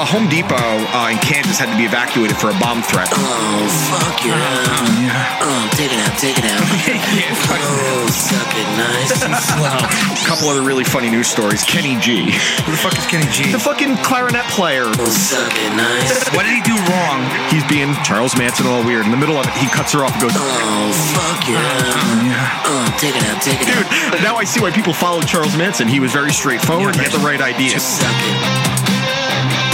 a Home Depot uh, in Kansas had to be evacuated for a bomb threat. Oh, fuck your out. Oh, take it out, take it out. oh, suck it nice and slow. A couple other really funny news stories. Kenny G, Who the fuck is Kenny G? the fucking clarinet player. Oh, suck it nice. What did he do wrong? He's being Charles Manson all weird. In the middle of it, he cuts her off and goes, Oh, fuck your out. Oh, take it out, take it out. "Dude, now I see why people followed Charles Manson. He was very straightforward. Yeah, he had the right ideas." Suck it.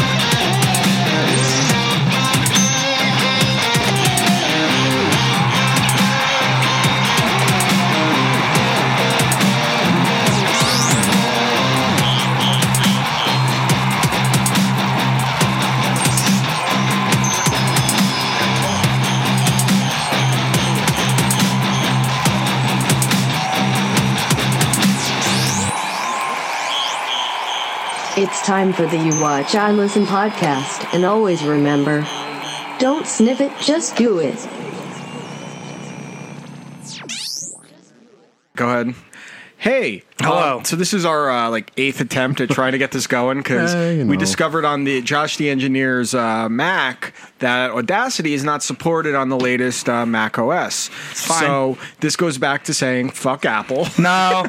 It's time for the You Watch I Listen podcast, and always remember don't sniff it, just do it. Go ahead. Hey, Hello. Uh, so this is our uh, like eighth attempt at trying to get this going because Eh, you we know. discovered on the Josh the Engineer's uh, Mac that Audacity is not supported on the latest uh, Mac OS. fine. So this goes back to saying fuck Apple. No.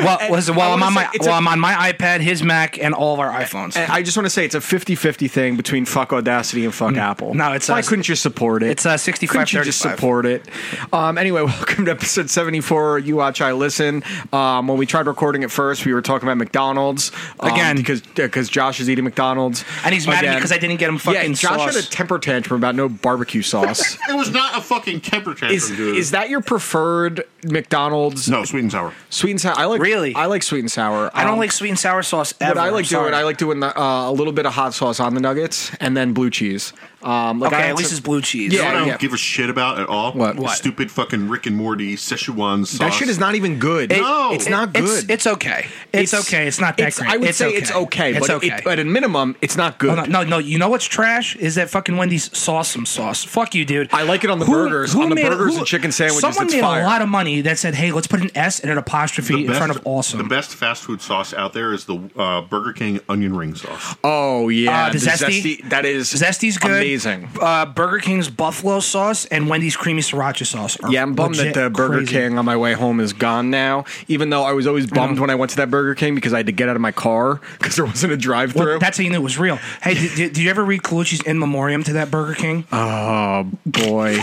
Well, was I while I'm wanna on say my it's a- while i I'm on my iPad, his Mac, and all of our iPhones. And I just want to say it's a 50-50 thing between fuck Audacity and fuck Apple. no, it's, why uh, couldn't you support it? it's, uh, Couldn't you just 65-35. support it? Um, anyway, welcome to episode seventy four. You watch, I listen. Um, when we tried recording it first, we were talking about McDonald's um, Again. because because Josh is eating McDonald's And he's mad at me Again. 'cause I didn't get him yeah, fucking Josh had sauce. a temper tantrum about no barbecue sauce. It was not a fucking temper tantrum, is dude. is that your preferred McDonald's? no sweet and sour? sweet and sour. I like Really? I like sweet and sour. I don't Um, like sweet and sour sauce ever. what I like I'm doing, sorry. I like doing the, uh, a little bit of hot sauce on the nuggets and then blue cheese. Um, like I Okay, had at least some- it's blue cheese. Yeah. I don't yeah. give a shit about at all. What? What? Stupid fucking Rick and Morty Szechuan sauce. that shit is not even good. It- No. it's not good. It's, it's okay. It's, okay. It's not that it's- great. I would say okay. it's okay, It's but okay. It, but at minimum, it's not good. Oh, no, no, no, you know what's trash is that fucking Wendy's awesome sauce. Fuck you, dude. I like it on the burgers. On the burgers and chicken sandwiches, Someone it's made fire. a lot of money that said, "Hey, let's put an S and an apostrophe in front of awesome." The best fast food sauce out there is the uh, Burger King onion ring sauce. oh yeah, Uh, the zesty? That is Zesty's good. Amazing. Uh, Burger King's buffalo sauce and Wendy's creamy sriracha sauce. are Yeah, I'm bummed legit that the Burger crazy. King on my way home is gone now. Even though I was always bummed when I went to that Burger King because I had to get out of my car because there wasn't a drive-through. Well, that's how you knew it was real. Hey, did, did, did you ever read Colucci's In Memoriam to that Burger King? Uh. Oh, Boy,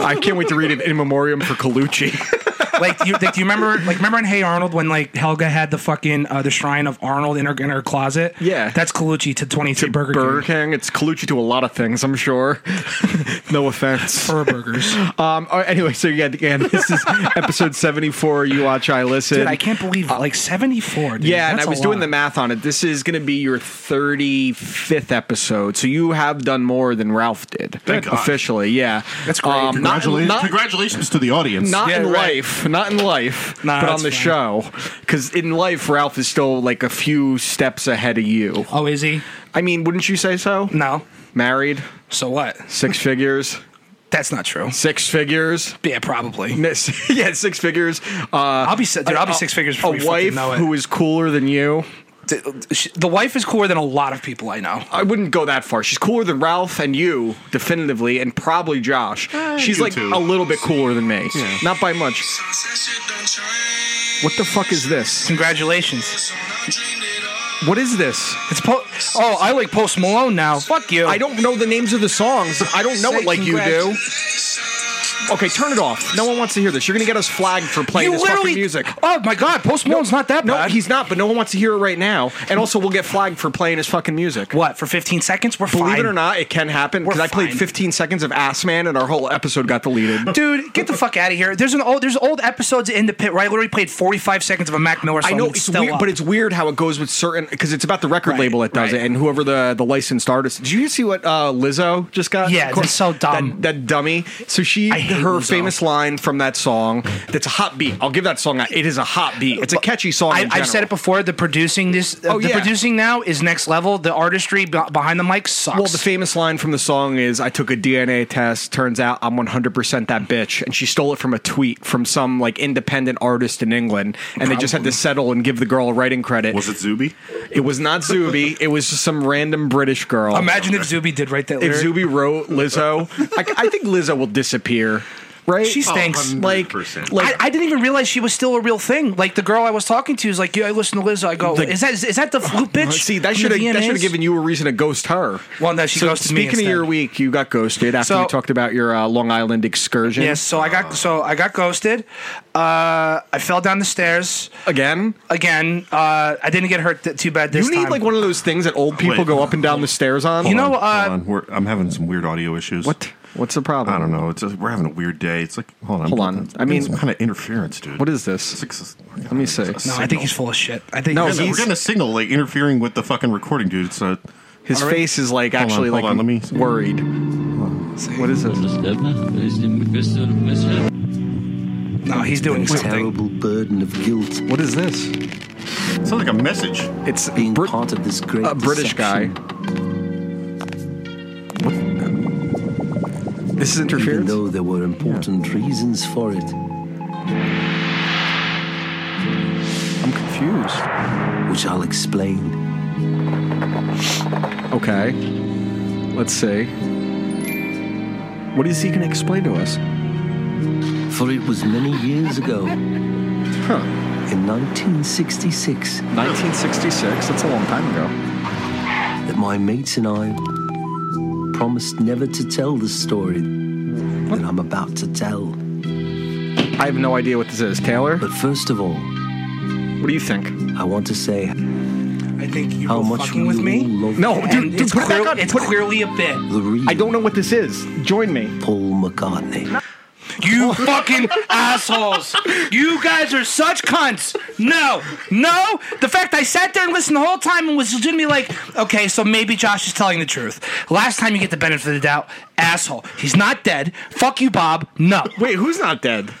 I can't wait to read it in memoriam for Colucci. like, do you, like, do you remember? Like, remember in Hey Arnold when like Helga had the fucking uh, the shrine of Arnold in her in her closet? Yeah. that's Colucci to twenty three Burger, Burger King. King. It's Colucci to a lot of things, I'm sure. no offense. Burger burgers. Um, all right, anyway, so yeah, again, this is episode 74. You watch, I listen. Dude, I can't believe like seventy four. Uh, Yeah, and I was doing the math on it. This is going to be your 35th episode. So you have done more than Ralph did. Thank God. officially, yeah. Um, That's great. not- Congratulations, Not, congratulations to the audience. not Yeah, in right. life, not in life, Nah, but on that's the fine. show. Because in life, Ralph is still like a few steps ahead of you. Oh, is he? I mean, wouldn't you say so? No. Married, So what? six figures, That's not true. six figures. Yeah, probably. Miss- yeah, six figures. Uh, I'll be si- dude. I'll be a- six figures. A Before you wife fucking know it. who is cooler than you. Th- the wife is cooler than a lot of people I know. I wouldn't go that far. She's cooler than Ralph and you, definitively, and probably Josh. Ah, She's you like too. a little bit cooler than me, not by much. What the fuck is this? Congratulations. What is this? It's po- oh, I like Post Malone now. Fuck you. I don't know the names of the songs. I don't know Say it like you do. congrats. Okay, turn it off. No one wants to hear this. You're gonna get us flagged for playing you this fucking literally music. Oh my god, Post Malone's not that No, bad. he's not, but no one wants to hear it right now. And also, we'll get flagged for playing his fucking music. what for 15 seconds. We're Believe fine. it or not, it can happen. Because We're I played fine. 15 seconds of Ass Man, and our whole episode got deleted. Dude, get the fuck out of here. There's an old there's old episodes in the pit where I literally played 45 seconds of a Mac Miller song. I know that's it's still weird, up. but it's weird how it goes with certain because it's about the record Right, label that does right. it, and whoever the the licensed artist. Did you see what uh, Lizzo just got? Yeah, Of course, that's so dumb. That, that dummy. So she I hate her Lizzo. famous line from that song. That's a hot beat. I'll give that song. A, it is a hot beat. It's a catchy song. I, in I've said general. it before. The producing this, uh, Oh, the yeah. producing now is next level. The artistry be- behind the mic sucks. Well, the famous line from the song is I took a DNA test, turns out I'm 100% that bitch. And she stole it from a tweet from some like independent artist in England. And they just had to settle and give the girl a writing credit. Was it Zuby? It was not Zuby. it was just some random British girl. Imagine if Zuby did write that. if lyric. Zuby wrote Lizzo. I, I think Lizzo will disappear, right? She stinks. Oh, like, 100%. like I, I didn't even realize she was still a real thing. Like the girl I was talking to is like, yeah, I listen to Lizzo. I go, The- is that is, that the flute bitch? see that from should have the that should have VMAs?" given you a reason to ghost her. Well, no, she so ghosted me speaking instead. of your week, you got ghosted after So- you talked about your uh, Long Island excursion. Yes, so I got so I got ghosted. Uh, I fell down the stairs again. again. Uh, I didn't get hurt th- too bad this you need time. like one of those things that old people Wait. go up and down the stairs on. You know, Hold uh, hold on. We're, I'm having some weird audio issues. oh, what? What's the problem? I don't know. It's a, we're having a weird day. It's like hold on, Hold on. It's I mean- some kind of interference, dude. What is this? It's like s- Let me see. it's a No, I no, I signal. think he's full of shit. I think No, We're he's getting a- We're getting a signal like interfering with the fucking recording, dude. It's a His face is like Hold on, actually hold like on, let me- worried. What is this? no, he's doing something. terrible burden of guilt What is this? it sounds like a message. It's being Brit- part of this great a British guy. deception. This is even interference. though there were important reasons for it I'm confused. which i'll explain Okay. Let's see. What is he going to explain to us? for it was many years ago Huh. in 1966 1966. That's a long time ago. that my mates and i promised never to tell the story that i'm about to tell I have no idea what this is. Taylor, but first of all what do you think? i want to say I think you how were much fucking with we me. all love No, And dude, dude, it's, put it back clear- on. it's Put it- clearly a bit. the real I don't know what this is. Join me. paul mccartney You fucking assholes. You guys are such cunts. No, no. The fact I sat there and listened the whole time and was legitimately like, okay, so maybe Josh is telling the truth. Last time you get the benefit of the doubt, asshole. He's not dead. Fuck you, Bob. No. Wait, who's not dead?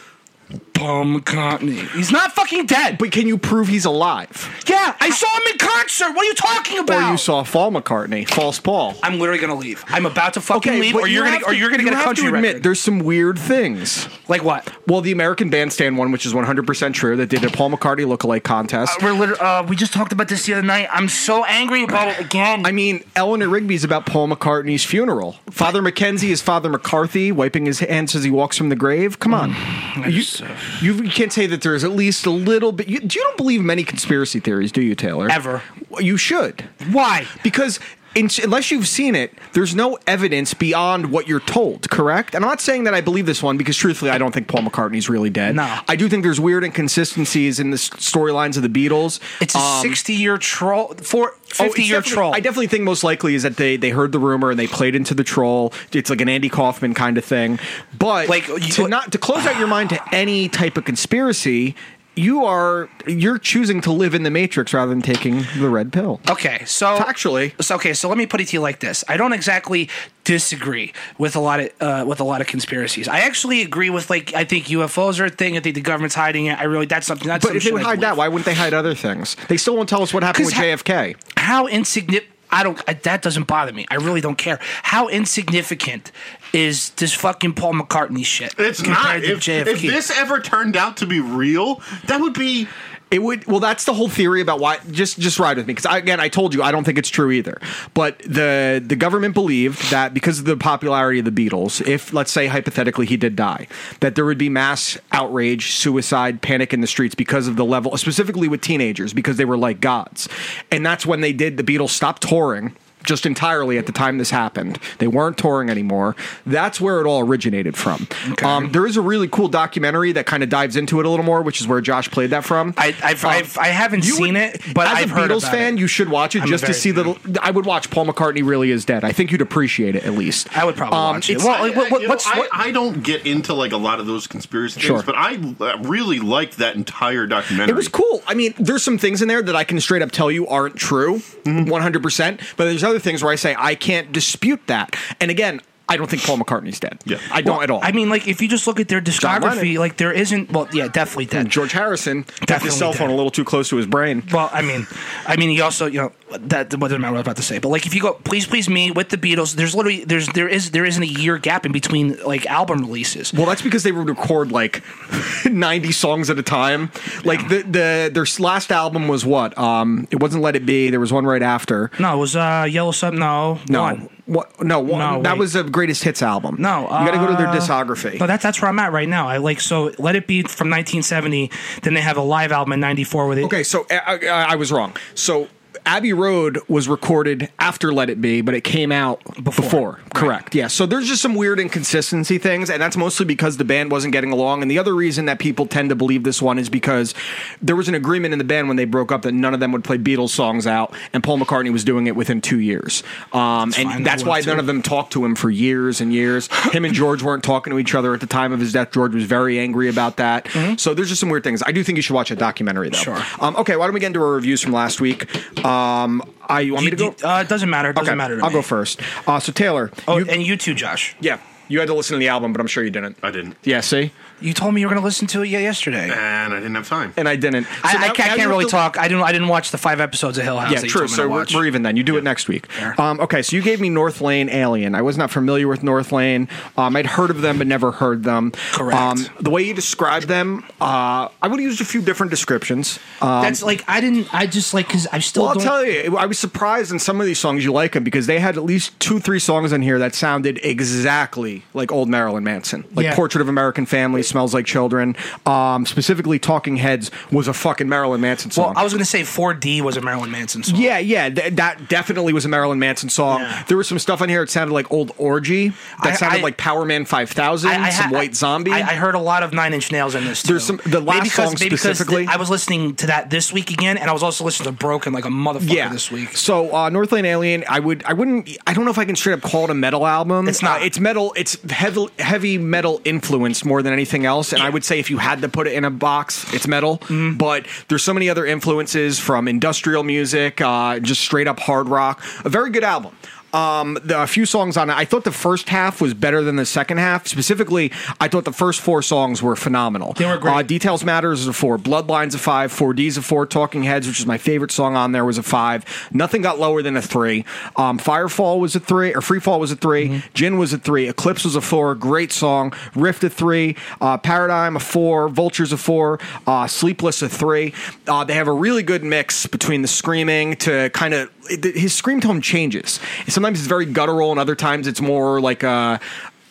Paul McCartney. He's not fucking dead. But can you prove he's alive? Yeah, I saw him in concert. What are you talking about? Or you saw Paul McCartney, False Paul. I'm literally gonna leave. I'm about to fucking leave, but or you're you gonna, have or you're gonna you get a have country to admit, record. There's some weird things. like what? Well, the American Bandstand one, which is 100% true, that did a Paul McCartney lookalike contest. We're literally, uh, we just talked about this the other night. I'm so angry about it again. I mean, Eleanor Rigby's about Paul McCartney's funeral. Father Mackenzie is Father McCarthy wiping his hands as he walks from the grave. Come on, Mm, you, uh, you can't say that there is at least a little bit. You, you don't believe many conspiracy theories, do you, Taylor? Ever. You should, Why? because. In, unless you've seen it, there's no evidence beyond what you're told, correct? And I'm not saying that I believe this one because truthfully, I don't think Paul McCartney's really dead. No. I do think there's weird inconsistencies in the s- storylines of the Beatles. It's a Um, 60 year troll, for Oh, 50 it's year definitely- troll. I definitely think most likely is that they they heard the rumor and they played into the troll. It's like an Andy Kaufman kind of thing. But Like, like you- to not to close out your mind to any type of conspiracy, you are you're choosing to live in the matrix rather than taking the red pill. Okay, so Actually- so, okay, so let me put it to you like this: I don't exactly disagree with a lot of uh, with a lot of conspiracies. I actually agree with like I think UFOs are a thing. I think the government's hiding it. I really that's something. That's But some if they shit would I hide that, believe. why wouldn't they hide other things? They still won't tell us what happened 'Cause with ha- JFK. how insignificant. I don't. I, that doesn't bother me. I really don't care. How insignificant is this fucking Paul McCartney shit? It's not. If, if this ever turned out to be real, that would be. It would well. That's the whole theory about why. Just just ride with me because again, I told you I don't think it's true either. But the the government believed that because of the popularity of the Beatles, if let's say hypothetically he did die, that there would be mass outrage, suicide, panic in the streets because of the level, specifically with teenagers because they were like gods, and that's when they did the Beatles stopped touring. just entirely at the time this happened. They weren't touring anymore. That's where it all originated from. Um, there is a really cool documentary that kind of dives into it a little more, which is where Josh played that from. I, I've, Um, I've, I haven't you seen would- it, but as I've a heard Beatles about fan, it. you should watch it I'm a just to very- see the. I would watch Paul McCartney really is dead. I think you'd appreciate it at least. I would probably watch it. Um, it's- Well, I, like, what- what- I- you know, what's- I, what- I don't get into like a lot of those conspiracy Sure. things, but I uh, really liked that entire documentary. It was cool. I mean, there's some things in there that I can straight up tell you aren't true, Mm-hmm. 100%. But there's other things where I say I can't dispute that. And again, I don't think Paul McCartney's dead. Yeah. I don't at all. I mean, like if you just look at their Lennon. discography, like there isn't. Well, yeah, definitely dead. George Harrison got Definitely his cell phone dead. a little too close to his brain. Well, I mean, I mean, he also, you know, that what doesn't matter what I was about to say, but like, if you go, please, please me with the Beatles, there's literally there's there is there isn't a year gap in between like album releases. Well, that's because they would record like 90 songs at a time. Like the, the their last album was what? Um, it wasn't Let It Be. There was one right after. No, it was uh Yellow Sub. No, No, one. what? No, one, No, that wait. was the greatest hits album. No, you got to go to their uh, discography. No, that, that's where I'm at right now. I like so Let It Be from 1970. Then they have a live album in '94 with it. Okay, so uh, I, I, I was wrong. So Abbey Road was recorded after Let It Be, but it came out before. Correct. Yeah. So there's just some weird inconsistency things, and that's mostly because the band wasn't getting along. And the other reason that people tend to believe this one is because there was an agreement in the band when they broke up that none of them would play Beatles songs out, and Paul McCartney was doing it within two years. Um, and fine, that's I would why too. none of them talked to him for years and years. Him and George weren't talking to each other at the time of his death. George was very angry about that. So there's just some weird things. I do think you should watch a documentary though. Mm-hmm. Sure. Um, okay, why don't we get into our reviews from last week? Um, I you want me to go? Uh, it doesn't matter. It doesn't okay, matter. To I'll me. go first. Uh, so Taylor, Oh, you, and you too, Josh. yeah, you had to listen to the album, but I'm sure you didn't. I didn't, Yeah, see, You told me you were going to listen to it ye- yesterday. and I didn't have time. and I didn't. Uh, So I, now- now I can't, I you can't have really to- talk. I didn't. I didn't watch the five episodes of Hill House. Yeah, that you true. told me So to we're, watch. we're even then. You do it next week. Um, okay, so you gave me North Lane Alien. I was not familiar with North Lane. Um, I'd heard of them, but never heard them. Correct. Um, the way you described them, uh, I would have used a few different descriptions. Um, That's like I didn't. I just like because I still. well, I'll don't, tell you, I was surprised in some of these songs you like them because they had at least two, three songs in here that sounded exactly like old Marilyn Manson, like Yeah. Portrait of American Family, Smells Like Children. Um, specifically, Talking Heads was a fucking Marilyn Manson Well, song. I was going to say 4D was a Marilyn Manson song. Yeah, yeah, th- that definitely was a Marilyn Manson song. Yeah. There was some stuff on here that sounded like old orgy, that I- sounded I- like Power Man Five Thousand, I- I some ha- White Zombie. I, I heard a lot of Nine Inch Nails in this. Too. There's some- the last song because specifically- I was listening to that this week again, and I was also listening to Broken like a motherfucker yeah, this week. So uh, Northlane Alien, I would, I wouldn't, I don't know if I can straight up call it a metal album. It's not. Uh, it's metal. It's heavy, heavy metal influence more than anything else. And I would say if you had to put it in a box, it's metal. Mm-hmm. But there's so many other influences from industrial music, uh, just straight up hard rock. A very good album. Um, the, a few songs on it. I thought the first half was better than the second half. Specifically, I thought the first four songs were phenomenal. They were great. Uh, Details Matters is a four. Bloodlines a five. Four D's a four. Talking Heads, which is my favorite song on there, was a five. Nothing got lower than a three. Um, Firefall was a three, or Freefall was a 3 Mm-hmm. Gin was a three. Eclipse was a four. Great song. Rift a three. Uh, Paradigm a four. Vultures a four. Uh, Sleepless a three. Uh, they have a really good mix between the screaming to kind of his scream tone changes. Sometimes it's very guttural, and other times it's more like a.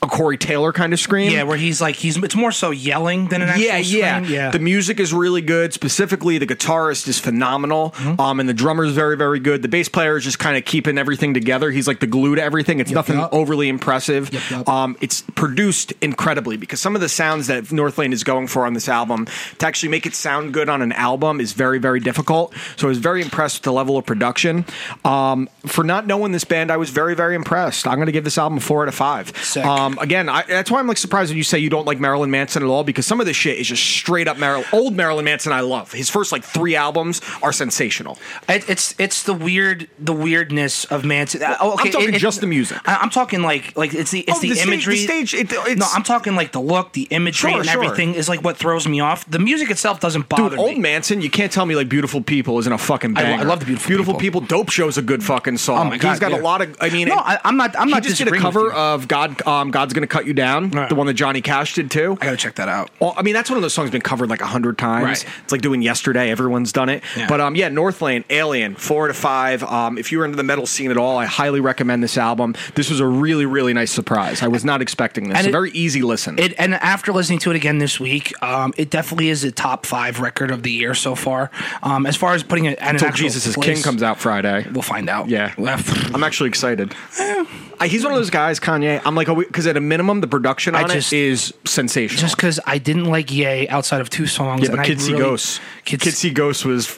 A Corey Taylor kind of scream Yeah, where he's like he's it's more so yelling than an actual yeah, yeah. scream. The music is really good. Specifically, the guitarist is phenomenal. Mm-hmm. Um, and the drummer is very, very good. The bass player is just kind of keeping everything together. He's like the glue to everything. It's nothing yup. overly impressive. Yup, yup. Um, it's produced incredibly because some of the sounds that Northlane is going for on this album to actually make it sound good on an album is very, very difficult. So I was very impressed with the level of production. Um, for not knowing this band, I was very, very impressed. I'm going to give this album a four out of five. Sick. Um, again, I, that's why I'm like surprised when you say you don't like Marilyn Manson at all because some of this shit is just straight up Marilyn, old Marilyn Manson. I love his first like three albums are sensational. It, it's it's the weird the weirdness of Manson. Uh, oh, okay, I'm talking it- it- just the music. I, am talking like like it's the it's Oh, the, the sta- the imagery. stage, it- it's- no, I'm talking like the look, the imagery, Sure, and sure. everything is like what throws me off. The music itself doesn't bother Dude, old me. Manson, you can't tell me like "Beautiful People" isn't a fucking I lo- I banger. love the Beautiful people. People. Dope Show's a good fucking song. Oh my God, he's got yeah. a lot of. I mean, No, it- I- I'm not- I'm he not just did a disagreeing with cover you. of God, um, God God's Gonna Cut You Down, Right. the one that Johnny Cash did too. I gotta check that out. Well, I mean, that's one of those songs been covered like a hundred times. Right. It's like doing yesterday. Everyone's done it. Yeah. But um, yeah, North Lane, Alien, four to five. Um, if you're into the metal scene at all, I highly recommend this album. This was a really, really nice surprise. I was not expecting this. And a it- very easy listen. It and after listening to it again this week, um, it definitely is a top five record of the year so far. Um, as far as putting it at an Until actual Jesus is place, King comes out Friday. we'll find out. Yeah. I'm actually excited. I, he's one of those guys, Kanye. I'm like, because at a minimum, the production I on just- it is sensational. Just because I didn't like Yay outside of two songs, yeah, but and Kids I See really, Ghosts. Kids, Kids, See Ghosts was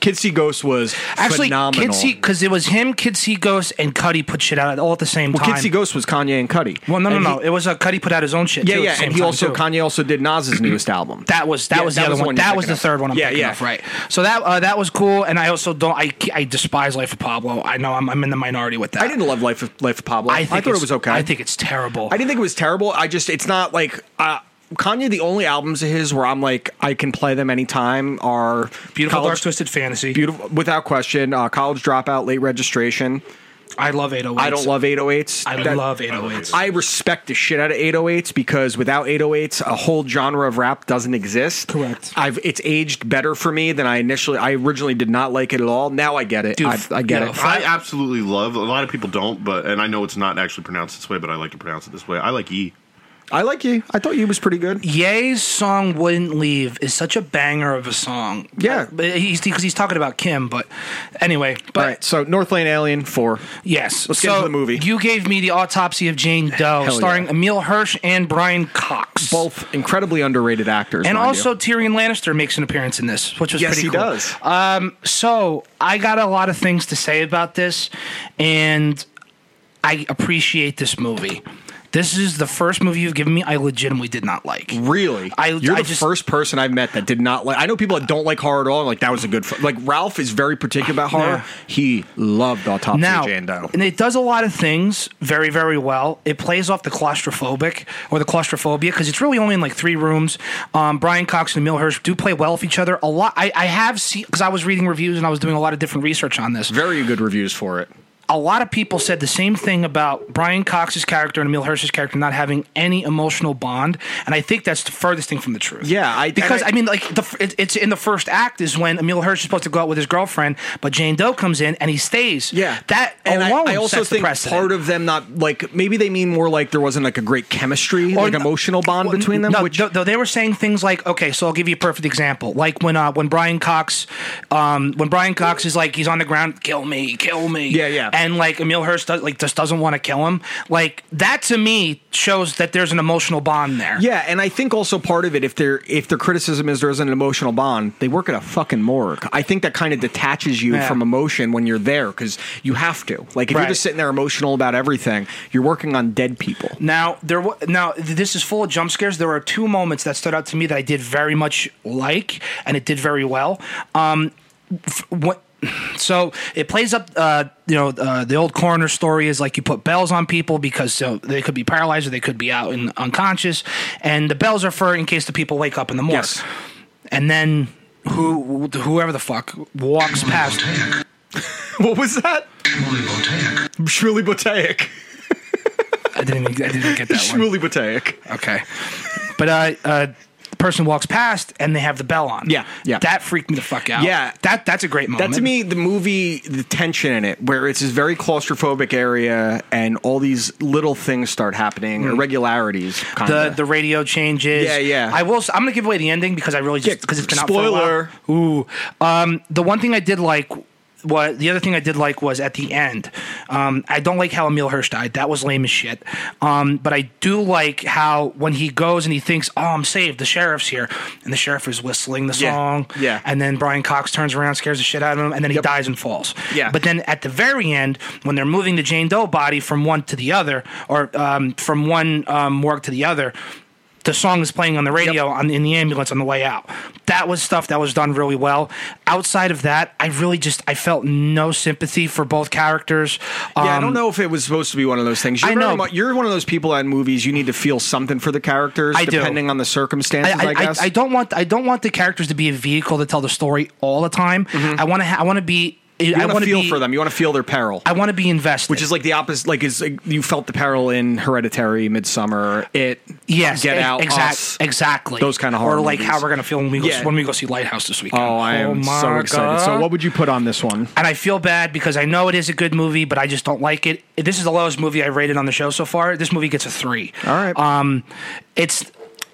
Kids See Ghosts was actually phenomenal. Kids See because it was him, Kids See Ghosts, and Cuddy put shit out all at the same well, time. Kids See Ghosts was Kanye and Cuddy. Well, no, no, And no. he- it was a Cuddy put out his own shit. yeah, too, at yeah, the same and he time, also too. Kanye also did Nas's newest album. That was that Yeah, was the other the one. you're That was thinking of. the third one. I'm yeah, thinking yeah, of, right. So that uh, that was cool, and I also don't. I I despise Life of Pablo. I know I'm, I'm in the minority with that. I didn't love Life of Life of Pablo. I, thought it's- it was okay. I think it's terrible. I didn't think it was terrible. I just it's not like uh, Kanye. The only albums of his where I'm like I can play them anytime are Beautiful College- Dark Twisted Fantasy. beautiful without question. Uh, college dropout, late registration. I love 808s. I don't love 808s. I That- love 808s. I oh respect the shit out of 808s because without 808s, a whole genre of rap doesn't exist. Correct. I've it's aged better for me than I initially. I originally did not like it at all. Now I get it. Dude, I, I get no, it. fuck I absolutely love. A lot of people don't, but and I know it's not actually pronounced this way, but I like to pronounce it this way. I like E. I like you. I thought you was pretty good. Ye's song "Wouldn't Leave" is such a banger of a song. Yeah. because he's, 'cause he's talking about Kim. But anyway, but all right. So Northlane Alien four. yes. Let's so get into the movie. You gave me the autopsy of Jane Doe, yeah. starring Emil Hirsch and Brian Cox. Both incredibly underrated actors. And mind also you. Tyrion Lannister makes an appearance in this, which was yes, Uh, pretty he cool. does. So I got a lot of things to say about this, and I appreciate this movie. This is the first movie you've given me I legitimately did not like. Really? I- You're I the just- first person I've met that did not like. I know people that don't like horror at all. Like that was a good. F-. Like Ralph is very particular about horror. Yeah. He loved Autopsy Now, of Jane Doe. and it does a lot of things very, very well. It plays off the claustrophobic or the claustrophobia because it's really only in like three rooms. Um, Brian Cox and Emil Hirsch do play well with each other a lot. I, I have seen because I was reading reviews and I was doing a lot of different research on this. Very good reviews for it. a lot of people said the same thing about Brian Cox's character and Emil Hirsch's character not having any emotional bond, and I think that's the furthest thing from the truth. Yeah, I- because and I- I, mean, like the f- it, it's in the first act is when Emil Hirsch is supposed to go out with his girlfriend, but Jane Doe comes in and he stays. that and I- alone I, also sets the think precedent. part of them not like maybe they mean more like there wasn't like a great chemistry, like no- emotional bond Well, between them. No, which th- though they were saying things like, okay, so I'll give you a perfect example, like when uh, when Brian Cox, um, when Brian Cox is like he's on the ground, kill me, kill me, Yeah, yeah. and like Emil Hirsch does, like just doesn't want to kill him. Like that to me shows that there's an emotional bond there. yeah, and I think also part of it, if their if their criticism is there isn't an emotional bond, they work at a fucking morgue. I think that kind of detaches you Yeah. from emotion when you're there because you have to. Like if Right. you're just sitting there emotional about everything, you're working on dead people. Now there wa now th- this is full of jump scares. There are two moments that stood out to me that I did very much like, and it did very well. Um, f- what? So it plays up, uh, you know, uh, the old coroner story is like you put bells on people because so they could be paralyzed or they could be out and unconscious, and the bells are for in case the people wake up in the morning. Yes. And then who, whoever the fuck walks past. What was that? Shmuley Botaic. I didn't even I didn't get that one. Shmuley Botaic. Okay. But uh, uh, the person walks past and they have the bell on. Yeah, yeah. That freaked me the fuck out. Yeah. That that's a great moment. That to me, the movie, the tension in it, where it's this very claustrophobic area, and all these little things start happening, irregularities. the Kinda. the radio changes. Yeah, yeah. I will. s- I'm gonna give away the ending because I really just Yeah, because it's been spoiler. out for a while. Ooh. Um. The one thing I did like. What the other thing I did like was at the end. Um, I don't like how Emil Hirsch died. That was lame as shit. Um, but I do like how when he goes and he thinks, "Oh, I'm saved. The sheriff's here," and the sheriff is whistling the Yeah, song. yeah. And then Brian Cox turns around, scares the shit out of him, and then he dies and falls. Yeah. But then at the very end, when they're moving the Jane Doe body from one to the other, or um, from one um, morgue to the other, the song is playing on the radio on, in the ambulance on the way out. That was stuff that was done really well. Outside of that, I really just I felt no sympathy for both characters. Um, yeah, I don't know if it was supposed to be one of those things. You're I very know. mu- you're one of those people in movies. You need to feel something for the characters, I do. depending on the circumstances. I, I, I, guess. I don't want I don't want the characters to be a vehicle to tell the story all the time. I want to ha- I want to be it, Mm-hmm. You I want want to feel be, for them. You want to feel their peril. I want to be invested. which is like the opposite. Like is like, you felt the peril in Hereditary, Midsummer, It, yes, Get e- Out, exact- Us. exactly. Those kinda horror Or like how movies. we're gonna feel when we go Yeah. when we go see Lighthouse this weekend. Oh, I am my so excited. So God. what would you put on this one? and I feel bad because I know it is a good movie, but I just don't like it. This is the lowest movie I rated on the show so far. This movie gets a three. All right. Um, it's.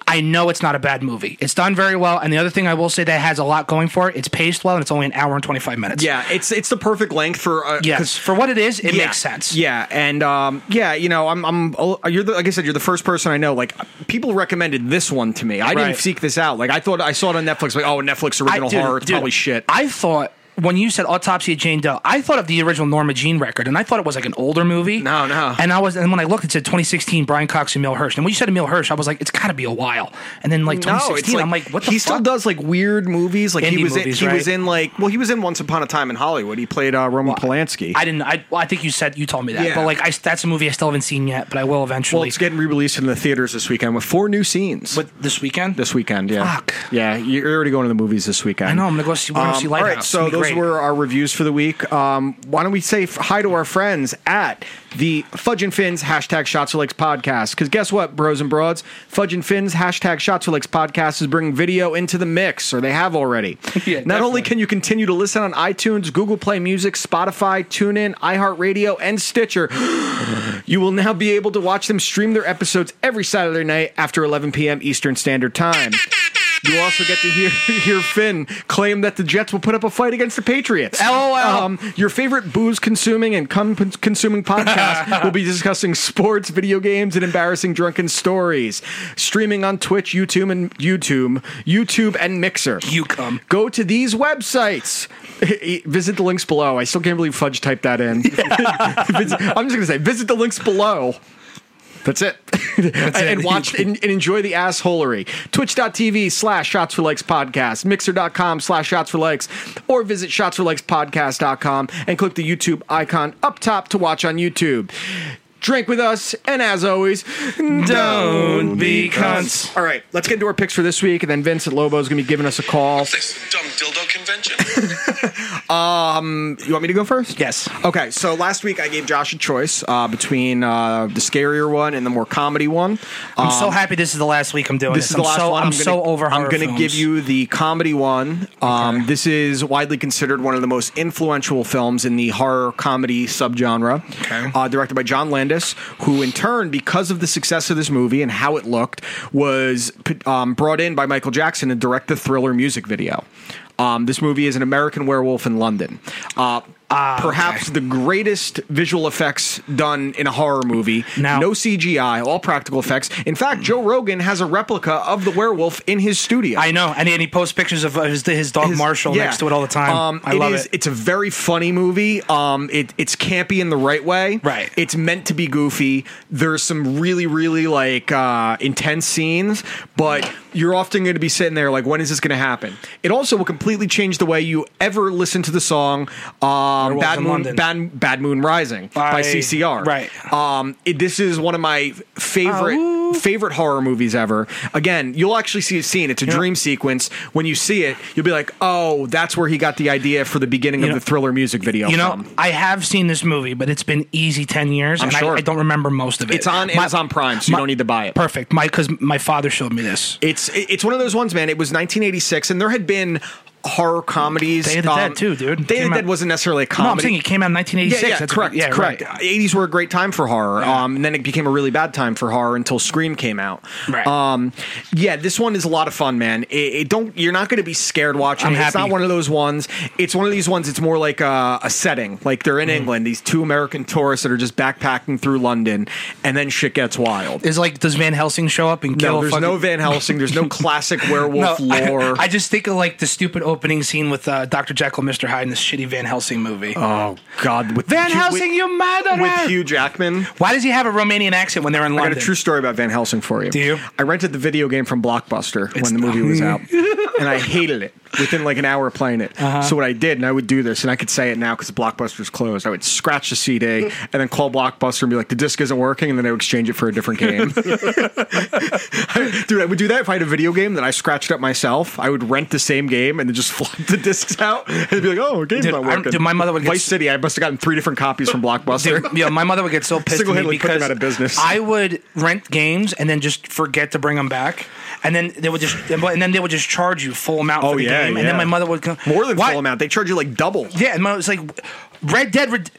I know it's not a bad movie. It's done very well. And the other thing I will say that has a lot going for it, it's paced well and it's only an hour and 25 minutes. Yeah, it's it's the perfect length for uh, Yes. 'cause- For what it is, it yeah, makes sense. Yeah, and um, yeah, you know, I'm I'm you're the, like I said, you're the first person I know. Like people recommended this one to me. I Right. didn't seek this out. Like I thought I saw it on Netflix. Like oh, Netflix I- original dude, horror. It's dude, probably shit. I thought when you said Autopsy of Jane Doe, I thought of the original Norma Jean record, and I thought it was like an older movie. No, no. And I was, and when I looked, it said 2016, Brian Cox and Emil Hirsch. And when you said Emil Hirsch, I was like, it's got to be a while. And then like 2016, I'm like, what the he fuck? still does like weird movies. Like Indie he was movies, in, he was right? in like well he was in Once Upon a Time in Hollywood. He played uh, Roman Polanski. I didn't. I, well, I think you said you told me that, Yeah. but like, I, that's a movie I still haven't seen yet, but I will well, eventually. it's getting re released in the theaters this weekend with four new scenes. But this weekend, this weekend, yeah, Fuck. yeah, you're already going to the movies this weekend. I know I'm gonna go see. We're gonna see Um, all Lighthouse. right, It's so gonna be those great. were our reviews for the week. Um, why don't we say f- hi to our friends at the Fudge and Fins hashtag Shots for Lakes podcast? Because guess what, bros and broads, Fudge and Fins hashtag Shots for Lakes podcast is bringing video into the mix, or they have already. Yeah, Not only definitely. can you continue to listen on iTunes, Google Play Music, Spotify, TuneIn, iHeartRadio, and Stitcher. You will now be able to watch them stream their episodes every Saturday night after 11 p.m. Eastern Standard Time. You also get to hear, hear Finn claim that the Jets will put up a fight against the Patriots. Um, LOL. your favorite booze consuming and cum consuming podcast will be discussing sports, video games, and embarrassing drunken stories. Streaming on Twitch, YouTube, and YouTube, YouTube, and Mixer. You come. Go to these websites. Visit the links below. I still can't believe Fudge typed that in. Visit- I'm just going to say, visit the links below. That's it. and, and watch and, and enjoy the assholery. Twitch.tv slash shots for likes podcast, mixer.com slash shots for likes, or visit shots for likes podcast.com and click the YouTube icon up top to watch on YouTube. Drink with us, and as always, Don't be cunts. All right, let's get into our picks for this week, and then Vincent Lobo is going to be giving us a call. this dumb dildo convention. Um, You want me to go first? Yes. Okay, so last week I gave Josh a choice uh, between uh, the scarier one and the more comedy one. I'm so happy this is the last week I'm doing Um, This this. is the I'm last so, one. I'm, so over. I'm horror going to films. give you the comedy one. Um, This is widely considered one of the most influential films in the horror comedy subgenre. Okay. Uh, directed by John Landis, who in turn, because of the success of this movie and how it looked, was p- um, brought in by Michael Jackson to direct the thriller music video. Um, this movie is an American Werewolf in London. Uh, Ah, perhaps the greatest visual effects done in a horror movie. Now- no CGI, all practical effects. In fact, Joe Rogan has a replica of the werewolf in his studio. I know, and he, and he posts pictures of uh, his, his dog His- Marshall yeah. next to it all the time. Um, I love is- it. It's a very funny movie. Um, it, it's campy in the right way. Right. It's meant to be goofy. There's some really, really like uh, intense scenes, but you're often going to be sitting there like, when is this going to happen? It also will completely change the way you ever listen to the song um, Werewolf Bad in Moon London. Bad, Bad Moon Rising by, By- CCR. right. Um, it- this is one of my favorite Oh. favorite horror movies ever. Again, you'll actually see a scene. It's a dream sequence. When you see it, you'll be like, "Oh, that's where he got the idea for the beginning of know- the thriller music video." You know, from. I have seen this movie, but it's been easy ten years, I'm and I- sure. I, don't remember most of it. it's on My- Amazon Prime, so you my- don't need to buy it. Perfect, my because my father showed me this. It's it's one of those ones, man. It was 1986, and there had been horror comedies. um, Day of the Dead, too, dude. Day of Came the out- Dead wasn't necessarily a comedy. No, I'm saying it came out in 1986. Yeah, yeah, That's- correct. yeah, right. correct. Eighties were a great time for horror, um, and then it became a really bad time for horror until Scream came out. Right. Um, yeah, this one is a lot of fun, man. It, it don't you're not going to be scared watching. I'm it. It's happy. not one of those ones. It's one of these ones. It's more like a, a setting. Like they're in Mm-hmm. England. These two American tourists that are just backpacking through London, and then shit gets wild. Is like, does Van Helsing show up and kill? no, a there's fucking- no Van Helsing. There's no classic werewolf No, I- lore. I, just think of like the stupid opening scene with uh, Dr. Jekyll, Mr. Hyde, in this shitty Van Helsing movie. oh God, with Van Hugh- Helsing, you with, murderer! with Hugh Jackman. Why does he have a Romanian accent when they're in I London? got a true story about Van Helsing for you. Do you? I rented the video game from Blockbuster when the movie was out, and I hated it. within like an hour of playing it. Uh-huh. So what I did, and I would do this, and I could say it now because Blockbuster's closed. I would scratch the CD and then call Blockbuster and be like, "The disc isn't working," and then I would exchange it for a different game. I- Dude, I would do that if I had a video game that I scratched up myself. I would rent the same game and then just flop the discs out and be like, "Oh, game's Dude, not I'm- working." dude, my mother would get Vice s- City. I must have gotten three different copies from Blockbuster. Dude, yeah, my mother would get so pissed at me Single-handedly put them because out of business. I would rent games and then just forget to bring them back, and then they would just and then they would just charge you full amount Oh, for the yeah, game, and then yeah. my mother would come More than Why- full amount. They charge you like double. Yeah, and my was like, Red Dead. Red-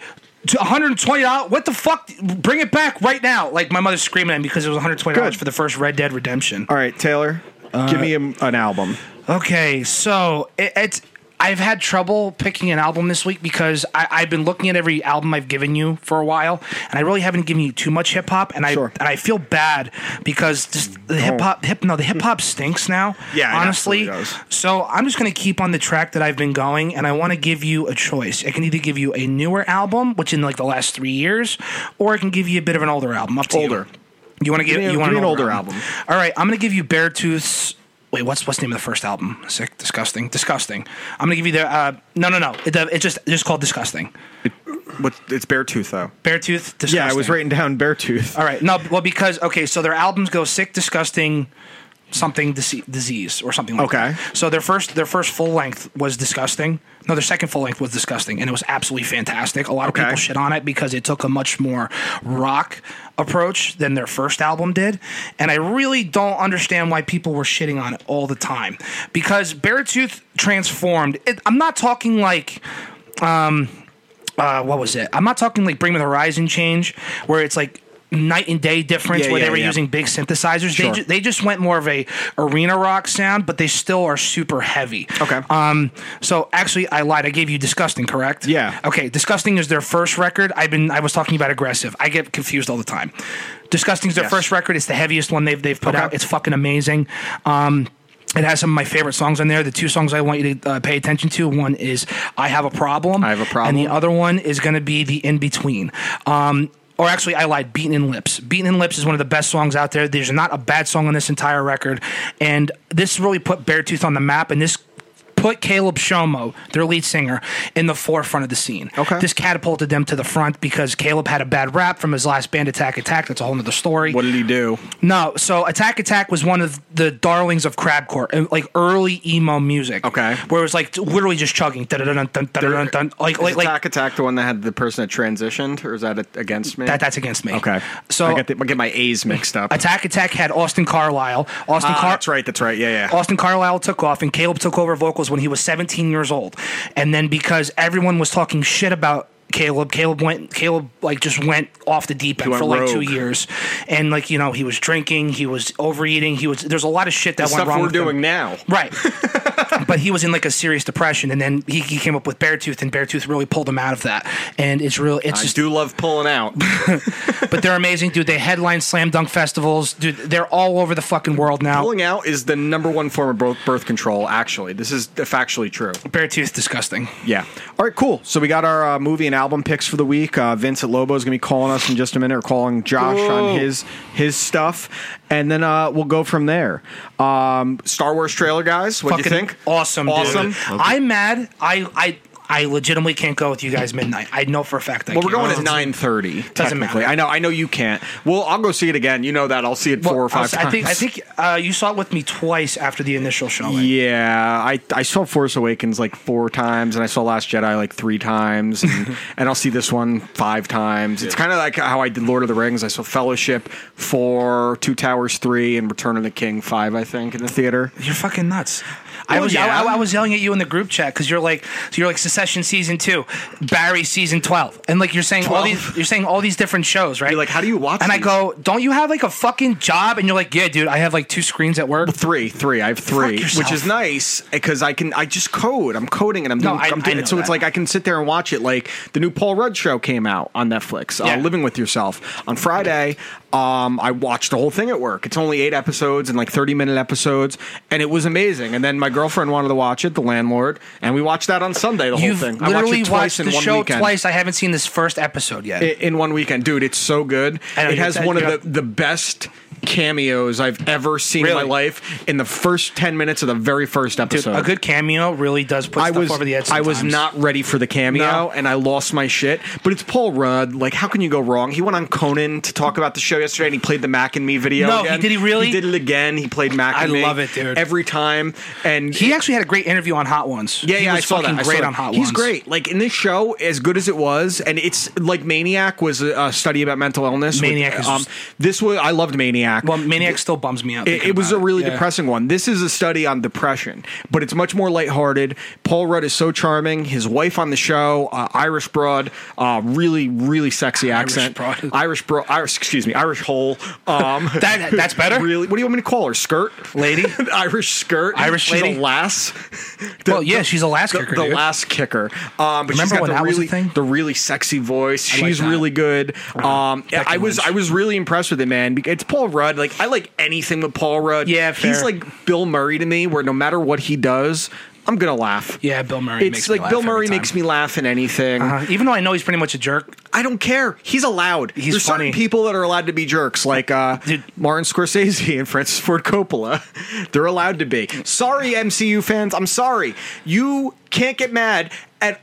to $120 what the fuck bring it back right now like my mother's screaming at me because it was $120 Good. for the first red dead redemption All right, Taylor, give me a, an album. Okay, so it, it's I've had trouble picking an album this week because I, I've been looking at every album I've given you for a while, and I really haven't given you too much hip hop, and I Sure. and I feel bad because just the hip hop hip no the hip hop stinks now. Yeah, it honestly. absolutely does. So I'm just gonna keep on the track that I've been going, and I want to give you a choice. I can either give you a newer album, which in like the last three years, or I can give you a bit of an older album. Up to you. Older. You want to give, Give me- you want give me an older, album. album. All right, I'm gonna give you Beartooth's. Wait, what's what's the name of the first album? Sick, disgusting, disgusting. I'm gonna give you the. Uh, no, no, no. It, it's just it's just called disgusting. What, it's Beartooth though. Beartooth. Disgusting. Yeah, I was writing down Beartooth. All right, no, well because okay, so their albums go sick, disgusting, something dise- disease or something. like Okay. that. So their first their first full length was disgusting. No, their second full length was disgusting, and it was absolutely fantastic. A lot of Okay. people shit on it because it took a much more rock approach than their first album did, and I really don't understand why people were shitting on it all the time because Beartooth transformed. It, I'm not talking like uh, what was it? I'm not talking like Bring Me the Horizon change, where it's like night and day difference Yeah, where yeah, they were yeah. using big synthesizers. Sure. They, ju- they just went more of a arena rock sound, but they still are super heavy. Okay. Um. So actually, I lied. I gave you disgusting, correct? Yeah. Okay. Disgusting is their first record. I've been I was talking about aggressive. I get confused all the time. Disgusting is their Yes. first record. It's the heaviest one they've they've put Okay. out. It's fucking amazing. Um. It has some of my favorite songs on there. The two songs I want you to uh, pay attention to. One is "I Have a Problem," I Have a and the Problem. other other one is going to be the in between. Um, or actually, I lied. Beaten in Lips. Beaten in Lips is one of the best songs out there. There's not a bad song on this entire record, and this really put Beartooth on the map. And this put Caleb Shomo, their lead singer, in the forefront of the scene. Okay. This catapulted them to the front because Caleb had a bad rap from his last band, Attack Attack. That's a whole nother story. What did he do? No, so Attack Attack was one of the darlings of crabcore, uh, like early emo music. Okay. where it was like literally just chugging, dun dun dun dun dun dun, like like like Attack Attack the one that had the person that transitioned, or is that a- against me? That that's against me. okay. So I, got the, I get my A's mixed up. Attack Attack had Austin Carlisle. Austin Ah, Car- Oh, that's right. That's right. Yeah, yeah. Austin Carlisle took off, and Caleb took over vocals when he was 17 years old. And then because everyone was talking shit about Caleb, Caleb went, Caleb like just went off the deep end went for like two rogue. years. And like you know, he was drinking, he was overeating, he was. There's a lot of shit that went Stuff wrong. we're with him. doing now. Right. but he was in like a serious depression, and then he, he came up with Beartooth, and Beartooth really pulled him out of that. And it's real. It's I just do love pulling out. but they're amazing, dude. They headline slam dunk festivals, dude. They're all over the fucking world now. pulling out is the number one form of birth, birth control. Actually, this is factually true. Beartooth, disgusting. Yeah. All right. Cool. So we got our uh, movie and album picks for the week. Uh, Vincent Lobo is going to be calling us in just a minute, or calling Josh on his his stuff, and then uh, we'll go from there. Um, Star Wars trailer, guys. What do you Fucking think? Awesome, dude. Awesome. I'm mad. I I I legitimately can't go with you guys midnight. I know for a fact I Well, we're can't. going Oh, at nine thirty. Doesn't Technically, matter. I know. I know you can't. Well, I'll go see it again. You know that. I'll see it well, four or I'll five s- times. I think I think uh, you saw it with me twice after the initial showing. Yeah, I I saw Force Awakens like four times, and I saw Last Jedi like three times, and, and I'll see this one five times. It's kind of like how I did Lord of the Rings. I saw Fellowship four, Two Towers three, and Return of the King five. I think in the theater. You're fucking nuts. I Well, was yeah. I, I was yelling at you in the group chat because you're like so you're like Secession season two, Barry season twelve, and like you're saying all 12? these you're saying all these different shows, right? You're like, how do you watch And these? I go, don't you have like a fucking job? And you're like, yeah, dude, I have like two screens at work. Three, three. I have three, yourself. which is nice because I can. I just code. I'm coding and I'm No, doing. I- am I doing know it. So it's that. like I can sit there and watch it. Like the new Paul Rudd show came out on Netflix. Yeah. Uh, Living with Yourself on Friday. Um, I watched the whole thing at work. It's only eight episodes and like 30 minute episodes, and it was amazing. And then my girlfriend wanted to watch it, The Landlord, and we watched that on Sunday. The You've whole thing. I watched literally it watched twice in the one show weekend. twice. I haven't seen this first episode yet. I- in one weekend, dude. It's so good. I know, it you're has t- one of you're- the the best cameos I've ever seen in my Really? life in the first 10 minutes of the very first Dude, episode. a good cameo really does put I stuff was over the edge. I was sometimes. not ready for the cameo No. and I lost my shit. But it's Paul Rudd. Like, how can you go wrong? He went on Conan to talk about the show yesterday and he played the Mac and Me video. No, he again. did he really? He did it again. He played Mac I and Me love it, dude. Every time. And He actually had a great interview on Hot Ones. yeah, he yeah, was I saw fucking that. I saw great that. on Hot He's Ones. great. Like in this show, as good as it was, and it's like Maniac was a, a study about mental illness. with- Maniac is- um, this was I loved Maniac. Well, Maniac still bums me out. It, thinking it was about a really Yeah. depressing one. This is a study on depression, but it's much more lighthearted. Paul Rudd is so charming. His wife on the show, uh, Irish broad, uh, really, really sexy accent. broad. Irish broad. Irish, excuse me, Irish hole. Um, That- that's better? Really? What do you want me to call her? Skirt Lady? Irish skirt. Irish She's lady? a lass. The- Well, yeah, she's a lass the, kicker, The dude. lass kicker. Um, but she's Remember got when the that was a really thing? the really sexy voice. like She's that. Uh-huh. really good. Um, Becky I was Lynch. I was really impressed with it, man. Bec- It's Paul Rudd. Like I like anything with Paul Rudd. Yeah, he's fair. like Bill Murray to me, where no matter what he does, I'm gonna laugh. Yeah, Bill Murray. It's makes me like laugh Bill every Murray time. makes me laugh in anything. Uh, even though I know he's pretty much a jerk, I don't care. He's allowed. He's There's funny. certain people that are allowed to be jerks, like uh, Dude. Martin Scorsese and Francis Ford Coppola. They're allowed to be. Sorry, MCU fans. I'm sorry. You can't get mad at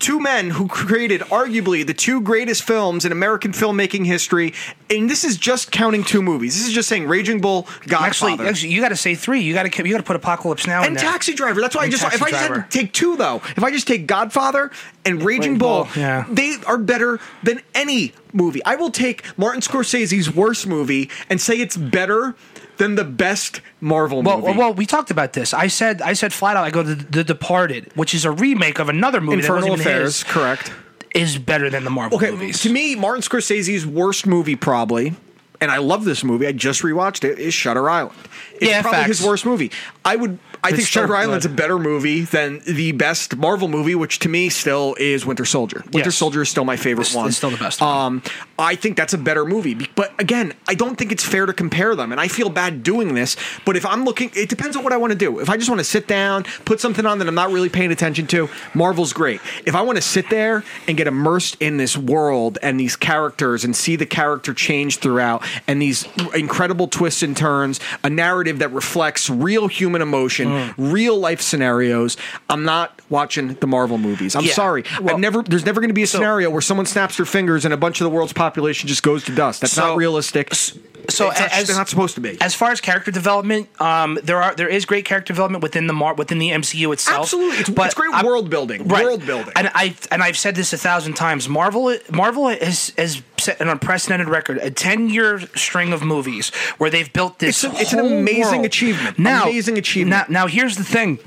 two men who created arguably the two greatest films in American filmmaking history. And this is just counting two movies. This is just saying Raging Bull, Godfather. actually, actually, you got to say three. You got to you got to put Apocalypse Now in and there. Taxi Driver. That's why I And just if Taxi I just Driver. had to take two though. If I just take Godfather and Raging Bull, Bull, yeah. they are better than any movie. I will take Martin Scorsese's worst movie and say it's better than the best Marvel Well, movie. well, we talked about this. I said, I said flat out. I go, the, the Departed, which is a remake of another movie. that Infernal wasn't even his, Affairs, correct. is better than the Marvel Okay, movies. to me, Martin Scorsese's worst movie probably, and I love this movie. I just rewatched it. Is Shutter Island? It's Yeah, probably facts. his worst movie. I would. I It's think Shutter still Island's a good. better movie than the best Marvel movie, which to me still is Winter Soldier. Winter Yes. Soldier is still my favorite It's- one. it's still the best one. Um, I think that's a better movie, Be- but again, I don't think it's fair to compare them, and I feel bad doing this. But if I'm looking, it depends on what I want to do. If I just want to sit down, put something on that I'm not really paying attention to, Marvel's great. If I want to sit there and get immersed in this world and these characters and see the character change throughout and these incredible twists and turns, a narrative that reflects real human emotion, Mm. real life scenarios, I'm not watching the Marvel movies. I'm Yeah. sorry. Well- I've never there's never going to be a So- scenario where someone snaps their fingers and a bunch of the world's population just goes to dust. That's So- not realistic. s- so It's not- as- they're not supposed to be. As far as character development, um, there are there is great character development within the mar- within the MCU itself. Absolutely. It's- it's great world building. World building. And I and I've said this a thousand times. Marvel Marvel has has set an unprecedented record, a ten year string of movies where they've built this. It's a- it's an whole amazing world. achievement. Now, Amazing achievement. Now, now here's the thing.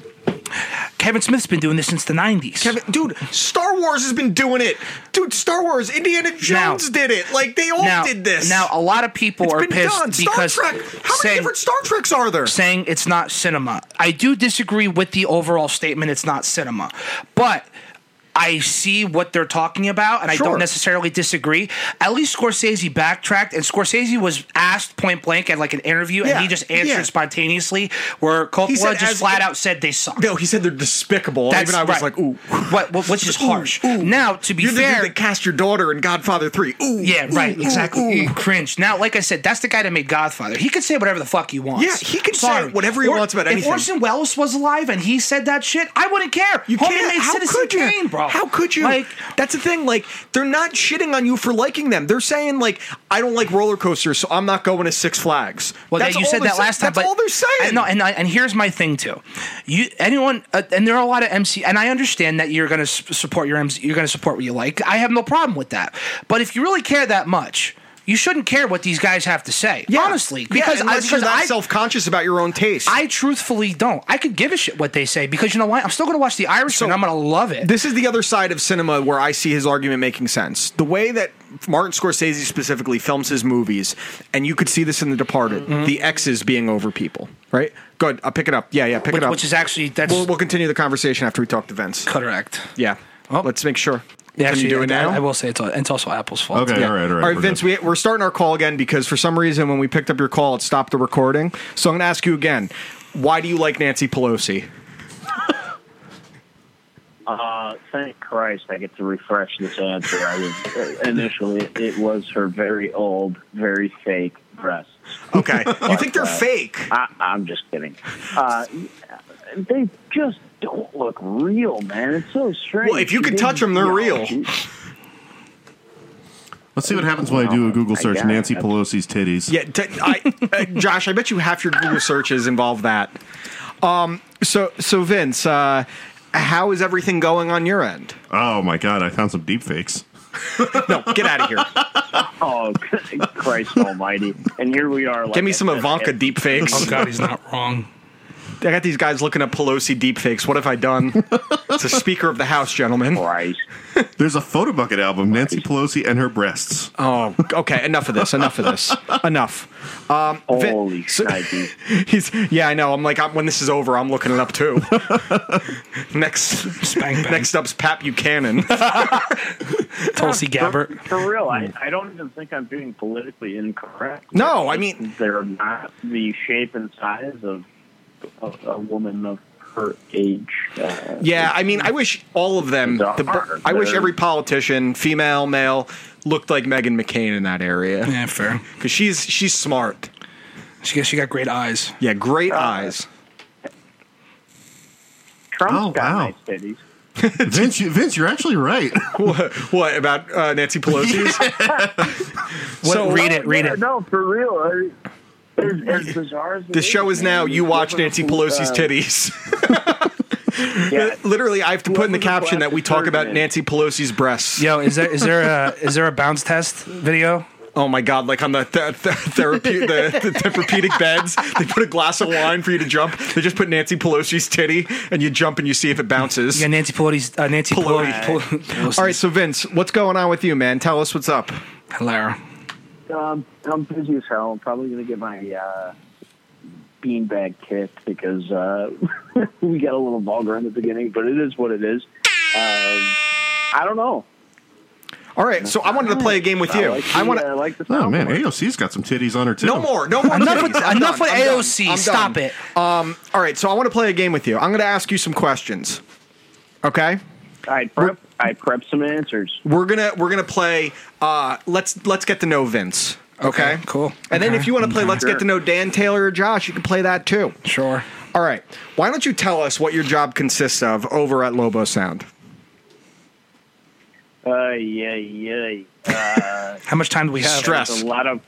Kevin Smith's been doing this since the '90s. Kevin, dude, Star Wars has been doing it. Dude, Star Wars, Indiana Now- Jones did it. Like they all now, did this. Now a lot of people it's are been pissed done. Star because Trek. How many saying- different Star Treks are there? saying it's not cinema. I do disagree with the overall statement it's not cinema. But I see what they're talking about and I Sure. don't necessarily disagree. At least Scorsese backtracked and Scorsese was asked point blank at like an interview Yeah, and he just answered yeah. spontaneously where Coppola said just as- flat out said they suck. No, he said they're despicable. That's Even I was right. like, ooh. What, what, which is Ooh, harsh. ooh. Now, to be You're the fair, dude that cast your daughter in Godfather 3. Ooh. yeah, ooh, right, ooh, exactly. ooh. You Cringe. Now, like I said, that's the guy that made Godfather. He could say whatever the fuck he wants. Yeah, he could say Sorry. whatever he wants about anything. If Orson Welles was alive and he said that shit, I wouldn't care. You Homie can't. made How Citizen could you? Kane, bro. How could you? Like, that's the thing. Like, they're not shitting on you for liking them. They're saying like, I don't like roller coasters, so I'm not going to Six Flags. well, that's yeah, you all said they're that say- last time. That's but, all they're saying. And, no, and I, and here's my thing too. You anyone uh, and there are a lot of MC, and I understand that you're going to support your MC, you're going to support what you like. I have no problem with that. But if you really care that much. You shouldn't care what these guys have to say, Yeah. honestly, Yeah, because I, unless because you're not I, self conscious about your own taste. I truthfully don't. I could give a shit what they say because you know what? I'm still going to watch The Irishman. I'm going to love it. this is the other side of cinema where I see his argument making sense. The way that Martin Scorsese specifically films his movies, and you could see this in The Departed, Mm-hmm. the X's being over people, right? Good, I'll pick it up. Yeah, yeah, pick it which, up. which is actually that's we'll, we'll continue the conversation after we talk to Vince. correct. Yeah, Oh. let's make sure. Yeah, Can you do it now? I, I will say it's, al- it's also Apple's fault. Okay, all right, all right. All right, we're Vince, good. we, we're starting our call again because for some reason when we picked up your call, it stopped the recording. So I'm going to ask you again why do you like Nancy Pelosi? thank Christ I get to uh, refresh this answer. I was, initially, it was her very old, very fake, press. Okay. you think they're uh, fake? I, I'm just kidding. Uh, they just don't look real, man. It's so strange. Well, if you can They- touch 'em, they're you know, real. Let's see what happens when I do a Google I search. got Nancy it. Pelosi's titties. Yeah, t- I, uh, Josh, I bet you half your Google searches involve that. Um, so, so Vince, uh, how is everything going on your end? Oh my god, I found some deep fakes. No, get out of here. Oh, Christ Almighty! And here we are. Like, Give me some at- Ivanka at- deepfakes. Oh God, he's not wrong. I got these guys looking at Pelosi deepfakes. What have I done? It's a Speaker of the House, gentlemen. Christ. There's a photo bucket album, Nancy Pelosi and her breasts. Oh, okay. Enough of this. Enough of this. Enough. Um, Vin- Holy so- shnikes. He's yeah, I know. I'm like, I'm, when this is over, I'm looking it up too. next, Spank bang. next up's Pat Buchanan. Tulsi Gabbard. For real, I, I don't even think I'm being politically incorrect. Hmm. No, I mean, They're not the shape and size of, of a woman of her age. Uh, Yeah, I mean, I wish all of them. They're The, hard. I wish They're- every politician, female, male, looked like Megan McCain in that area Yeah, fair. because she's she's smart. She she got great eyes. Yeah, great eyes. Trump's Oh, got wow. nice titties. Vince, you, Vince, you're actually right. What, what about uh, Nancy Pelosi's? so read it. Read Yeah, it. No, for real. I, it's, it's bizarre. The show is now. You watch Nancy Pelosi's titties. uh, Yeah, Literally, I have to put in the Whoever the caption that we black talk about surgeon is. Nancy Pelosi's breasts. Yo, is there is there a is there a bounce test video? Oh my god! Like on the th- th- therapy, the, the therapeutic beds, they put a glass of wine for you to jump. They just put Nancy Pelosi's titty, and you jump and you see if it bounces. Yeah, Nancy Pelosi's uh, Nancy Pelosi. Pelosi. Pelosi. All right, so Vince, what's going on with you, man? Tell us what's up. Hilara. um, I'm busy as hell. I'm probably going to get my uh, beanbag kicked because uh, we got a little vulgar in the beginning, but it is what it is. Um, I don't know. All right, so I wanted to play a game with you. I like uh, the, I want uh, I to. like the Oh sound man, of it. AOC's got some titties on her too. No more, no more. Enough with, I'm enough done, with I'm done, AOC. I'm Stop done. it. All right, so I want to play a game with you. I'm going to ask you some questions. Okay, I prep. I prep some answers. we're gonna we're gonna play. Uh, let's let's get to know Vince. Okay, Okay, Oh, cool. And then Okay, if you want to play, let's Sure. get to know Dan Taylor or Josh. You can play that too. Sure. All right, why don't you tell us what your job consists of over at Lobo Sound? Uh, yeah, yeah. Uh, How much time do we have? Stress. there's a lot of.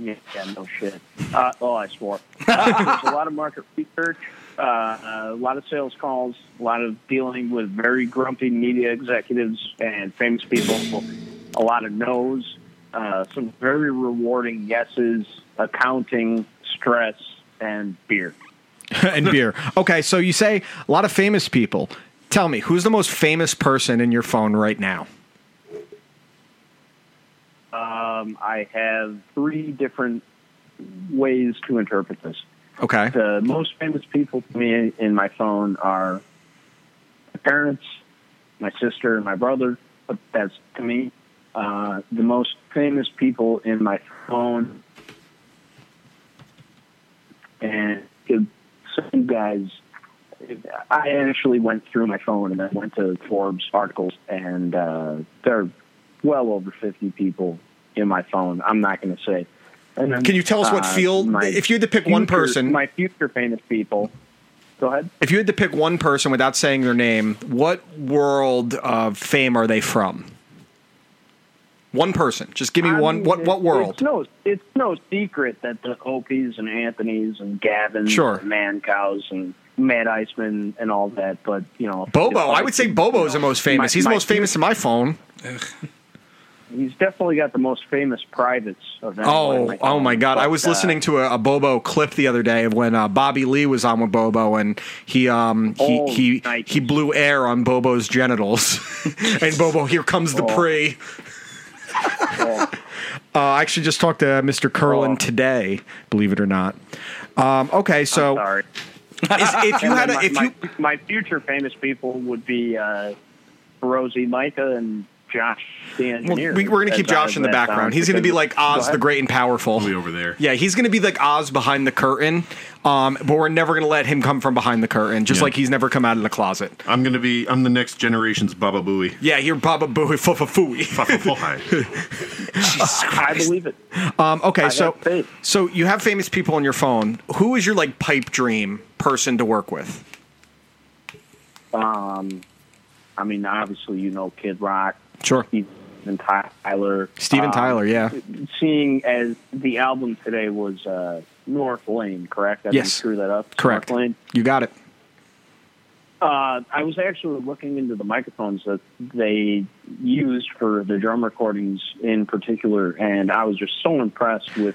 Yeah, yeah, no shit. Uh, oh, I swore. Uh, there's a lot of market research, uh, a lot of sales calls, a lot of dealing with very grumpy media executives and famous people, a lot of no's, uh, some very rewarding yeses, accounting, stress, and beer. and beer. Okay, so you say a lot of famous people. Tell me, who's the most famous person in your phone right now? Um, I have three different ways to interpret this. Okay. the most famous people to me in my phone are my parents, my sister, and my brother. But that's to me. Uh, the most famous people in my phone, and it- so you guys. I actually went through my phone and then went to Forbes articles, and uh, there are well over fifty people in my phone. I'm not going to say. And then, Can you tell us what uh, field? my- If you had to pick one future- person, My future famous people. Go ahead. if you had to pick one person without saying their name, what world of fame are they from? One person. Just give me I one. mean, what it- what world? It's no, it's no secret that the Opies and Anthony's and Gavin, Sure. and Man Cows and Mad Iceman and all that. But you know, Bobo. if I would say Bobo is the most famous. my- He's the my most famous in my phone. He's definitely got the most famous privates of anyone. Oh, Like, oh my God! I but, was uh, listening to a, a Bobo clip the other day of when uh, Bobby Lee was on with Bobo, and he um he Oh, he nice. he blew air on Bobo's genitals, and Bobo, here comes the Oh. prey. well, Uh, I actually just talked to Mr. Curlin Oh. today, believe it or not. Um, okay, so sorry. is, if you And had a, then my, if you my, my future famous people would be uh, Rosie Micah and Josh the Well, we, engineer. are going to as keep out Josh of in the that background. sound He's going to be because- like Go Oz ahead. the Great and Powerful. Way over there. Yeah, he's going to be like Oz behind the curtain. Um, but we're never going to let him come from behind the curtain, just Yeah. like he's never come out of the closet. I'm gonna be. I'm the next generation's Baba Booey. Yeah, you're Baba Booey Fufa Fooey. Fuck, fuck, fuck. I believe it. Um, okay, I so have faith. so you have famous people on your phone. Who is your like pipe dream person to work with? I mean, obviously, you know, Kid Rock, Sure, Steven Tyler, Steven Um, Tyler. Yeah, Seeing as the album today was uh, North Lane, correct? I didn't Yes. screw that up. correct. North Lane. You got it. Uh, I was actually looking into the microphones that they used for the drum recordings in particular, and I was just so impressed with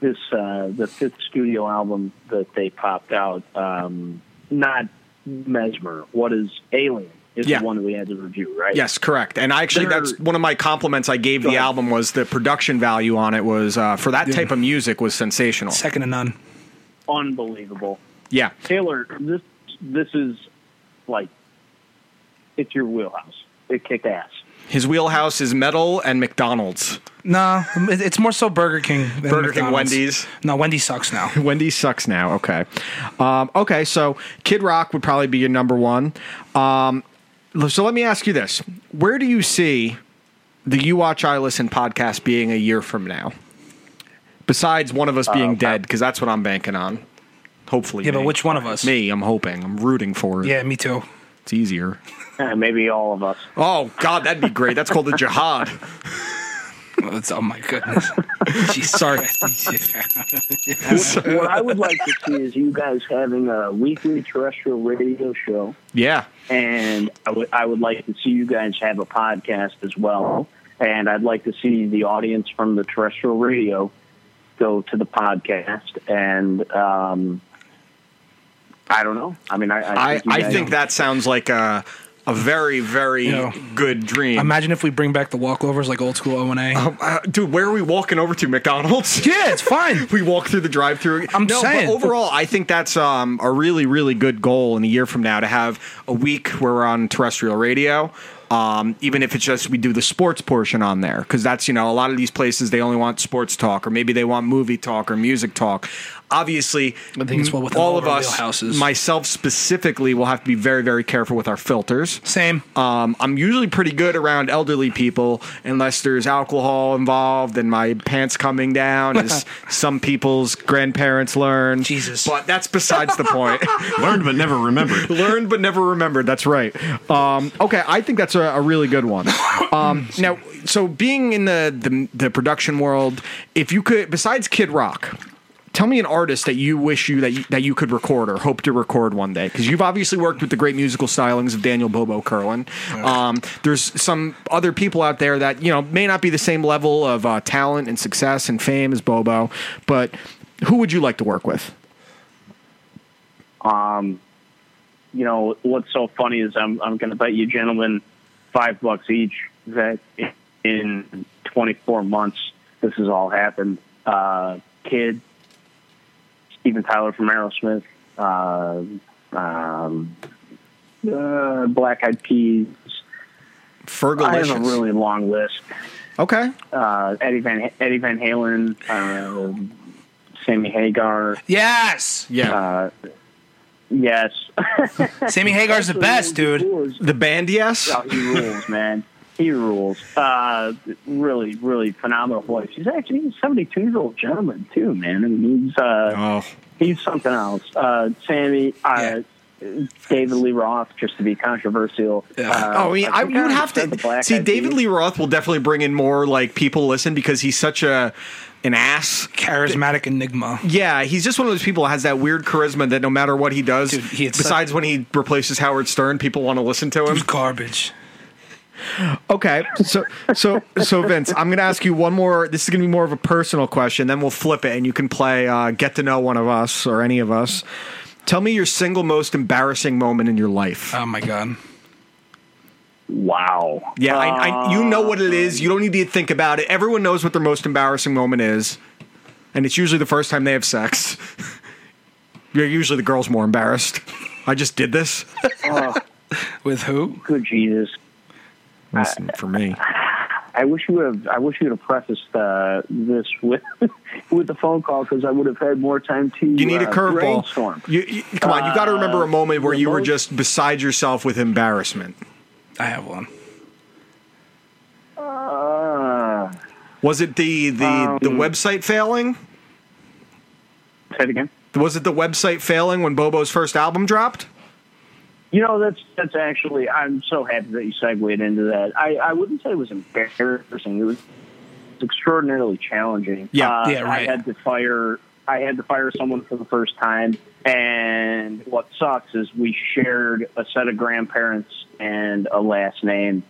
this uh, the fifth studio album that they popped out. Um, not Mesmer. What is Alien? Is Yeah. the one that we had to review, right? Yes, correct. And I actually, There- that's one of my compliments I gave Go the ahead. album was the production value on it was uh, for that type of music was sensational. Second to none. Unbelievable. Yeah, Taylor, this this is like it's your wheelhouse. It kicked ass. his wheelhouse is metal and McDonald's. No, it- it's more so Burger King. Than Burger King, McDonald's. Wendy's. No, Wendy's sucks now. Wendy sucks now. Okay, um, okay. So Kid Rock would probably be your number one. Um, so let me ask you this: Where do you see the You Watch I Listen podcast being a year from now? Besides one of us being dead, because that's what I'm banking on. Hopefully, Yeah, but me. which one of us? Me, I'm hoping. I'm rooting for it. Yeah, me too. It's easier. Eh, Maybe all of us. Oh God, that'd be great. That's called the jihad. Oh, it's- oh my goodness. Jeez, sorry. what I would like to see is you guys having a weekly terrestrial radio show, Yeah. and I would I would like to see you guys have a podcast as well. And I'd like to see the audience from the terrestrial radio go to the podcast, and um, I don't know. I mean, I I I, think, you I guys- think that sounds like a a very very Yeah. good dream. Imagine if we bring back the walkovers like old school O and A. Um, uh, dude, where are we walking over to McDonald's? Oh. Yeah, it's fine. We walk through the drive-through. I'm no, saying. But overall, I think that's um, a really, really good goal in a year from now to have a week where we're on terrestrial radio. Um, even if it's just we do the sports portion on there, because that's you know a lot of these places they only want sports talk or maybe they want movie talk or music talk. Obviously, I think it's well within all all of our us, wheelhouses. myself specifically, will have to be very, very careful with our filters. Same. Um, I'm usually pretty good around elderly people unless there's alcohol involved and my pants coming down, as some people's grandparents learned. Jesus. But that's besides the point. Learned but never remembered. learned but never remembered. That's right. Um, okay, I think that's a, a really good one. Um, now, so being in the, the the production world, if you could, besides Kid Rock. Tell me an artist that you wish you that you, that you could record or hope to record one day, because you've obviously worked with the great musical stylings of Daniel Bobo Curlin. Um, there's some other people out there that you know may not be the same level of uh, talent and success and fame as Bobo, but who would you like to work with? you know what's so funny is I'm I'm going to bet you gentlemen five bucks each that in 24 months this has all happened. Uh, Kid, Steven Tyler from Aerosmith, uh, um, uh, Black Eyed Peas. I have a Fergalicious. really long list. okay. Uh, Eddie Van Eddie Van Halen, uh, Sammy Hagar. yes. Yeah. Uh, yes, Sammy Hagar's the best, dude. The band, yes. Oh, he rules, man. He rules. Uh, really, really phenomenal voice. He's actually he's a 72 year old gentleman too, man. I mean, he's uh, Oh, he's something else. Uh, Sammy, uh, David Lee Roth, just to be controversial. Yeah. Uh, oh, I mean, I, think you would I have said the to Black see Eyed David Peas. Lee Roth will definitely bring in more like people to listen because he's such a an ass. Charismatic enigma. Yeah, he's just one of those people that has that weird charisma that no matter what he does, Dude, he had such- besides when he replaces Howard Stern, people want to listen to It was him. garbage. Okay, so so so Vince, I'm going to ask you one more. This is going to be more of a personal question. Then we'll flip it, and you can play uh, get to know one of us or any of us. Tell me your single most embarrassing moment in your life. Oh my god. Wow. Yeah, I, I, you know what it is. You don't need to think about it. Everyone knows what their most embarrassing moment is, and it's usually the first time they have sex. You're usually the girl's more embarrassed. I just did this. With who? Good Jesus. That's for me. I wish you would have. I wish you would have prefaced uh, this with with the phone call because I would have had more time to. You need a uh, curveball. brainstorm. Uh, You, you, come on, you got to remember a moment where you were just beside yourself with embarrassment. I have one. Uh, Was it the the, the Um, website failing? say it again. Was it the website failing when Bobo's first album dropped? You know, that's that's actually. I'm so happy that you segued into that. I, I wouldn't say it was embarrassing. It was extraordinarily challenging. Yeah, Uh, yeah, right. I had to fire. I had to fire someone for the first time, and what sucks is we shared a set of grandparents and a last name,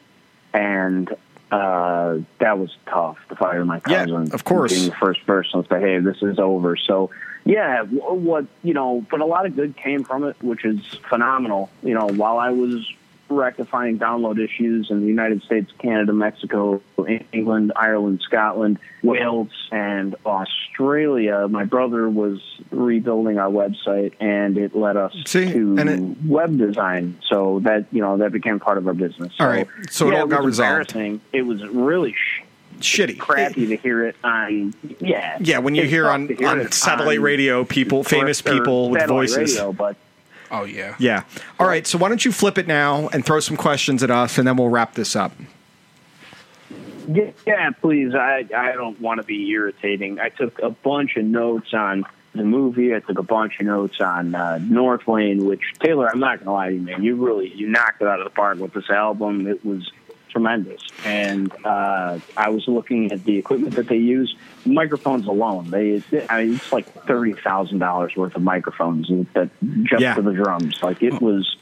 and uh, that was tough to fire my Yeah, cousin. of course. being the first person to say, "Hey, this is over." So, yeah, w- what you know, but a lot of good came from it, which is phenomenal. You know, while I was rectifying download issues in the United States, Canada, Mexico, England, Ireland, Scotland, Wales, and Australia, my brother was rebuilding our website, and it led us See, to and it- web design. So that you know that became part of our business. All right, so it all was got resolved. embarrassing. It was really sh- Shitty. crappy to hear it on. Yeah, Yeah, when you It's hear tough on, to hear on it satellite on- radio, people, famous or people with satellite voices. radio, but Oh yeah. Yeah. All right. So why don't you flip it now and throw some questions at us, and then we'll wrap this up. Yeah, yeah, please. I I don't want to be irritating. I took a bunch of notes on the movie. I took a bunch of notes on uh, North Lane, which Taylor, I'm not gonna lie to you, man. You really you knocked it out of the park with this album. It was tremendous, and uh, I was looking at the equipment that they use. Microphones alone, they I mean, it's like thirty thousand dollars worth of microphones that just Yeah. for the drums. Like it was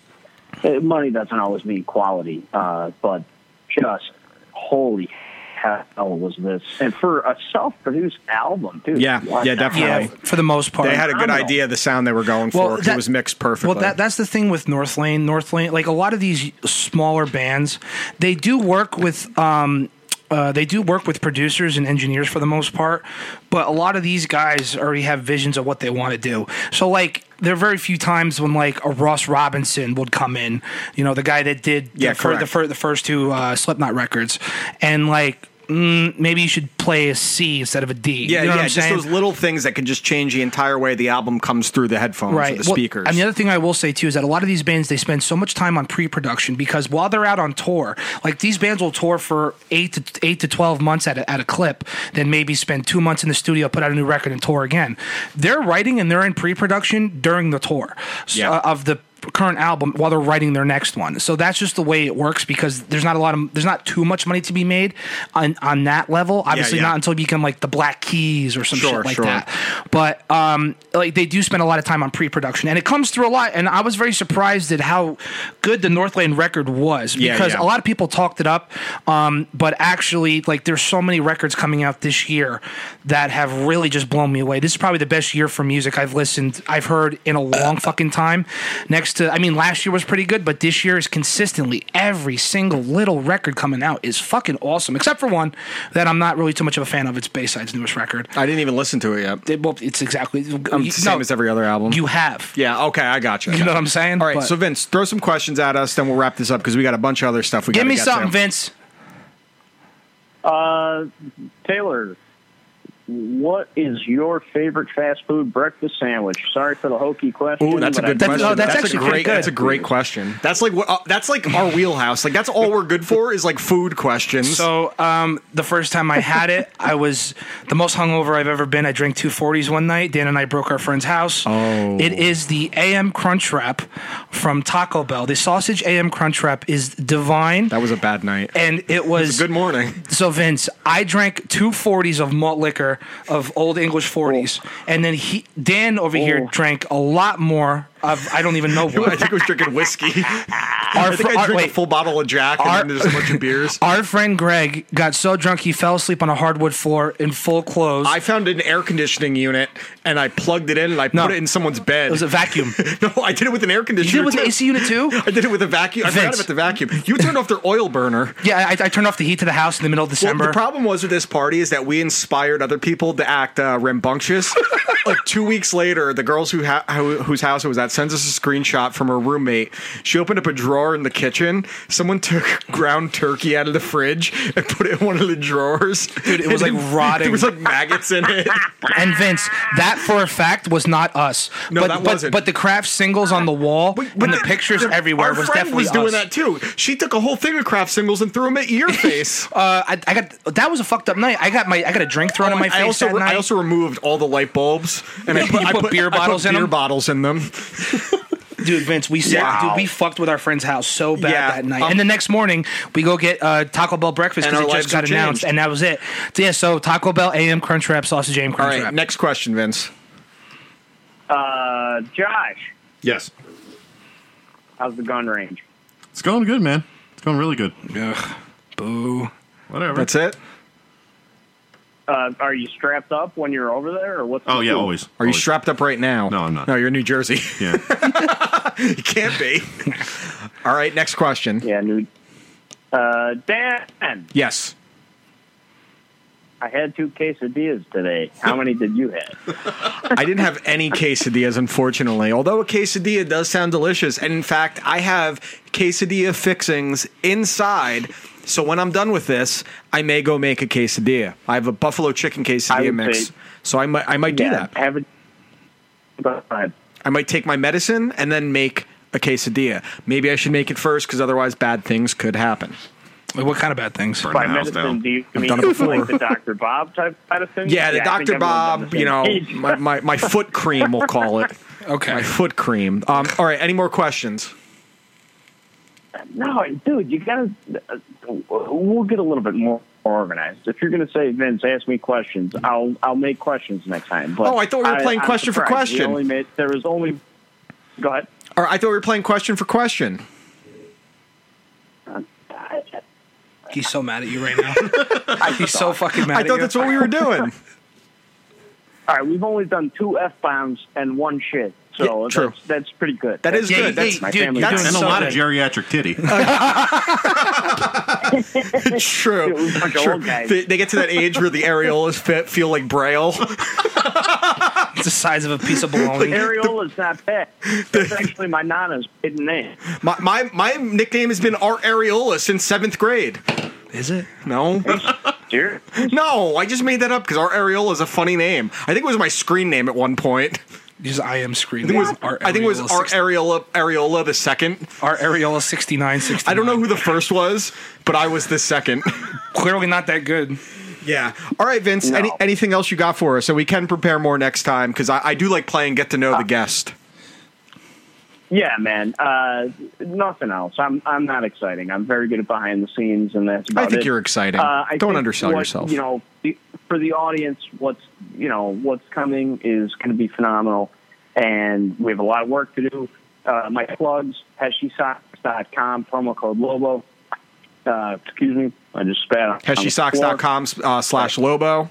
uh, money doesn't always mean quality, uh, but just holy hell was this. And for a self produced album, dude. Yeah, what yeah, the definitely. Yeah, Right. f- for the most part. They had a good Phenomenal. idea of the sound they were going for. 'cause it was mixed perfectly. Well, that, that's the thing with North Lane. North Lane, like a lot of these smaller bands, they do work with. Um, uh, they do work with producers and engineers for the most part, but a lot of these guys already have visions of what they want to do. So, like, there are very few times when like a Ross Robinson would come in, you know, the guy that did Yeah, the, fir- the, correct. fir- the first two uh, Slipknot records, and like mm, maybe you should play a C instead of a D. yeah, you know yeah. what I'm Just saying? those little things that can just change the entire way the album comes through the headphones or the Well, speakers. and the other thing I will say too is that a lot of these bands they spend so much time on pre-production because while they're out on tour, like these bands will tour for eight to eight to twelve months at a, at a clip, then maybe spend two months in the studio, put out a new record, and tour again. They're writing and they're in pre-production during the tour so- Yeah. uh, of the current album while they're writing their next one. So that's just the way it works because there's not a lot of there's not too much money to be made on on that level. Obviously yeah. not until you become like the Black Keys or some Sure, shit like sure. that but um, like they do spend a lot of time on pre-production, and it comes through a lot. And I was very surprised at how good the Northland record was Yeah, because yeah. a lot of people talked it up, um, but actually, like there's so many records coming out this year that have really just blown me away. This is probably the best year for music I've listened, I've heard in a long fucking time. Next to, I mean, last year was pretty good, but this year is consistently every single little record coming out is fucking awesome, except for one that I'm not really too much of a fan of. It's Bayside's newest record. I didn't even listen to it yet. It- well, it's exactly I'm you- same no, as every other album. You have, yeah, okay, I gotcha. You know what I'm saying? All right, But- so Vince, throw some questions at us, then we'll wrap this up because we got a bunch of other stuff we Give gotta me get something, to. Vince. Uh, Taylor, what is your favorite fast food breakfast sandwich? Sorry for the hokey question. Ooh, that's a but I good think question. no, that's a actually pretty great. good. That's a great question. That's like what- uh, that's like our wheelhouse. Like that's all we're good for is like food questions. So um, the first time I had it, I was the most hungover I've ever been. I drank two forties one night. Dan and I broke our friend's house. Oh. It is the AM Crunch Wrap from Taco Bell. The sausage AM Crunch Wrap is divine. that was a bad night. and it was Good morning. So Vince, I drank two forties of malt liquor of old English forties, Oh. and then he Dan over here drank a lot more of I don't even know I what. think I was drinking whiskey. Our, I think fr- I our- drank a uh, wait. full bottle of Jack and Our- then there's a bunch of beers. Our friend Greg got so drunk he fell asleep on a hardwood floor in full clothes. I found an air conditioning unit and I plugged it in and I No. put it in someone's bed. it was a vacuum. no, I did it with an air you conditioner. did it with the too. AC unit too? I did it with a vacuum. I forgot Vince. about the vacuum. You turned off their oil burner. Yeah, I, I turned off the heat to the house in the middle of Well, December. the problem was with this party is that we inspired other people to act uh, rambunctious. like two weeks later, the girls who ha- who- whose house it was at sends us a screenshot from her roommate. She opened up a drawer in the kitchen. Someone took ground turkey out of the fridge and put it in one of the drawers. Dude, it was, like, rotting. There was like maggots in it. And Vince, that for a fact was not us. No, but, that but, wasn't. But the craft singles on the wall and the, pictures everywhere our was friend definitely was doing us. that too. She took a whole thing of craft singles and threw them at your face. Uh, I, I got that was a fucked up night. I got my I got a drink thrown in my face Oh, I also that night. I also removed all the light bulbs and I You put, I put beer I put bottles in beer them? bottles in them. dude, Vince, we said, Wow. dude, we fucked with our friend's house so bad Yeah. that night. Um, and the next morning, we go get uh, Taco Bell breakfast And because our it lives just got have announced, changed. and that was it. So, yeah, so Taco Bell AM Crunchwrap sausage AM All Crunchwrap. right, next question, Vince. Uh, Josh, Yes. how's the gun range? It's going good, man. It's going really good. Boo. Whatever. That's it. Uh, are you strapped up when you're over there, or what's? the Oh yeah, deal? always. Are you always. strapped up right now? No, I'm not. No, you're in New Jersey. Yeah. you can't be. All right, next question. Yeah, new. Uh, Dan, Yes. I had two quesadillas today. How many did you have? I didn't have any quesadillas, unfortunately. Although a quesadilla does sound delicious, and in fact, I have quesadilla fixings inside. So when I'm done with this, I may go make a quesadilla. I have a buffalo chicken I quesadilla would mix. say- so I might, I might do that. Have it. But uh, but I might take my medicine and then make a quesadilla. Maybe I should make it first because otherwise, bad things could happen. What kind of bad things? Burn by the house medicine, down. do you mean done it before. like the Dr. Bob type medicine? Yeah, the I think Dr. everyone's on Bob, the you know, same page. my, my, my foot cream, we'll call it. My Okay. foot cream. Um, all right, any more questions? No, dude, you gotta. Uh, we'll get a little bit more organized. If you're gonna say Vince, ask me questions. I'll I'll make questions next time. But Oh, I thought we were playing I'm question for surprised. We question. only made- there was only. Go ahead. All right, I thought we were playing question for question. He's so mad at you right now. He's so fucking mad I at thought you. that's what we were doing. All right, we've only done two f bombs and one shit, so Yeah, true. That's, that's pretty good. That is Yeah, good. yeah, That's my dude, family. you're that's doing and a so lot good. of geriatric titty. Uh, true. It was like true. old guys. They, they get to that age where the areolas fit, feel like braille. It's the size of a piece of bologna. Areola's not bad. That's actually my nana's maiden name. My, my my nickname has been Art Areola since seventh grade. Is it? No, Dear. no, I just made that up because Art Areola is a funny name. I think it was my screen name at one point. Just I am I think screaming. it was, I think it was Art Areola Areola the second. Our Areola 69, 69. I don't know who the first was, but I was the second. Clearly not that good. Yeah. All right, Vince. Any, No. anything else you got for us? So we can prepare more next time because I, I do like playing get to know Uh, the guest. Yeah, man. Uh, nothing else. I'm I'm not exciting. I'm very good at behind the scenes, and that's about I think it. Uh, you're exciting. I Don't think undersell what, yourself. You know, the, for the audience, what's you know what's coming is going to be phenomenal, and we have a lot of work to do. Uh, my plugs: heshysocks.com promo code Lobo. Uh, excuse me, I just spat on HeshySocks.com uh, slash Lobo.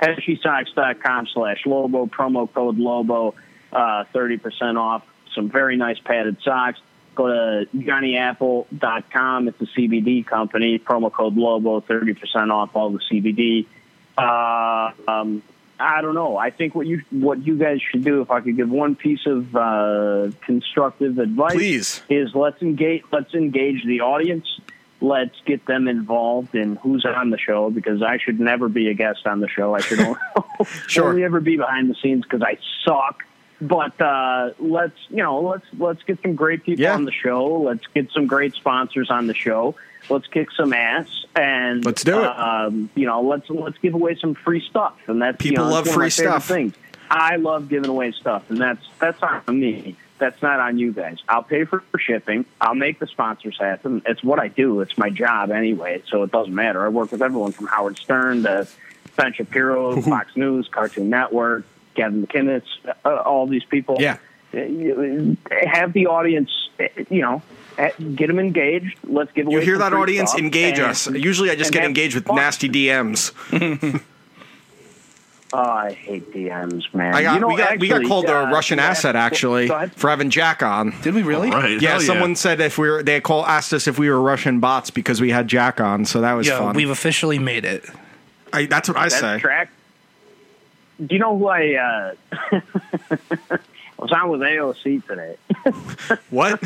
HeshySocks.com slash Lobo, promo code Lobo, uh, 30% off. Some very nice padded socks. Go to JohnnyApple.com. It's a CBD company. Promo code Lobo, 30% off all the CBD. Uh, um, I don't know. I think what you what you guys should do, if I could give one piece of uh, constructive advice, Please. is let's engage let's engage the audience. Let's get them involved in who's on the show because I should never be a guest on the show. I should only, Sure. only ever be behind the scenes because I suck. But uh, let's you know let's let's get some great people Yeah. on the show. Let's get some great sponsors on the show. Let's kick some ass and Let's do it. Um, you know let's let's give away some free stuff and that's you People know, love that's one free of my favorite stuff. Things. I love giving away stuff, and that's that's on me. That's not on you guys. I'll pay for shipping. I'll make the sponsors happen. It's what I do. It's my job anyway, so it doesn't matter. I work with everyone from Howard Stern to Ben Shapiro, Fox News, Cartoon Network, Gavin McInnes, uh, all these people Uh, Yeah. have the audience, you know, uh, get them engaged. Let's give away. You hear some that free audience? stuff Engage and- us. Usually I just and get have engaged with fun. nasty DMs. Oh, I hate DMs, man. I got, you know, we, got, we got actually, called a uh, Russian yeah, asset, actually, Go ahead. for having Jack on. Did we really? right. Oh, Yeah, hell someone said if we were, they call asked us if we were Russian bots because we had Jack on, so that was Yo, fun. we've officially made it. I, that's what I That say. track. Do you know who I? Uh, I was on with AOC today. What?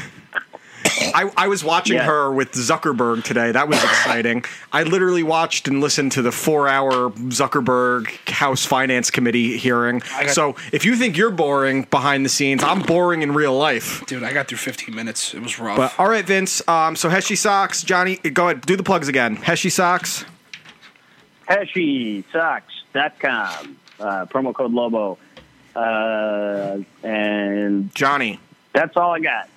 I, I was watching Yeah. her with Zuckerberg today. That was exciting. I literally watched and listened to the four hour Zuckerberg House Finance Committee hearing. got- so if you think you're boring behind the scenes, I'm boring in real life. Dude, I got through 15 minutes. It was rough. But all right, Vince. Um, so Heshy Socks, Johnny, go ahead, do the plugs again. Heshy Socks. HeshySocks.com. Uh, promo code Lobo. Uh, and Johnny. that's all I got.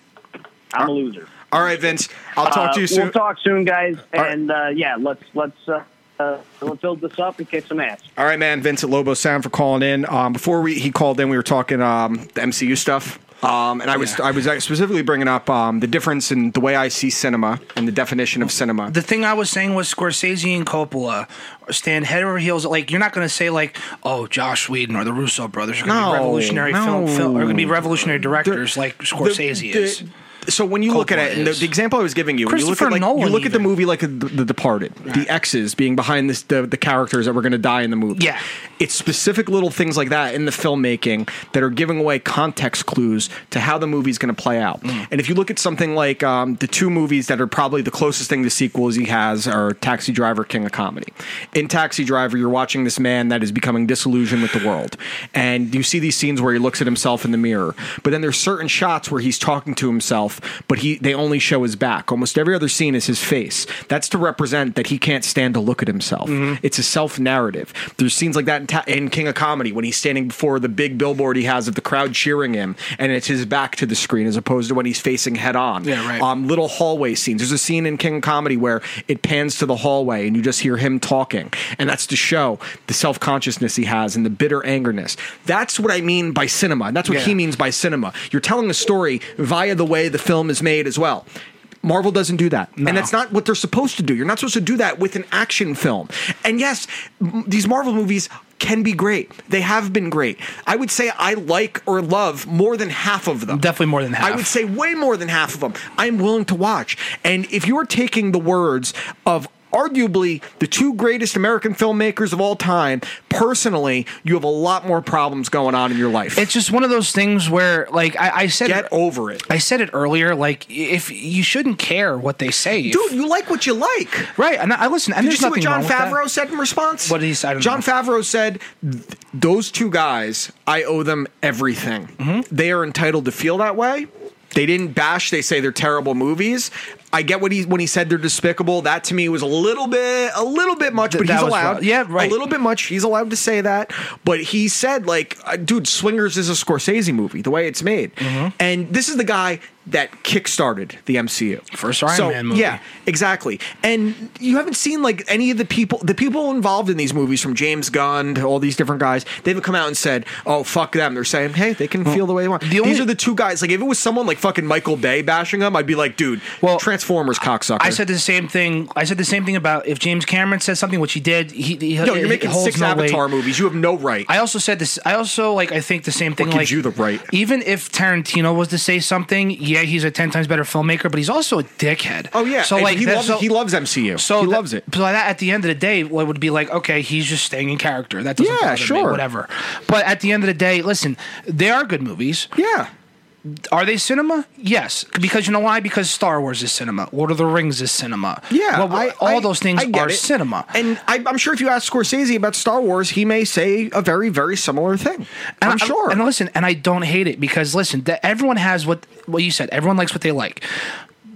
I'm a loser. All right, Vince. I'll talk Uh, to you soon. We'll talk soon, guys. right. And uh, yeah, let's let's uh, uh, let's build this up and kick some ass. All right, man. Vincent Lobo Sound for calling in. Um, before we he called in, we were talking um, the MCU stuff. Um, and I was Yeah. I was specifically bringing up um, the difference in the way I see cinema and the definition of cinema. the thing I was saying was Scorsese and Coppola stand head over heels. Like you're not going to say like, oh, Josh Whedon or the Russo brothers are going to No, be revolutionary film, no. film are going to be revolutionary directors like Scorsese The- is. the- So when you look at it, and the, is. the example I was giving you, when you look Christopher at like, you Nolan look at the even. movie like The, the Departed, the X's being behind this the, the characters that were going to die in the movie. Yeah. it's specific little things like that in the filmmaking that are giving away context clues to how the movie's going to play out. Mm. And if you look at something like um, the two movies that are probably the closest thing to sequels he has are Taxi Driver, King of Comedy. In Taxi Driver, you're watching this man that is becoming disillusioned with the world, and you see these scenes where he looks at himself in the mirror. But then there's certain shots where he's talking to himself, but he they only show his back. Almost every other scene is his face. That's to represent that he can't stand to look at himself. Mm-hmm. It's a self narrative. There's scenes like that in, ta- in King of Comedy when he's standing before the big billboard he has of the crowd cheering him, and it's his back to the screen as opposed to when he's facing head on. Yeah, right. Um, little hallway scenes. There's a scene in King of Comedy where it pans to the hallway and you just hear him talking, and that's to show the self consciousness he has and the bitter angerness. That's what I mean by cinema, and that's what Yeah. he means by cinema. You're telling a story via the way the film is made as well. Marvel doesn't do that. And that's not what they're supposed to do. You're not supposed to do that with an action film. And yes, m- these Marvel movies can be great. They have been great. I would say I like or love more than half of them. Definitely more than half. I would say way more than half of them. I'm willing to watch. And if you're taking the words of arguably the two greatest American filmmakers of all time, personally, you have a lot more problems going on in your life. It's just one of those things where like I, I said Get over it. I said it earlier. Like if you shouldn't care what they say, if- Dude, you like what you like. Right? And I I listen. And Did you there's see what nothing John wrong with that. Favreau said in response? What did he say? I don't John know. Favreau said, "Th- "Those two guys, I owe them everything. Mm-hmm. They are entitled to feel that way. They didn't bash. They say they're terrible movies. I get what he when he said they're despicable. That to me was a little bit, a little bit much. Th- But that he's was allowed. rough. Yeah, right. A little bit much. He's allowed to say that. But he said, like, uh, dude, Swingers is a Scorsese movie. The way it's made, Mm-hmm. and this is the guy that kickstarted the MCU. First Iron Man movie. Yeah, exactly. And you haven't seen like any of the people, the people involved in these movies, from James Gunn to all these different guys. They haven't come out and said, "Oh, fuck them." They're saying, "Hey, they can feel the way they want." the only- these are the two guys. Like, if it was someone like fucking Michael Bay bashing them, I'd be like, "Dude, Well, Transformers cocksucker." I said the same thing. I said the same thing about if James Cameron says something, which he did. He, he "Yo, he you're making holds six no weight. Avatar movies. You have no right." I also said this. I also like. I think the same thing. gives like you the right? Even if Tarantino was to say something, yeah, he's a ten times better filmmaker, but he's also a dickhead. oh yeah. So And like he that- loves so- he loves MCU. So he that- loves it. So that at the end of the day, what would be like? Okay, he's just staying in character. That doesn't Yeah, bother me, sure. whatever. But at the end of the day, listen, they are good movies. Yeah. Are they cinema? Yes, because you know why? Because Star Wars is cinema. Lord of the Rings is cinema. Yeah, well, I- I- all those things I get are it. cinema. and I, I'm sure if you ask Scorsese about Star Wars, he may say a very, very similar thing. And I'm I- sure. And listen, and I don't hate it because listen, that everyone has what what you said. Everyone likes what they like,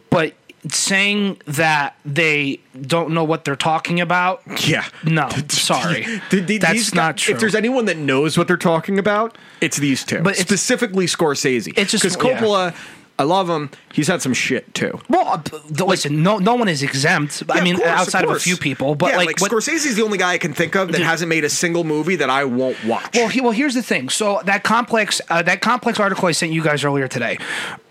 but saying that they don't know what they're talking about. Yeah. No, sorry. Th- th- That's these not guys- true. If there's anyone that knows what they're talking about, it's these two, But it's- specifically Scorsese. It's just- because yeah. Coppola, I love him. He's had some shit too. Well, uh, p- listen, no, no one is exempt. I Yeah, mean, of course, outside of, a course. few people, but yeah, like, like what- Scorsese's the only guy I can think of that hasn't made a single movie that I won't watch. Well, he, well, here's the thing. So that complex, uh, that complex article I sent you guys earlier today.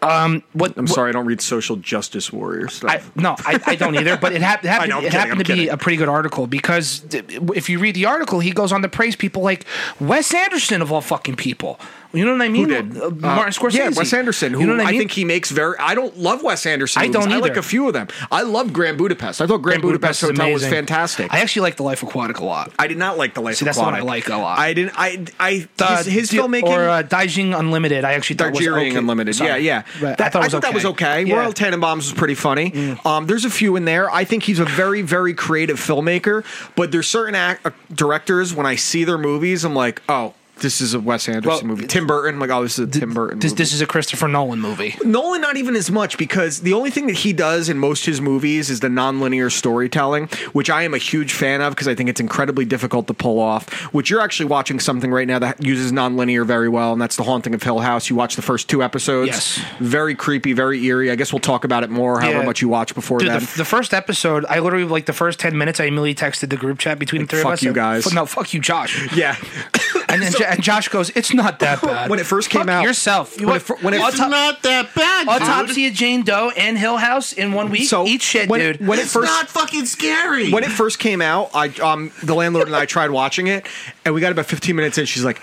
Um, what I'm sorry, I don't read social justice warrior stuff. I, no, I, I don't either. But it, hap- it happened. know, I'm it kidding, happened I'm to be kidding. a pretty good article because th- if you read the article, he goes on to praise people like Wes Anderson of all fucking people. You know what I mean? Who did? Uh, Martin Uh, Scorsese. Yeah, Wes Anderson, who you know what I, I mean? think he makes very. I don't love Wes Anderson. I movies. don't I like either. a few of them. I love Grand Budapest. I thought Grand, Budapest, is Hotel was amazing. fantastic. I actually like The Life Aquatic a lot. I did not like the Life See, that's the one I Aquatic. like a lot. I didn't. I. I. Uh, his his Di- filmmaking. or uh, Daijing Unlimited. I actually thought was Darjeeling okay. Unlimited. Sorry. Yeah, yeah. Right. That- I thought, that was okay. Yeah. Mm. Royal Tannenbaums was pretty funny. Um, there's a few in there. I think he's a very, very creative filmmaker, but there's certain ac uh, directors when I see their movies, I'm like, oh. This is a Wes Anderson Well, movie. Tim Burton, I'm like oh, this is a Tim Burton. This, movie. this is a Christopher Nolan movie. Nolan not even as much because the only thing that he does in most of his movies is the nonlinear storytelling, which I am a huge fan of because I think it's incredibly difficult to pull off. Which you're actually watching something right now that uses nonlinear very well, and that's The Haunting of Hill House. You watch the first two episodes, Yes. very creepy, very eerie. I guess we'll talk about it more, however Yeah. much you watch before Dude, the, then. the first episode, I literally like the first ten minutes. I immediately texted the group chat between the three fuck of us. you and- guys. F- no, fuck you, Josh. yeah, And then Jo- and Josh goes, "It's not that bad." When it first came Fuck out- yourself. You when want- it fir- when it- Auto- It's not that bad, autopsy of Jane Doe and Hill House in one week. so Eat shit, when, dude. When it first fucking scary. when it first came out, I um the landlord and I tried watching it, and we got about 15 minutes in. She's like,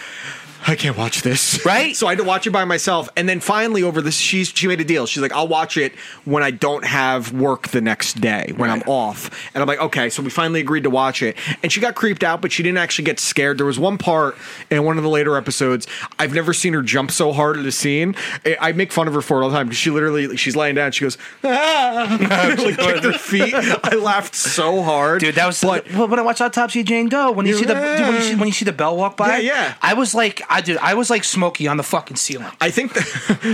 I can't watch this, Right? so I had to watch it by myself. And then finally, over this, she's she made a deal. She's like, I'll watch it when I don't have work the next day when I'm off. And I'm like, okay. So we finally agreed to watch it, and she got creeped out, but she didn't actually get scared. There was one part in one of the later episodes. I've never seen her jump so hard at a scene. I- I make fun of her for it all the time because she literally she's laying down. She goes, ah, like kicked her feet. I laughed so hard, Dude, that was But well, when I watched Autopsy of Jane Doe. When you see the Yeah. dude, when, you see, when you see the bell walk by, Yeah, yeah. I was like, I dude, I was like Smokey on the fucking ceiling. I think the,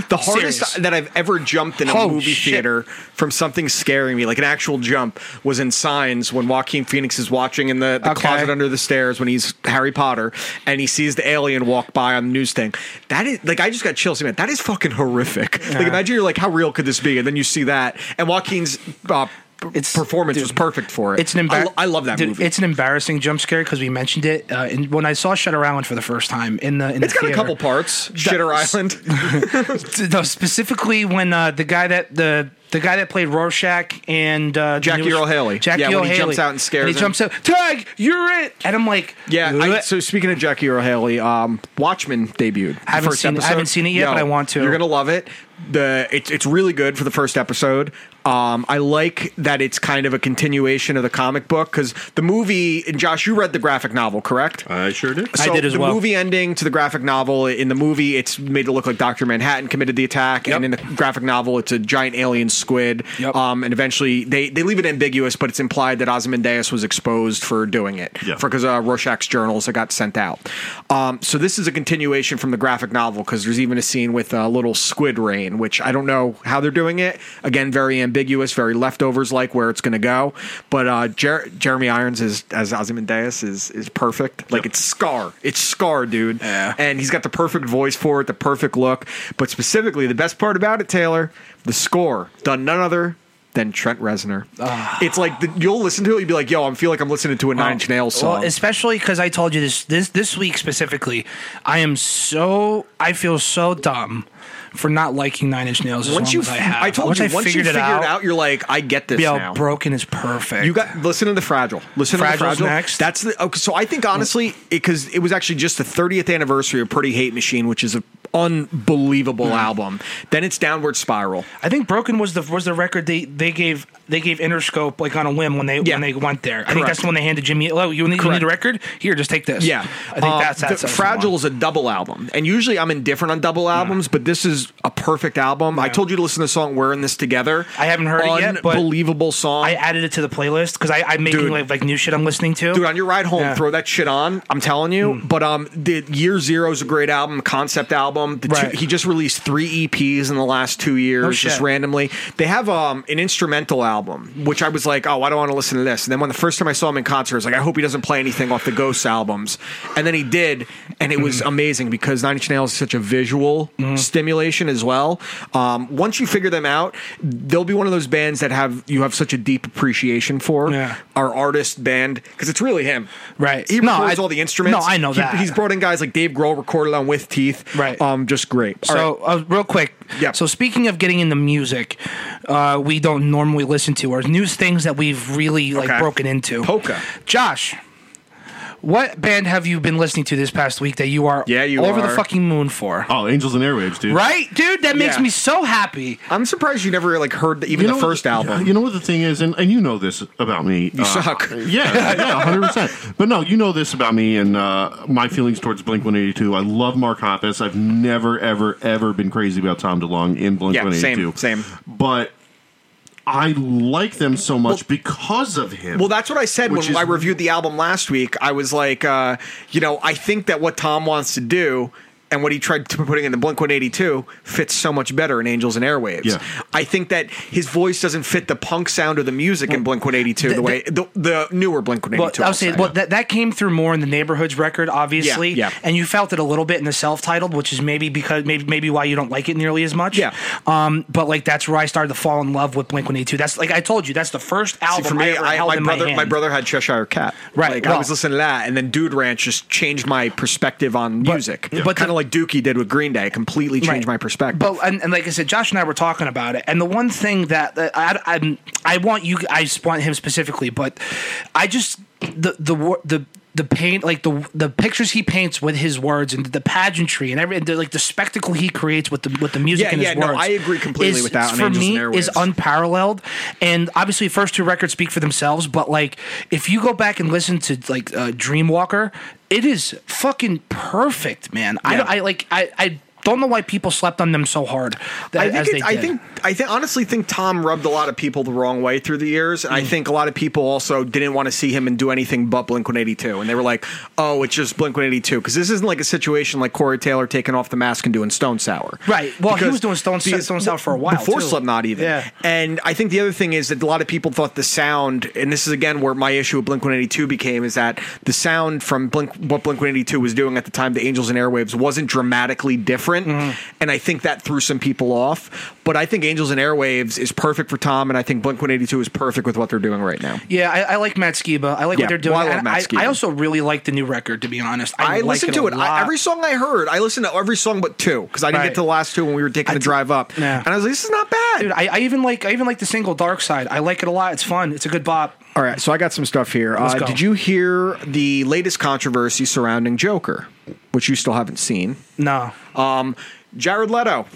the hardest Serious. that I've ever jumped in a Holy movie shit. theater from something scaring me, like an actual jump, was in Signs when Joaquin Phoenix is watching in the, the Okay. closet under the stairs when he's Harry Potter and he sees the alien walk by on the news thing. That is like I just got chills. Man, that is fucking horrific. Like imagine you're like, how real could this be? And then you see that, and Joaquin's. Uh, p- It's- performance dude, was perfect for it. It's an I embar- lo- I love that dude, movie. It's an embarrassing jump scare because we mentioned it uh, in, when I saw Shutter Island for the first time in the. In it's the got a theater. couple parts. Shitter Island. No, specifically when uh, the guy that the the guy that played Rorschach and uh, the Jackie newest- Earle Haley. Jackie Yeah, when Earle he jumps Haley. out and scares he him. jumps out. Tag, you're it. And I'm like, Yeah. I, "Ugh." so speaking of Jackie Earle Haley, um, Watchmen debuted. the Haven't first seen- episode. haven't seen it yet, but I want to. You're gonna love it. The it's it's really good for the first episode. Um, I like that it's kind of a continuation of the comic book because the movie. And Josh, you read the graphic novel, correct? I sure did. I did as the well. movie ending to the graphic novel. In the movie, it's made to look like Doctor Manhattan committed the attack, Yep. and in the graphic novel, it's a giant alien squid. Yep. Um, and eventually, they, they leave it ambiguous, but it's implied that Ozymandias was exposed for doing it Yeah. for because uh, Rorschach's journals that got sent out. Um, so this is a continuation from the graphic novel because there's even a scene with uh, little squid rain, which I don't know how they're doing it. Again, very ambiguous, very leftovers like where it's going to go. But uh, Jer- Jeremy Irons is as Ozymandias is is perfect. Like it's Scar, it's Scar, dude, and he's got the perfect voice for it, the perfect look. But specifically, the best part about it, Taylor, the score done none other. than Trent Reznor. It's like the, you'll listen to it, you'll be like, "Yo, I feel like I'm listening to a Nine Inch Nails song." Well, especially because I told you this this this week specifically, I am so I feel so dumb for not liking Nine Inch Nails as once long you, as I have. I told you, once you figure it out, you're like, I get this yo, now. broken is perfect. You got listen to the fragile. Listen to the Fragile's fragile. next. That's the okay, so I think honestly because it, was actually just the 30th anniversary of Pretty Hate Machine, which is an unbelievable Mm-hmm. album. Then it's Downward Spiral. I think Broken was the was the record they, they gave they gave Interscope like on a whim when they Yeah. when they went there. I think Correct. that's the one they handed Jimmy. Oh, you need, you need Correct. a record? Here, just take this. Yeah, I think Uh, that's that's the, that's the Fragile one. is a double album, and usually I'm indifferent on double albums, but this is a perfect album. I told you to listen to the song "We're in This Together." I haven't heard it yet, but Unbelievable song. I added it to the playlist because I I'm making Dude. like, like new shit I'm listening to. dude on your ride home Yeah. Hmm. throw that shit on i'm telling you but um the year zero is a great album concept album the Right. two, he just released three eps in the last two years just shit. randomly they have um an instrumental album which i was like oh i don't want to listen to this and then when the first time i saw him in concert i was like i hope he doesn't play anything off the ghosts albums and then he did and it Mm-hmm. was amazing because nine inch nails is such a visual stimulation as well um once you figure them out they'll be one of those bands that have you have such a deep appreciation for Yeah. our artist band because it's really him. Right. He No, records I- all the instruments. no, I know He- that. He's brought in guys like Dave Grohl recorded on With Teeth. Right. Um, just great. All right. So, uh, real quick. Yeah. So, speaking of getting into music, uh, we don't normally listen to or news things that we've really like Okay. broken into. Polka. Josh, What band have you been listening to this past week that you are Yeah, you over the are. fucking moon for? Oh, Angels and Airwaves, dude. Right, dude, that makes Yeah. me so happy. I'm surprised you never like heard the, even the know first what, album. You know what the thing is, and, and you know this about me. You suck. Yeah, yeah, hundred percent. But no, you know this about me and uh, my feelings towards Blink One Eighty Two. I love Mark Hoppus. I've never, ever, ever been crazy about Tom DeLonge in Blink Yeah, One Eighty Two. same, same. But I like them so much because of him. Well, that's what I said when Which is- I reviewed the album last week. I was like, uh, you know, I think that what Tom wants to do and what he tried to putting in the Blink 182 fits so much better in Angels and Airwaves. Yeah. I think that his voice doesn't fit the punk sound or the music in Blink 182 the, the- way the, the newer Blink Well, 182. I was saying, well, that, that came through more in the neighborhoods record, obviously, yeah. and you felt it a little bit in the self-titled, which is maybe because maybe maybe why you don't like it nearly as much. Yeah. Um, but like that's where I started to fall in love with Blink One Eight Two. That's like I told you, that's the first album for me, I ever I, held my in brother, my my, hand. brother had Cheshire Cat. Right, like, I well- was listening to that, and then Dude Ranch just changed my perspective on music. Yeah. but kind the- of like Dookie did with Green Day, completely changed Right. my perspective. But and, and like I said, Josh and I were talking about it, and the one thing that that I I'm- I, want you, I just want him specifically, but I just the the wor- the. The paint, like the the pictures he paints with his words, and the pageantry, and every and the, like the spectacle he creates with the with the music Yeah, and his yeah, no, words. I agree completely is- with that on For Angels me, and is Airwaves. unparalleled, and obviously, first two records speak for themselves. But like, if you go back and listen to like uh, Dreamwalker, it is fucking perfect, man. Yeah. I, I like I. I don't know why people slept on them so hard. That, I as think, it, they I did. think I think honestly think Tom rubbed a lot of people the wrong way through the years, Mm. and I think a lot of people also didn't want to see him and do anything but Blink One Eighty Two, and they were like, "Oh, it's just Blink One Eighty Two because this isn't like a situation like Corey Taylor taking off the mask and doing Stone Sour, Right. Well, he Because- was doing Stone- because- Stone Sour for a while, before too. Slipknot, even. Yeah. And I think the other thing is that a lot of people thought the sound, and this is again where my issue with Blink 182 became, is that the sound from Blink, what Blink 182 was doing at the time, the Angels and Airwaves, wasn't dramatically different. Mm-hmm. And I think that threw some people off. But I think Angels and Airwaves is perfect for Tom, and I think Blink 182 is perfect with what they're doing right now. Yeah, I, I like Matt Skiba. I like Yeah, what they're doing. well, I love And Matt Skiba. I, also really like the new record, to be honest. I, like listened to a it. I, lot. every song I heard, I listened to every song but two because I didn't Right. get to the last two when we were taking the drive up. Yeah. And I was like, this is not bad. Dude, I, I even like I even like the single Dark Side. I like it a lot. It's fun. It's a good bop. All right, so I got some stuff here. Let's Uh, go. did you hear the latest controversy surrounding Joker, which you still haven't seen? No. Um, Jared Leto.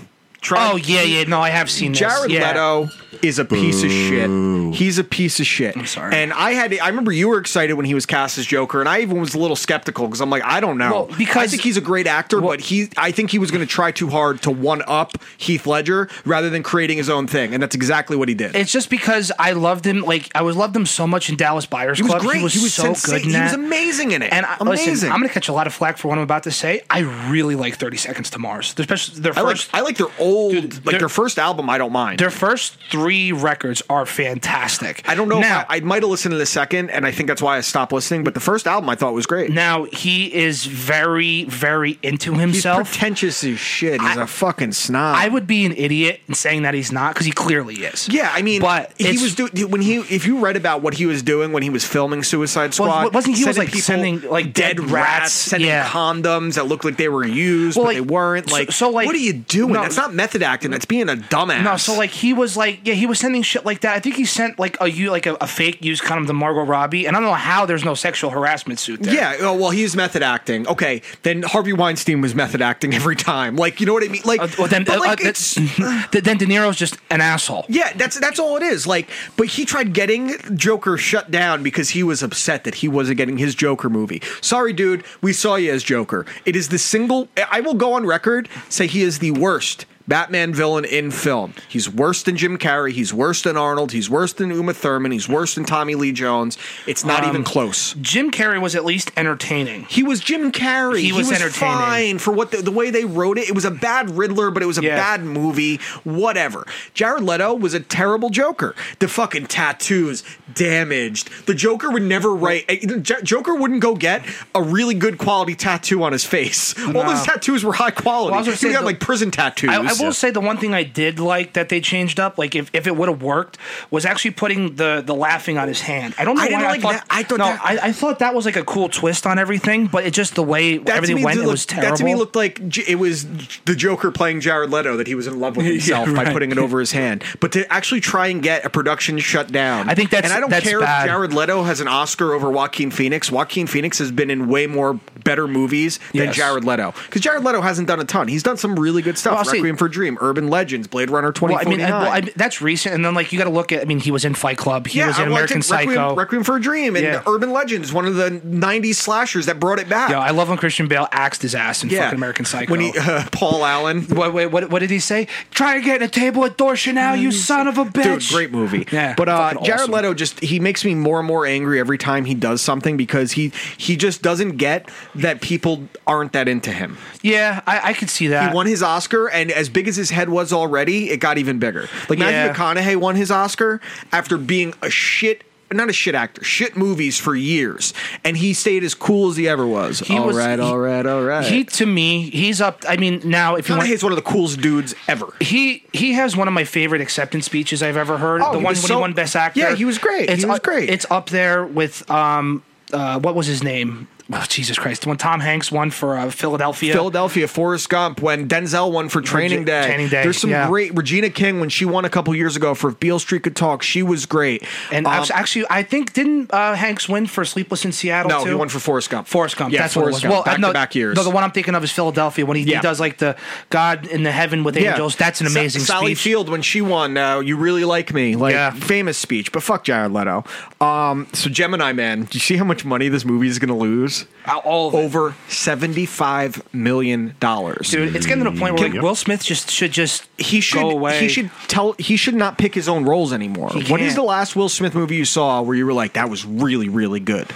Tried, oh yeah, yeah. No, I have seen this. Jared yeah. Leto is a piece of shit. He's a piece of shit. I'm sorry. And I had I remember you were excited when he was cast as Joker, and I even was a little skeptical because I'm like, I don't know. Well, because- I think he's a great actor, but he I think he was going to try too hard to one up Heath Ledger rather than creating his own thing, and that's exactly what he did. It's just because I loved him. Like I was loved him so much in Dallas Buyers he was Club. great. He was, so sensa- good. In He was that. amazing in it. And I, amazing. listen, I'm going to catch a lot of flack for what I'm about to say. I really like Thirty Seconds to Mars, Their especially their I like first. I like their old Dude, like they're- their first album. I don't mind. their first three records are fantastic. I don't know. Now, if I, I might have listened to the second, and I think that's why I stopped listening. But the first album I thought was great. now he is very, very into He's himself. pretentious as shit. He's a I- fucking snob. I would be an idiot in saying that he's not because he clearly is. Yeah, I mean, but he it's- was doing when he. If you read about what he was doing when he was filming Suicide Well, Squad, wasn't he was, like, people- sending, like, dead rats, sending yeah. condoms that looked like they were used, Well, but like, they weren't. so- Like, so, like- what are you doing? no, that's not method acting. That's being a dumbass. No, so like he was like yeah, he was sending shit like that. I think he sent like a you like a, a fake used condom to Margot Robbie, and I don't know how there's no sexual harassment suit there. Yeah, oh, well, he's method acting. Okay, then Harvey Weinstein was method acting every time. Like, you know what I mean? Like, Uh, well, then, but, uh, like, uh, it's- that- then De Niro's just an asshole. yeah, that's that's all it is. Like, but he tried getting Joker shut down because he was upset that he wasn't getting his Joker movie. Sorry, dude, we saw you as Joker. It is the single. I will go on record say he is the worst. Batman villain in film. He's worse than Jim Carrey. He's worse than Arnold. He's worse than Uma Thurman. He's worse than Tommy Lee Jones. It's not Um, even close. Jim Carrey was at least entertaining. He was Jim Carrey. He was entertaining. fine for what the, the way they wrote it. It was a bad Riddler, but it was a Yeah. bad movie. Whatever. Jared Leto was a terrible Joker. The fucking tattoos damaged. The Joker would never write. eh, J- Joker wouldn't go get a really good quality tattoo on his face. All those tattoos were high quality. Well, I was gonna he say got the- like prison tattoos. I, I I will say the one thing I did like that they changed up, like if, if it would have worked, was actually putting the the laughing on his hand. I don't know I why didn't I like thought that. I thought no, that- I, I thought that was like a cool twist on everything, but it just the way That to everything me went, it looked- was terrible. That to me looked like J- it was the Joker playing Jared Leto that he was in love with himself by right. putting it over his hand. But to actually try and get a production shut down, I think that's- and I don't that's care bad. if Jared Leto has an Oscar over Joaquin Phoenix. Joaquin Phoenix has been in way more better movies than Yes. Jared Leto because Jared Leto hasn't done a ton. He's done some really good stuff: Well, I'll say- Requiem for a Dream, Urban Legends, Blade Runner twenty well, I forty mean, I, nine. well, I, that's recent, and then like you got to look at. I mean, he was in Fight Club. He was in I- well, I American did Psycho. Requiem, Requiem for a Dream, and Yeah. Urban Legends, one of the '90s slashers that brought it back. Yo, I love when Christian Bale axed his ass in fucking American Psycho. When he, uh, Paul Allen, what, what, what, what did he say? Try and get a table at Door Chanel, you son of a Dude, bitch. great movie. Yeah, but uh, fucking Jared awesome. Leto just he makes me more and more angry every time he does something because he he just doesn't get that people aren't that into him. Yeah, I, I could see He that. won his Oscar, and as big as his head was already, it got even bigger. Like Yeah. Matthew McConaughey won his Oscar after being a shit. Not a shit actor, shit movies for years, and he stayed as cool as he ever was. He All was- right, he- all right, all right. He to me, he's up. I mean, now if you want, McConaughey's one of the coolest dudes ever. he he has one of my favorite acceptance speeches I've ever heard. Oh, the he one when was he so- won Best Actor. Yeah, he was great. He was up- great. It's up there with um, uh, what was his name? Oh, Jesus Christ! When Tom Hanks won for uh, Philadelphia. Philadelphia, Forrest Gump, when Denzel won for Training Day. Training Day, There's some yeah. great Regina King when she won a couple years ago for If Beale Street Could Talk. She was great. and Um, act- actually, I think didn't uh, Hanks win for Sleepless in Seattle? no, too? he won for Forrest Gump. Forrest Gump. Yeah, that's Forrest what it was. Gump. Well, uh, back no, to back years. No, the one I'm thinking of is Philadelphia when he, he Yeah. does like the God in the heaven with angels. That's an Sa- amazing Sally speech. Field when she won. Uh, you really like me, like Yeah. famous speech. But fuck Jared Leto. Um, so Gemini Man, do you see how much money this movie is going to lose? All of it. Over seventy five million dollars, Dude, it's getting to the point where like, Yep. Will Smith just should just he should go away. he should tell he should not pick his own roles anymore. What is can't. the last Will Smith movie you saw where you were like that was really really good?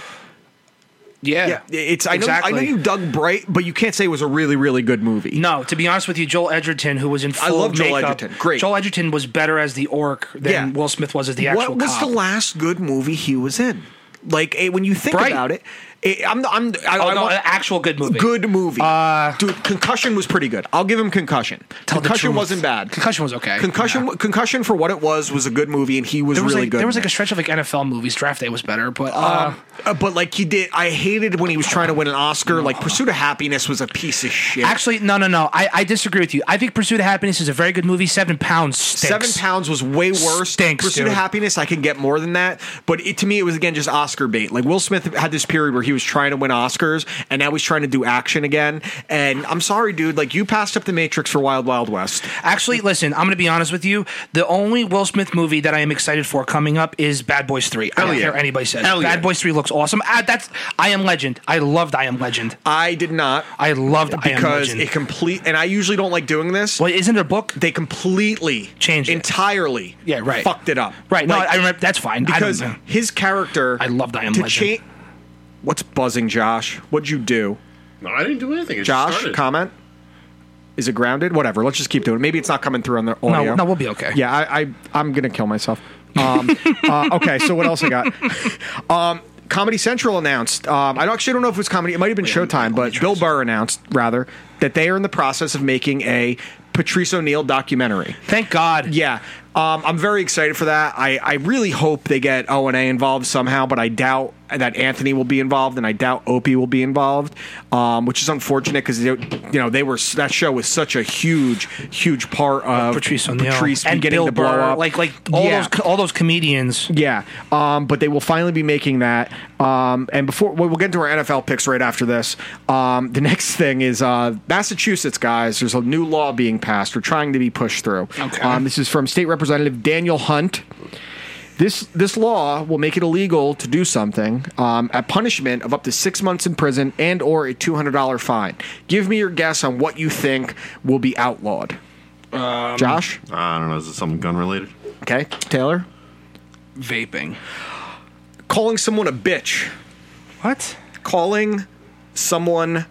yeah. it's I know I know you dug bright, but you can't say it was a really really good movie. No, to be honest with you, Joel Edgerton, who was in full love Joel makeup, Edgerton. Great. Joel Edgerton was better as the orc than Yeah. Will Smith was as the actual what was cop. the last good movie he was in? Like eh, when you think Bright. about it, eh, I'm I'm I, Oh, I no, want- an actual good movie. Good movie, uh, dude. Concussion was pretty good. I'll give him Concussion. Tell the concussion truth. wasn't bad. Concussion was okay. Concussion, Yeah. concussion for what it was was a good movie, and he was, There was really like, good. There in was like it. a stretch of like NFL movies. Draft Day was better, but uh, Uh, but like he did, I hated when he was trying to win an Oscar. Like Pursuit of Happiness was a piece of shit. actually, no, no, no. I, I disagree with you. I think Pursuit of Happiness is a very good movie. Seven Pounds Seven stinks. pounds was way worse. Stinks, Pursuit dude. of Happiness, I can get more than that. But it, to me, it was again just Oscar bait. Like Will Smith had this period where he was trying to win Oscars, and now he's trying to do action again. And I'm sorry, dude. Like you passed up the Matrix for Wild Wild West. Actually, listen, I'm going to be honest with you. The only Will Smith movie that I am excited for coming up is Bad Boys 3. I don't care what anybody says. Hell Bad yeah. Boys 3 looks awesome. Ah, that's I Am Legend. I loved I Am Legend. I did not I loved I Am because Legend. it complete. And I usually don't like doing this. well, isn't it a book? They completely Changed it. entirely. Yeah, right. Fucked it up. Right. Like, no, I remember. That's fine. because I don't know. his character. I loved I Am to Legend. cha- What's buzzing, Josh? What'd you do, No, I didn't do anything. It Josh? just started. Comment. Is it grounded? Whatever. Let's just keep doing. it. Maybe it's not coming through on the audio. no, we'll be okay. Yeah, I, I I'm gonna kill myself. Um, uh, okay, so what else I got? Um, Comedy Central announced. Um, I don't- actually don't know if it was comedy. It might have been Showtime, but Bill Burr announced rather that they are in the process of making a Patrice O'Neill documentary. Thank God. Yeah. Um, I'm very excited for that. I, I really hope they get O and A involved somehow, but I doubt that Anthony will be involved, and I doubt Opie will be involved, um, which is unfortunate because you know they were that show was such a huge, huge part of Patrice O'Neal Patrice and getting Bill the blow Burr, up. like like all Yeah. those all those comedians. Yeah, um, but they will finally be making that. Um, and before well, we'll get into our NFL picks right after this. Um, the next thing is uh, Massachusetts guys. There's a new law being passed or trying to be pushed through. Okay. Um, this is from State Representative Daniel Hunt. This this law will make it illegal to do something um, at punishment of up to six months in prison and or a two hundred dollar fine. Give me your guess on what you think will be outlawed. Josh, I don't know. Is it something gun related? okay, Taylor, Vaping. calling someone a bitch. What? calling someone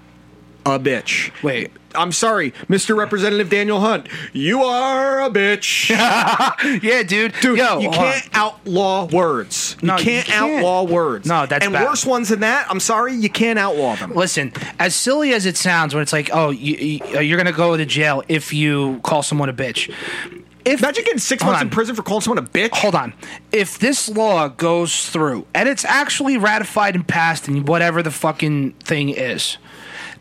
a bitch. Wait. I'm sorry, Mr. Representative Daniel Hunt, you are a bitch. Yeah, dude. Dude, Yo, uh, you hold on. can't outlaw words. No, you, you can't can't. outlaw words. No, that's and bad. worse ones than that. I'm sorry, you can't outlaw them. Listen, as silly as it sounds, when it's like, oh, you, you, you're gonna go to jail if you call someone a bitch. If Imagine getting six Hold months on. in prison for calling someone a bitch. hold on, if this law goes through and it's actually ratified and passed and whatever the fucking thing is,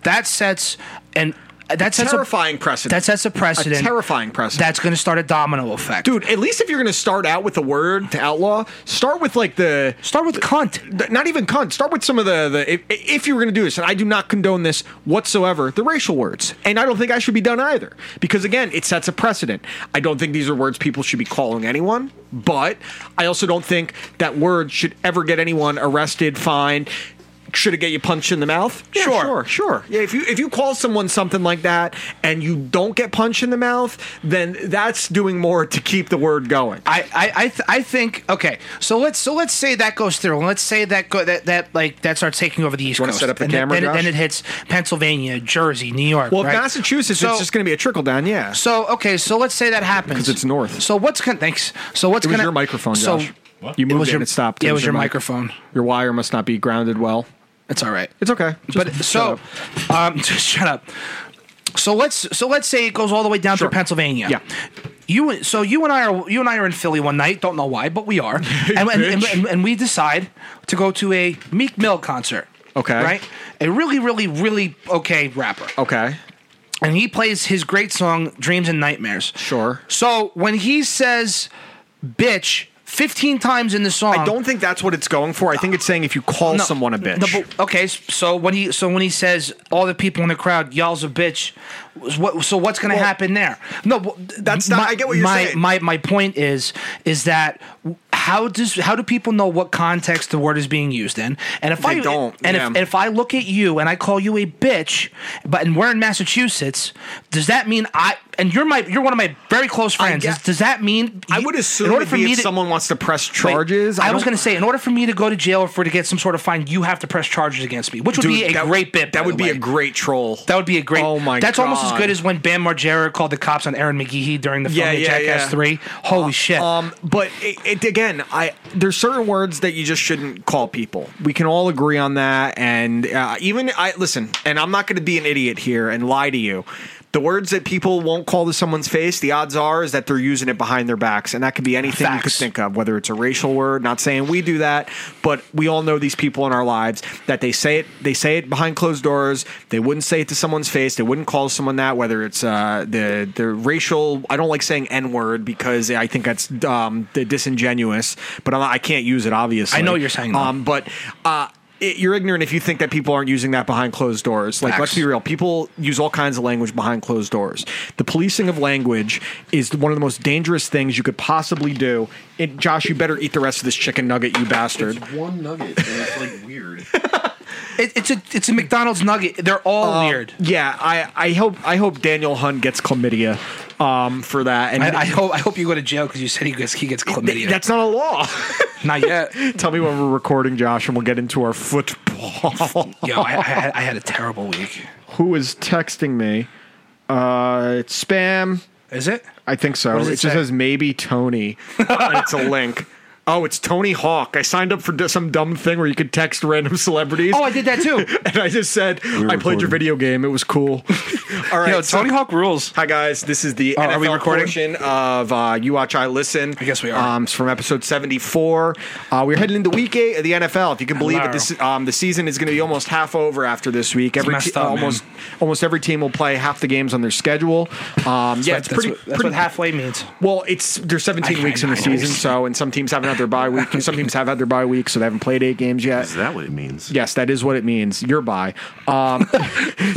that sets and that sets terrifying a, precedent. That sets a precedent. A terrifying precedent. That's gonna start a domino effect, Dude, at least if you're going to start out with a word to outlaw, start with like the Start with cunt. th- not even cunt. Start with some of the, the if, if you were going to do this, and I do not condone this whatsoever, the racial words. And I don't think I should be done either. Because again, it sets a precedent. I don't think these are words people should be calling anyone, but I also don't think that word should ever get anyone arrested, fined. Should it get you punched in the mouth? Yeah, Sure. sure, sure. Yeah, if you if you call someone something like that and you don't get punched in the mouth, then that's doing more to keep the word going. I I I, th- I think okay. So let's so let's say that goes through, and let's say that go that that like that starts taking over the East wanna Coast. set up the and then- camera, then, it- Josh? then it hits Pennsylvania, Jersey, New York. Well, if right? Massachusetts, So- it's just going to be a trickle down. Yeah. So okay, so let's say that happens 'Cause it's north. So what's gonna thanks? So what's It was gonna your microphone, so, Josh. You moved it, was and your- it stopped. yeah, it was your mic. microphone. Your wire must not be grounded well. It's all right. It's okay. Just but shut so, up. um, just shut up. So let's so let's say it goes all the way down Sure. through Pennsylvania. Yeah. You so you and I are you and I are in Philly one night. Don't know why, but we are, and, and, and, bitch. and- and we decide to go to a Meek Mill concert. Okay. Oh. Right. A really, really, really okay rapper, okay, and he plays his great song "Dreams and Nightmares." sure. So when he says "bitch" fifteen times in the song, I don't think that's what it's going for. I think it's saying if you call Um, No. someone a bitch. No, but- okay, s- so when he so when he says all the people in the crowd y'all's a bitch, was what so what's going to Well, happen there? No, but that's not- I get what you're my, saying. My my point is is that how does how do people know what context the word is being used in? And if They I don't, and yeah. if if I look at you and I call you a bitch, but and we're in Massachusetts, does that mean I and you're my you're one of my very close friends? get- does, does that mean I you- would assume it'd be if someone wants to press Wait, charges. I, was don't- going to say, in order for me to go to jail or for to get some sort of fine, you have to press charges against me, which would Dude, be a that- great bit. by That would the be way. a great troll. That would be a great. Oh my That's almost as God. good as when Bam Margera called the cops on Aaron McGehee during the film Yeah, of yeah, Jackass yeah. Three. Holy shit! Um, but it, it, again, I there's certain words that you just shouldn't call people. We can all agree on that. And uh, even I listen, and I'm not going to be an idiot here and lie to you. The words that people won't call to someone's face, the odds are is that they're using it behind their backs, and that could be anything you could Facts. think of, whether it's a racial word. Not saying we do that, but we all know these people in our lives that they say it. They say it behind closed doors. They wouldn't say it to someone's face. They wouldn't call someone that. Whether it's uh, the the racial, I don't like saying N word because I think that's um, the disingenuous. But I'm, not- I can't use it. Obviously, I know what you're saying, though. Um, but. Uh, it, you're ignorant if you think that people aren't using that behind closed doors. Like, Facts. let's be real. People use all kinds of language behind closed doors. The policing of language is one of the most dangerous things you could possibly do. It, Josh, you better eat the rest of this chicken nugget, you bastard. one nugget, and it's like weird. It- it's a it's a McDonald's nugget. They're all um, weird. Yeah, I, I hope I hope Daniel Hunt gets chlamydia um, for that. And I, I hope I hope you go to jail because you said he gets he gets chlamydia. that's not a law. not yet. Tell me when we're recording, Josh, and we'll get into our football. Yo, I, I, had, I had a terrible week. Who is texting me? Uh, it's spam. Is it? I think so. It, What does it just say? says maybe Tony, and it's a link. Oh, it's Tony Hawk. I signed up for d- some dumb thing where you could text random celebrities. Oh, I did that too. and I just said, were I played your recording. video game. It was cool. All right. Yo, so- Tony Hawk rules. Hi guys, this is the Oh, NFL are we recording? portion of uh, You Watch, I Listen. I guess we are. Um, it's from episode seventy-four. Uh, we're heading into week eight of the NFL. If you can believe it, Hello. this um, the season is going to be almost half over after this week. Every te- messed up, man. almost almost every team will play half the games on their schedule. Um, yeah, it's That's pretty what- that's pretty what halfway means. well, it's there's 17 I- weeks I- in the I season, know. so and some teams haven't had their bye week, and some teams have had their bye week, so they haven't played eight games yet. Is that what it means? Yes, that is what it means. You're bye. Um,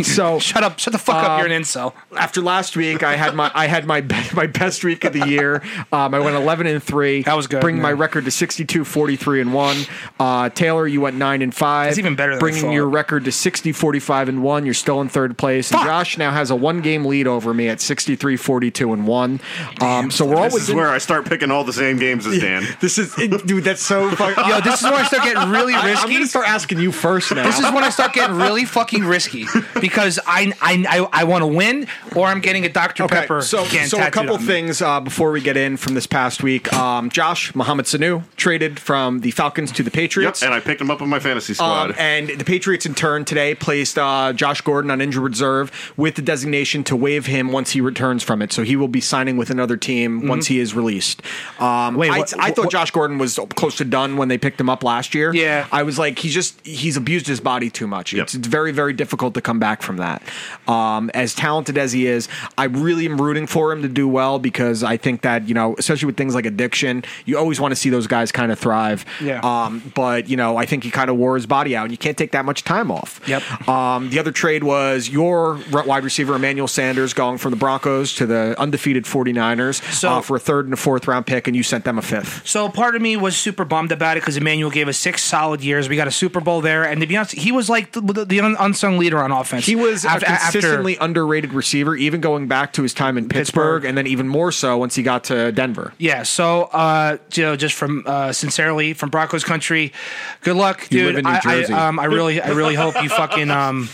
so Shut up! Shut the fuck up! You're an incel. after last week, I had my I had my be- my best week of the year. Um, I went eleven and three. That was good, Bringing my yeah. record to 62, 43 and one. Uh, Taylor, you went nine and five. That's even better than I Bringing thought. your record to 60, 45 and one. You're still in third place. And Fuck. Josh now has a one game lead over me at 63, 42 and one. Um, so we're This always is in- where I start picking all the same games as Dan. This is it- dude. That's so fucking. Yo, this is where I start getting really I, am risky. gonna start asking you first now. This is when I start getting really fucking risky because I I, I, I want to win, or I'm getting a Dr Okay, Pepper. so can so a tattooed couple on me. things uh, before we get in from this past week. Um, Josh Mohamed Sanu traded from the Falcons to the Yep, Patriots. and I picked him up on my fantasy squad. Um, and the Patriots, in turn, today placed uh, Josh Gordon on injured reserve with the designation to waive him once he returns from it. So he will be signing with another team once he is released. Um, Mm-hmm. Wait, I, what- I thought what- Josh Gordon was close to done when they picked him up last year. Yeah. I was like, he's just he's abused his body too much. Yep. It's, it's very very difficult to come back from that. Um, as talented as he is, I really am rooting for him to do well because I think that you know, especially with things like addiction, you always want to see those guys kind of thrive. Yeah. Um, but you know, I think he kind of wore his body out, and you can't take that much time off. Yep. Um, the other trade was your re- wide receiver Emmanuel Sanders going from the Broncos to the undefeated 49ers So- uh, for a third and a fourth round pick, and you sent them a fifth. So part of me was super bummed about it because Emmanuel gave us six solid years. We got a Super Bowl there, and to be honest, he was like the, the un- unsung leader on offense. He was Af- a consistently underrated receiver, even going back to his time in Pittsburgh, Pittsburgh. and then even more so once he got to Denver. Yeah, so uh, you know, just from uh, sincerely from Broncos country, good luck, You dude. live in New I, Jersey. I, um, I really, I really hope you fucking, um,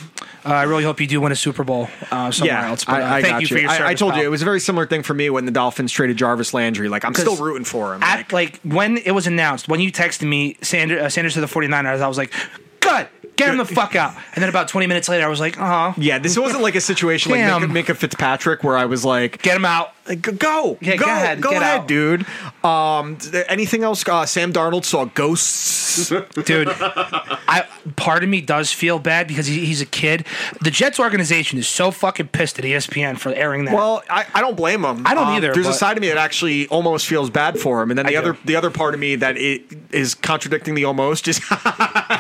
uh, I really hope you do win a Super Bowl uh, somewhere else. But, uh, I, I thank got you for your I- service. I, told pal. you it was a very similar thing for me when the Dolphins traded Jarvis Landry. Like I'm still rooting for him. at like when it was announced when you texted me Sanders, uh, Sanders to the 49ers. I was like, good, get him the fuck out. And then about 20 minutes later, I was like, uh huh, yeah, this wasn't like a situation like Minka, Damn. Minka Fitzpatrick where I was like, get him out. Like, g- go, Yeah, go, go ahead, go get ahead, out. dude. Um, th- anything else? Uh, Sam Darnold saw ghosts. dude. I part of me does feel bad because he, he's a kid. The Jets organization is so fucking pissed at E ESPN for airing that. well, I, I don't blame him. Um, I don't either, There's a but- side of me that actually almost feels bad for him, and then the I do. other the other part of me that it is contradicting the almost is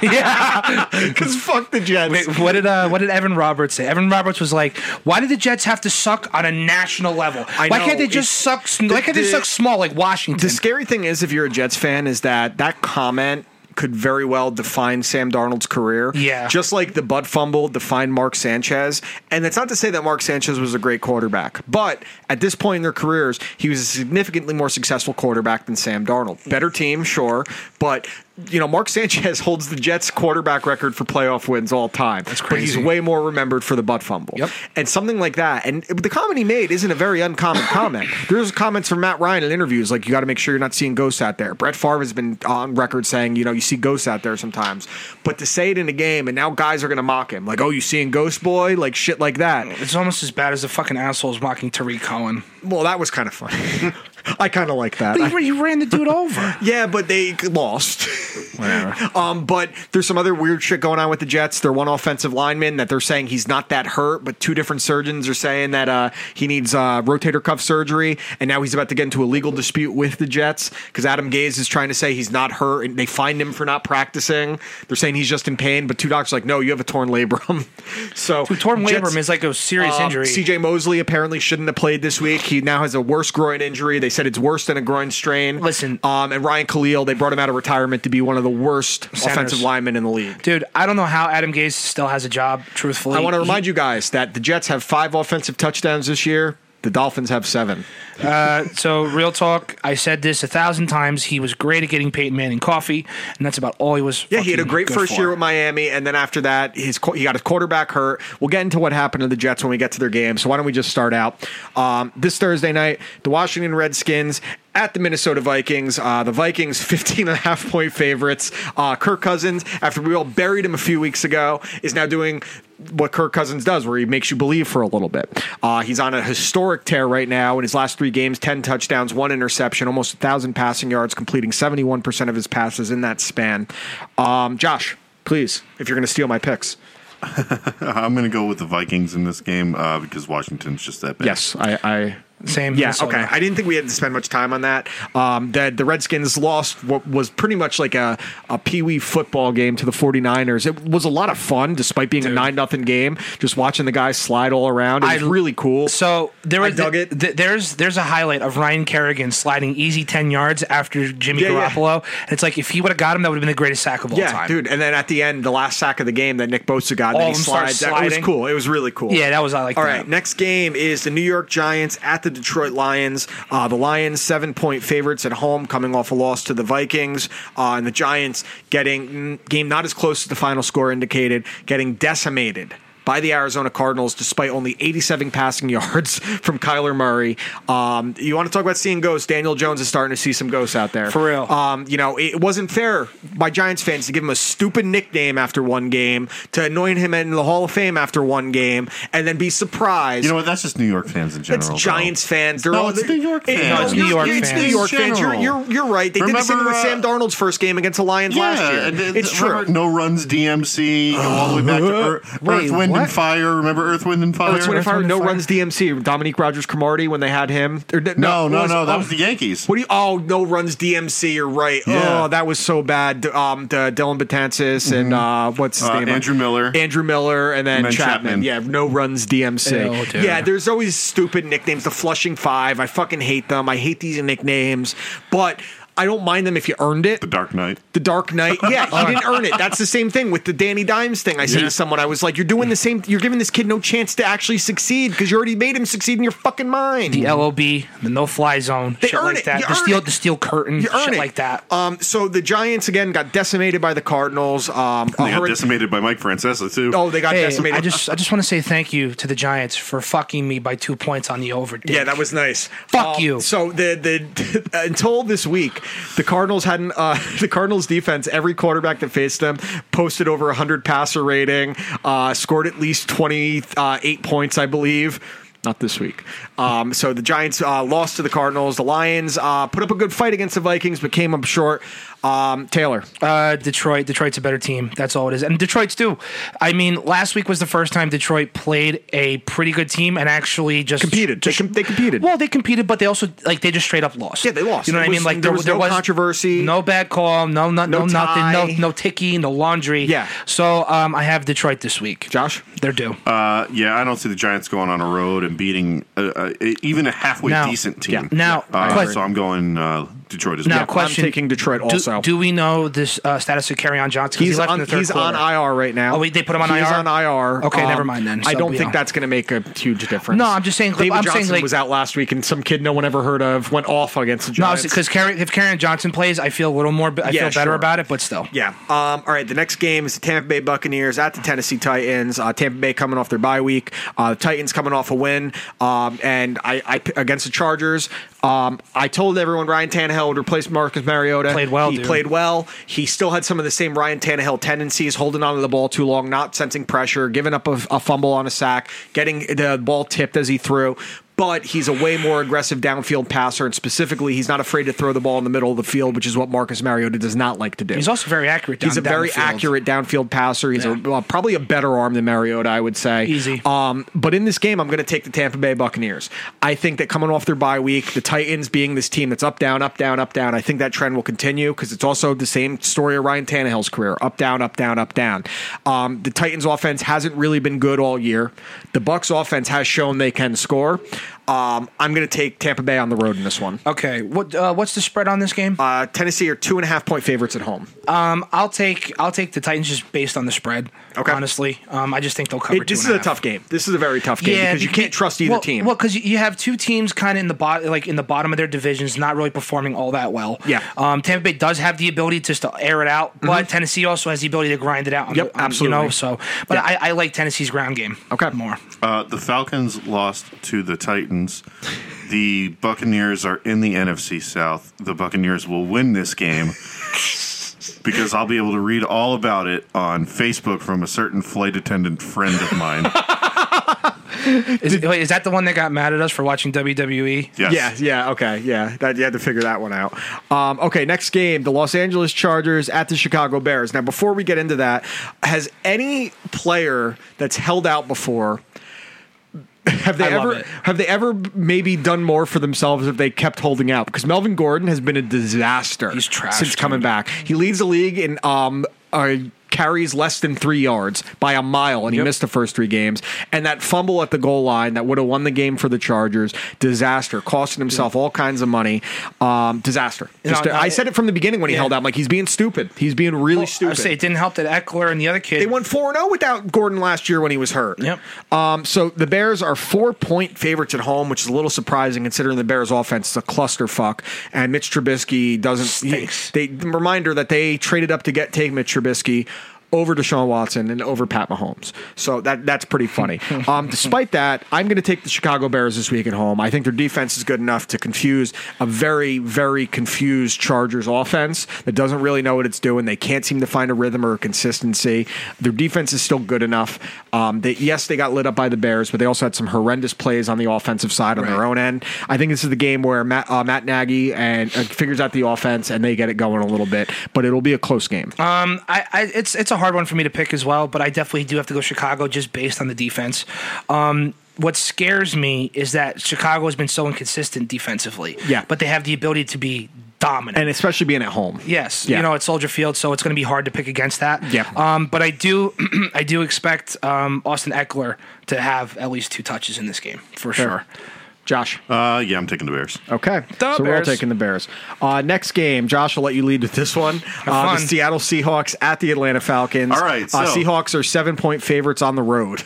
yeah. because fuck the Jets. Wait, what did uh, what did Evan Roberts say? Evan Roberts was like, "Why do the Jets have to suck on a national level? I why know, can't they it's- just suck? s- Why can't they the- suck small like Washington?" The scary thing is, if you're a Jets fan, is that that comment could very well define Sam Darnold's career. Yeah. Just like the butt fumble defined Mark Sanchez. And that's not to say that Mark Sanchez was a great quarterback, but at this point in their careers, he was a significantly more successful quarterback than Sam Darnold. Better team, sure, but. You know, Mark Sanchez holds the Jets quarterback record for playoff wins all time. That's But crazy. he's way more remembered for the butt fumble. Yep. And something like that. And the comment he made isn't a very uncommon comment. There's comments from Matt Ryan in interviews like, you got to make sure you're not seeing ghosts out there. Brett Favre has been on record saying, you know, you see ghosts out there sometimes. But to say it in a game, and now guys are going to mock him, like, oh, you seeing Ghost Boy? Like, shit like that. it's almost as bad as the fucking assholes mocking Tariq Cohen. Well, that was kind of funny. I kind of like that. But he, he ran the dude over. Yeah, but they lost. Whatever. um, but there's some other weird shit going on with the Jets. Their one offensive lineman that they're saying he's not that hurt, but two different surgeons are saying that uh, he needs uh, rotator cuff surgery, and now he's about to get into a legal dispute with the Jets because Adam Gaze is trying to say he's not hurt, and they fined him for not practicing. They're saying he's just in pain, but two doctors are like, no, you have a torn labrum. so Dude, torn Jets- labrum is like a serious uh, injury. CJ Mosley apparently shouldn't have played this week. He now has a worse groin injury. They said it's worse than a groin strain. Listen. um, and Ryan Khalil, they brought him out of retirement to be one of the worst Centers. offensive linemen in the league. Dude, I don't know how Adam Gase still has a job. Truthfully, I want to He- remind you guys that the Jets have five offensive touchdowns this year. The Dolphins have seven. So real talk, I said this a thousand times. He was great at getting Peyton Manning coffee, and that's about all he was. Yeah, he had a fucking great good first for. year with Miami, and then after that, his qu- he got his quarterback hurt. We'll get into what happened to the Jets when we get to their game. So why don't we just start out um, this Thursday night? The Washington Redskins at the Minnesota Vikings. Uh, the Vikings 15 and a half point favorites. Uh, Kirk Cousins, after we all buried him a few weeks ago, is now doing. What Kirk Cousins does, where he makes you believe for a little bit. Uh, he's on a historic tear right now in his last three games 10 touchdowns, one interception, almost 1,000 passing yards, completing 71% of his passes in that span. Um, Josh, please, if you're going to steal my picks. I'm going to go with the Vikings in this game uh, because Washington's just that bad. Yes, I. I Same. yeah, Minnesota. okay. I didn't think we had to spend much time on that. Um, the, the Redskins lost what was pretty much like a, a Pee Wee football game to the 49ers. It was a lot of fun, despite being a 9 nothing game, just watching the guys slide all around. It was really cool. So there I was dug it. th- there's there's a highlight of Ryan Kerrigan sliding easy ten yards after Jimmy Yeah, yeah. Garoppolo. And it's like if he would have got him, that would have been the greatest sack of all yeah, time. dude. And then at the end, the last sack of the game that Nick Bosa got, All then he of them start slides. That- It was sliding. cool. It was really cool. Yeah, that was I like. All that. right, next game is the New York Giants at the Detroit Lions. Uh, the Lions, seven point favorites at home, coming off a loss to the Vikings. Uh, and the Giants getting mm, game not as close as the final score indicated, getting decimated by the Arizona Cardinals, despite only 87 passing yards from Kyler Murray. Um, you want to talk about seeing ghosts? Daniel Jones is starting to see some ghosts out there. For real. Um, you know, it wasn't fair by Giants fans to give him a stupid nickname after one game, to anoint him in the Hall of Fame after one game, and then be surprised. You know what? That's just New York fans in general. It's though. Giants fans. They're No, all, it's they're- New York it- fans. No, it's New York it's fans. New York fans. You're, General. you're, you're right. They did the same thing Remember, with uh, Sam Darnold's first game against the Lions last year. and- and it's true. remember No runs DMC, go all the way back to Ear- Earth, wait, Wind, what? Oh, and Fire. Remember Earth, Wind, and Fire? That's what if I Fire. no runs DMC Dominique Rogers Cromartie when they had him. Or, no, what no, was- no. That oh, was the Yankees. What do you? Oh, no runs DMC. You're right. Yeah. Oh, that was so bad. D- Um, the Dylan Betances and uh, what's his Uh, name? Andrew Miller. Andrew Miller, and then, And then Chapman. Chapman. Yeah, no runs DMC. Ew, dude. yeah, there's always stupid nicknames. The Flushing Five. I fucking hate them. I hate these nicknames, but. I don't mind them if you earned it. The Dark Knight. The Dark Knight. Yeah, you didn't earn it. That's the same thing with the Danny Dimes thing. I said to someone, I was like, "You're doing the same. You're giving this kid no chance to actually succeed because you already made him succeed in your fucking mind." The LOB, the no fly zone, They shit earn like it. You that. the earn steel, it. the steel curtain, you earn shit it like that. Um, so the Giants again got decimated by the Cardinals. Um, a They got hurri- decimated by Mike Francesa too. Oh, they got Hey, decimated. I just, I just want to say thank you to the Giants for fucking me by two points on the over. dick. Yeah, that was nice. Um, Fuck you. So the the until this week, the Cardinals hadn't uh, the Cardinals defense. Every quarterback that faced them posted over hundred passer rating, uh, scored at least twenty eight points, I believe. Not this week. Um, so the Giants uh, lost to the Cardinals. The Lions uh, put up a good fight against the Vikings, but came up short. Um, Taylor, Uh, Detroit. Detroit's a better team. That's all it is. And Detroit's too. I mean, last week was the first time Detroit played a pretty good team and actually just Competed. They just- com- they competed. Well, they competed, but they also like they just straight up lost. Yeah, they lost. You know It what I was- mean? Like there was no controversy. no bad call, no no, No no, tie. nothing, no no ticky, no laundry. Yeah. So um, I have Detroit this week. Josh, They're due. Uh, yeah, I don't see the Giants going on a road and beating uh, uh, even a halfway Now- decent team. Yeah. Now, uh, question- so I'm going uh, Detroit as now well. question: I'm taking Detroit do, also. do we know this uh, status of Carry On Johnson? 'Cause He's, he left on, in the third he's quarter. on IR right now. Oh, wait, they put him on He's IR? on IR. Okay, never mind then. I So, don't yeah. think that's going to make a huge difference. No, I'm just saying- David I'm saying, Johnson like- was out last week, and some kid no one ever heard of went off against the No, Giants. because if Karen Johnson plays, I feel a little more. I Yeah, feel better sure. about it, but still. Yeah. Um, all right. The next game is the Tampa Bay Buccaneers at the Tennessee Titans. Uh, Tampa Bay coming off their bye week. Uh, the Titans coming off a win. Um, and I, I against the Chargers. Um, I told everyone Ryan Tannehill would replace Marcus Mariota. Played well, He dude. played well. He still had some of the same Ryan Tannehill tendencies, holding on to the ball too long, not sensing pressure, giving up a, a fumble on a sack, getting the ball tipped as he threw but he's a way more aggressive downfield passer, and specifically, he's not afraid to throw the ball in the middle of the field, which is what Marcus Mariota does not like to do. He's also very accurate down- he's a very downfield. accurate downfield passer. He's a, Yeah. well, probably a better arm than Mariota, I would say. Easy. Um, but in this game, I'm going to take the Tampa Bay Buccaneers. I think that coming off their bye week, the Titans being this team that's up, down, up, down, up, down, I think that trend will continue because it's also the same story of Ryan Tannehill's career up, down, up, down, up, down. Um, the Titans' offense hasn't really been good all year. The Bucks' offense has shown they can score. Um, I'm going to take Tampa Bay on the road in this one. Okay. What uh, What's the spread on this game? Uh, Tennessee are two and a half point favorites at home. Um, I'll take I'll take the Titans just based on the spread. Okay. Honestly, um, I just think they'll cover. It, this is two and a half. tough game. This is a very tough game because you beca- can't trust either well- team. Well, because you have two teams kind of in the bottom, like in the bottom of their divisions, not really performing all that well. Yeah. Mm-hmm. Um, Tampa Bay does have the ability just to air it out, but Tennessee also has the ability to grind it out. On, Yep, the- on- absolutely. You know, so, but I, I like Tennessee's ground game. Okay. More. Uh, the Falcons lost to the Titans. The Buccaneers are in the NFC South. The Buccaneers will win this game because I'll be able to read all about it on Facebook from a certain flight attendant friend of mine. Is, wait, is that the one that got mad at us for watching E? WWE? Yes. Yeah, yeah, okay, yeah. That, you had to figure that one out. Um, okay, next game: the Los Angeles Chargers at the Chicago Bears. Now, before we get into that, has any player that's held out before? Have they I love ever it. have they ever maybe done more for themselves if they kept holding out? Because Melvin Gordon has been a disaster He's trash, since coming dude. back. He leads the league in um uh, carries less than three yards by a mile, and he Yep. missed the first three games. And that fumble at the goal line that would have won the game for the Chargers, disaster, costing himself all kinds of money, um, disaster. You know, Just- I said it from the beginning when he Yeah. held out. I'm like he's being stupid. He's being really I stupid. say it didn't help that Eckler and the other kid. They won 4 0 without Gordon last year when he was hurt. Yep. Um, so the Bears are four point favorites at home, which is a little surprising considering the Bears' offense is a clusterfuck. And Mitch Trubisky doesn't. he- Stinks. they Reminder that they traded up to get take Mitch Trubisky. over Deshaun Watson and over Pat Mahomes. So that that's pretty funny. um, despite that, I'm going to take the Chicago Bears this week at home. I think their defense is good enough to confuse a very very confused Chargers offense that doesn't really know what it's doing. They can't seem to find a rhythm or a consistency. Their defense is still good enough. Um, that yes, they got lit up by the Bears, but they also had some horrendous plays on the offensive side on their own end. I think this is the game where Matt, uh, Matt Nagy and uh, figures out the offense and they get it going a little bit, but it'll be a close game. Um, I, I, it's it's a hard one for me to pick as well, but I definitely do have to go Chicago just based on the defense. Um, what scares me is that Chicago has been so inconsistent defensively. Yeah. but they have the ability to be dominant. and especially being at home. Yes, Yeah. you know it's Soldier Field, so it's going to be hard to pick against that. Yeah. Um, but I do, I do expect um, Austin Eckler to have at least two touches in this game for sure. Josh. Uh, yeah, I'm taking the Bears. Okay. The so we're all Bears. taking the Bears. Uh, next game, Josh, I'll let you lead with this one. Uh, the fun. Seattle Seahawks at the Atlanta Falcons. All right, uh, so- Seahawks are seven point favorites on the road.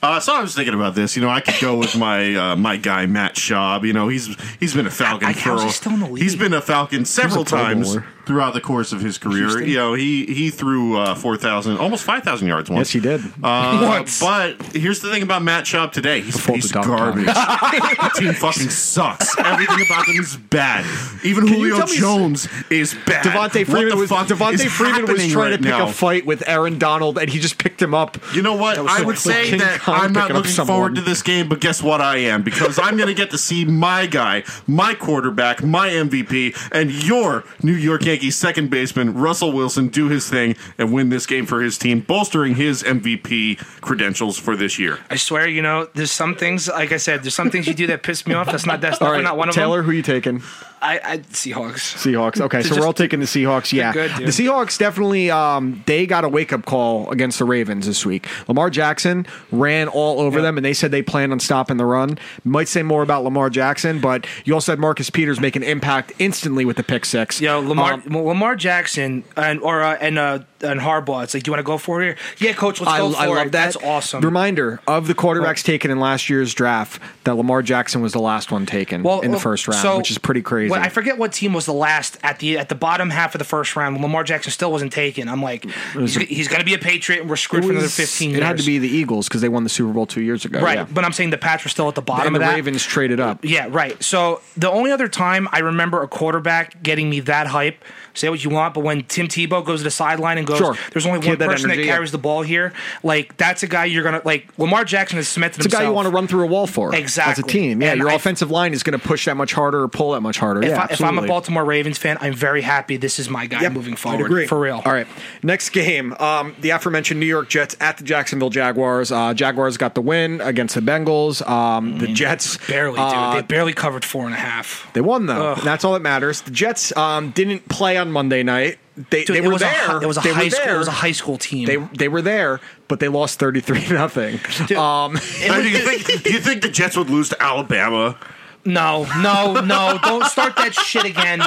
Uh, so I was thinking about this. You know, I could go with my uh, my guy Matt Schaub. You know, he's he's been a Falcon I- for how's he still in the league? he's been a Falcon several Pro times Bowler. throughout the course of his career. You know, he he threw uh, four thousand, almost five thousand yards once. Yes, he did. Uh, Once. But here's the thing about Matt Schaub today. He's, Before the he's dog garbage. the team fucking sucks. Everything about them is bad. Even you Julio tell me- Jones is bad. Devontae what the Freeman was fuck Devontae is Freeman was happening trying right to pick now? a fight with Aaron Donald, and he just picked him up. You know what? was I so would quick. say King that Kong I'm not picking up looking someone. forward to this game, but guess what? I am because I'm going to get to see my guy, my quarterback, my MVP, and your New York Yankees second baseman Russell Wilson do his thing and win this game for his team, bolstering his MVP credentials for this year. I swear, you know, there's some things, like I said, there's some things you do that piss me off. That's not that's All definitely right, not one of Taylor, them. who you taking? I, I Seahawks. Seahawks. Okay, so just- we're all taking the Seahawks. Yeah, good, the dude. Seahawks definitely. Um, they got a wake up call against the Ravens this week. Lamar Jackson ran all over them, and they said they planned on stopping the run. Might say more about Lamar Jackson, but you also had Marcus Peters make an impact instantly with the pick six. Yo, Lamar, Um, well, Lamar Jackson, and or uh, and uh, and Harbaugh. It's like, do you want to go for it? Here? Yeah, coach, let's I, go for I it. love that. That's awesome. Reminder of the quarterbacks taken in last year's draft that Lamar Jackson was the last one taken in the well, oh, first round, so- which is pretty crazy. well, I forget what team was the last at the at the bottom half of the first round. Lamar Jackson still wasn't taken. I'm like, he's, he's going to be a Patriot, and we're screwed for another 15 years. It had to be the Eagles because they won the Super Bowl two years ago. right, yeah. but I'm saying the Pats were still at the bottom and of the that. Ravens traded up. Yeah, right. So the only other time I remember a quarterback getting me that hype, say what you want, but when Tim Tebow goes to the sideline and goes, Sure. "There's only He had one that person energy, that yeah. carries the ball here," like that's a guy you're gonna like. Lamar Jackson has cemented It's a himself. guy you want to run through a wall for. As a Exactly. team. Yeah, And your I- offensive line is going to push that much harder or pull that much harder. If, yeah, I, if I'm a absolutely. Baltimore Ravens fan, I'm very happy. This is my guy moving forward. For real. All right. Next game, um, the aforementioned New York Jets at the Jacksonville Jaguars. Uh, Jaguars got the win against the Bengals. Um, the Jets Mm, Barely, dude. uh, they barely covered four and a half. They won though. And that's all that matters. The Jets um, didn't play on Monday night. They, Dude, they it were was there. A, hi- it was a they high were school. there. It was a high school team. They they were there, but they lost thirty three nothing. Um, I mean, you think you think the Jets would lose to Alabama? No, no, no. Don't start that shit again.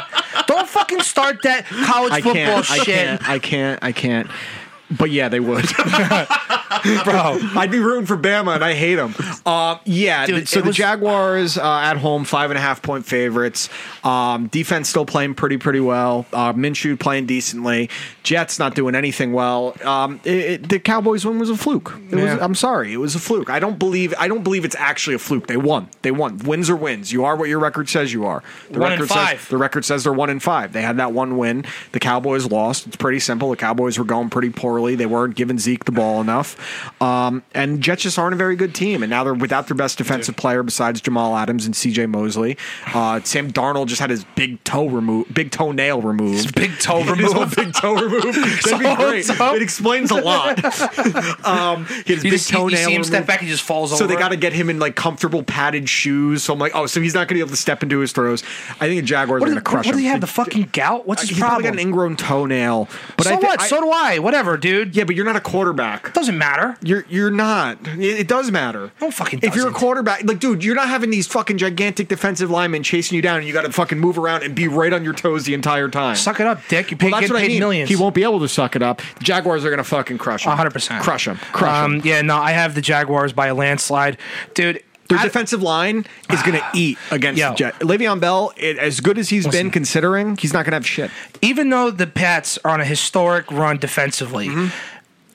Don't fucking start that college I football can't. I shit. can't. I can't. I can't. But yeah, they would, bro. I'd be rooting for Bama, and I hate them. Uh, yeah. Dude, th- so it the was- Jaguars uh, at home, five and a half point favorites. Um, defense still playing pretty pretty well. Uh, Minshew playing decently. Jets not doing anything well. Um, it, it- the Cowboys win was a fluke. It was, Yeah. I'm sorry, it was a fluke. I don't believe. I don't believe it's actually a fluke. They won. They won. Wins are wins. You are what your record says you are. The One and record five. Says, the record says they're one in five. They had that one win. The Cowboys lost. It's pretty simple. The Cowboys were going pretty poorly. They weren't giving Zeke the ball enough. Um, and Jets just aren't a very good team. And now they're without their best defensive player besides Jamal Adams and C.J. Mosley. Uh, Sam Darnold just had his big toe removed, big toenail removed. His big toe His whole removed. big toe removed. That'd be So- great. so- It explains a lot. um, he had his You, big just, you, you toenail see him step removed. back, he just falls So over. they got to get him in like comfortable padded shoes. So I'm like, oh, so he's not going to be able to step into his throws. I think the Jaguars What, are is, going to what, crush what do him. you have? The fucking gout? What's his He's probably problem? got an ingrown toenail. But so I thi- what? I- so do I. Whatever, dude. yeah, but you're not a quarterback. Doesn't matter. You're you're not. It, it does matter. No, fucking If you're a doesn't. quarterback, like dude, you're not having these fucking gigantic defensive linemen chasing you down, and you got to fucking move around and be right on your toes the entire time. Suck it up, dick. You're Well, paying, that's getting what I paid mean. millions. He won't be able to suck it up. The Jaguars are going to fucking crush him. 100%. Crush him. Crush him. Um, yeah, no, I have the Jaguars by a landslide. Dude, Their I- defensive line is going to eat against Yo. the Jet. Le'Veon Bell, it, as good as he's been, considering he's not going to have shit. Mm-hmm. even though the Pats are on a historic run defensively,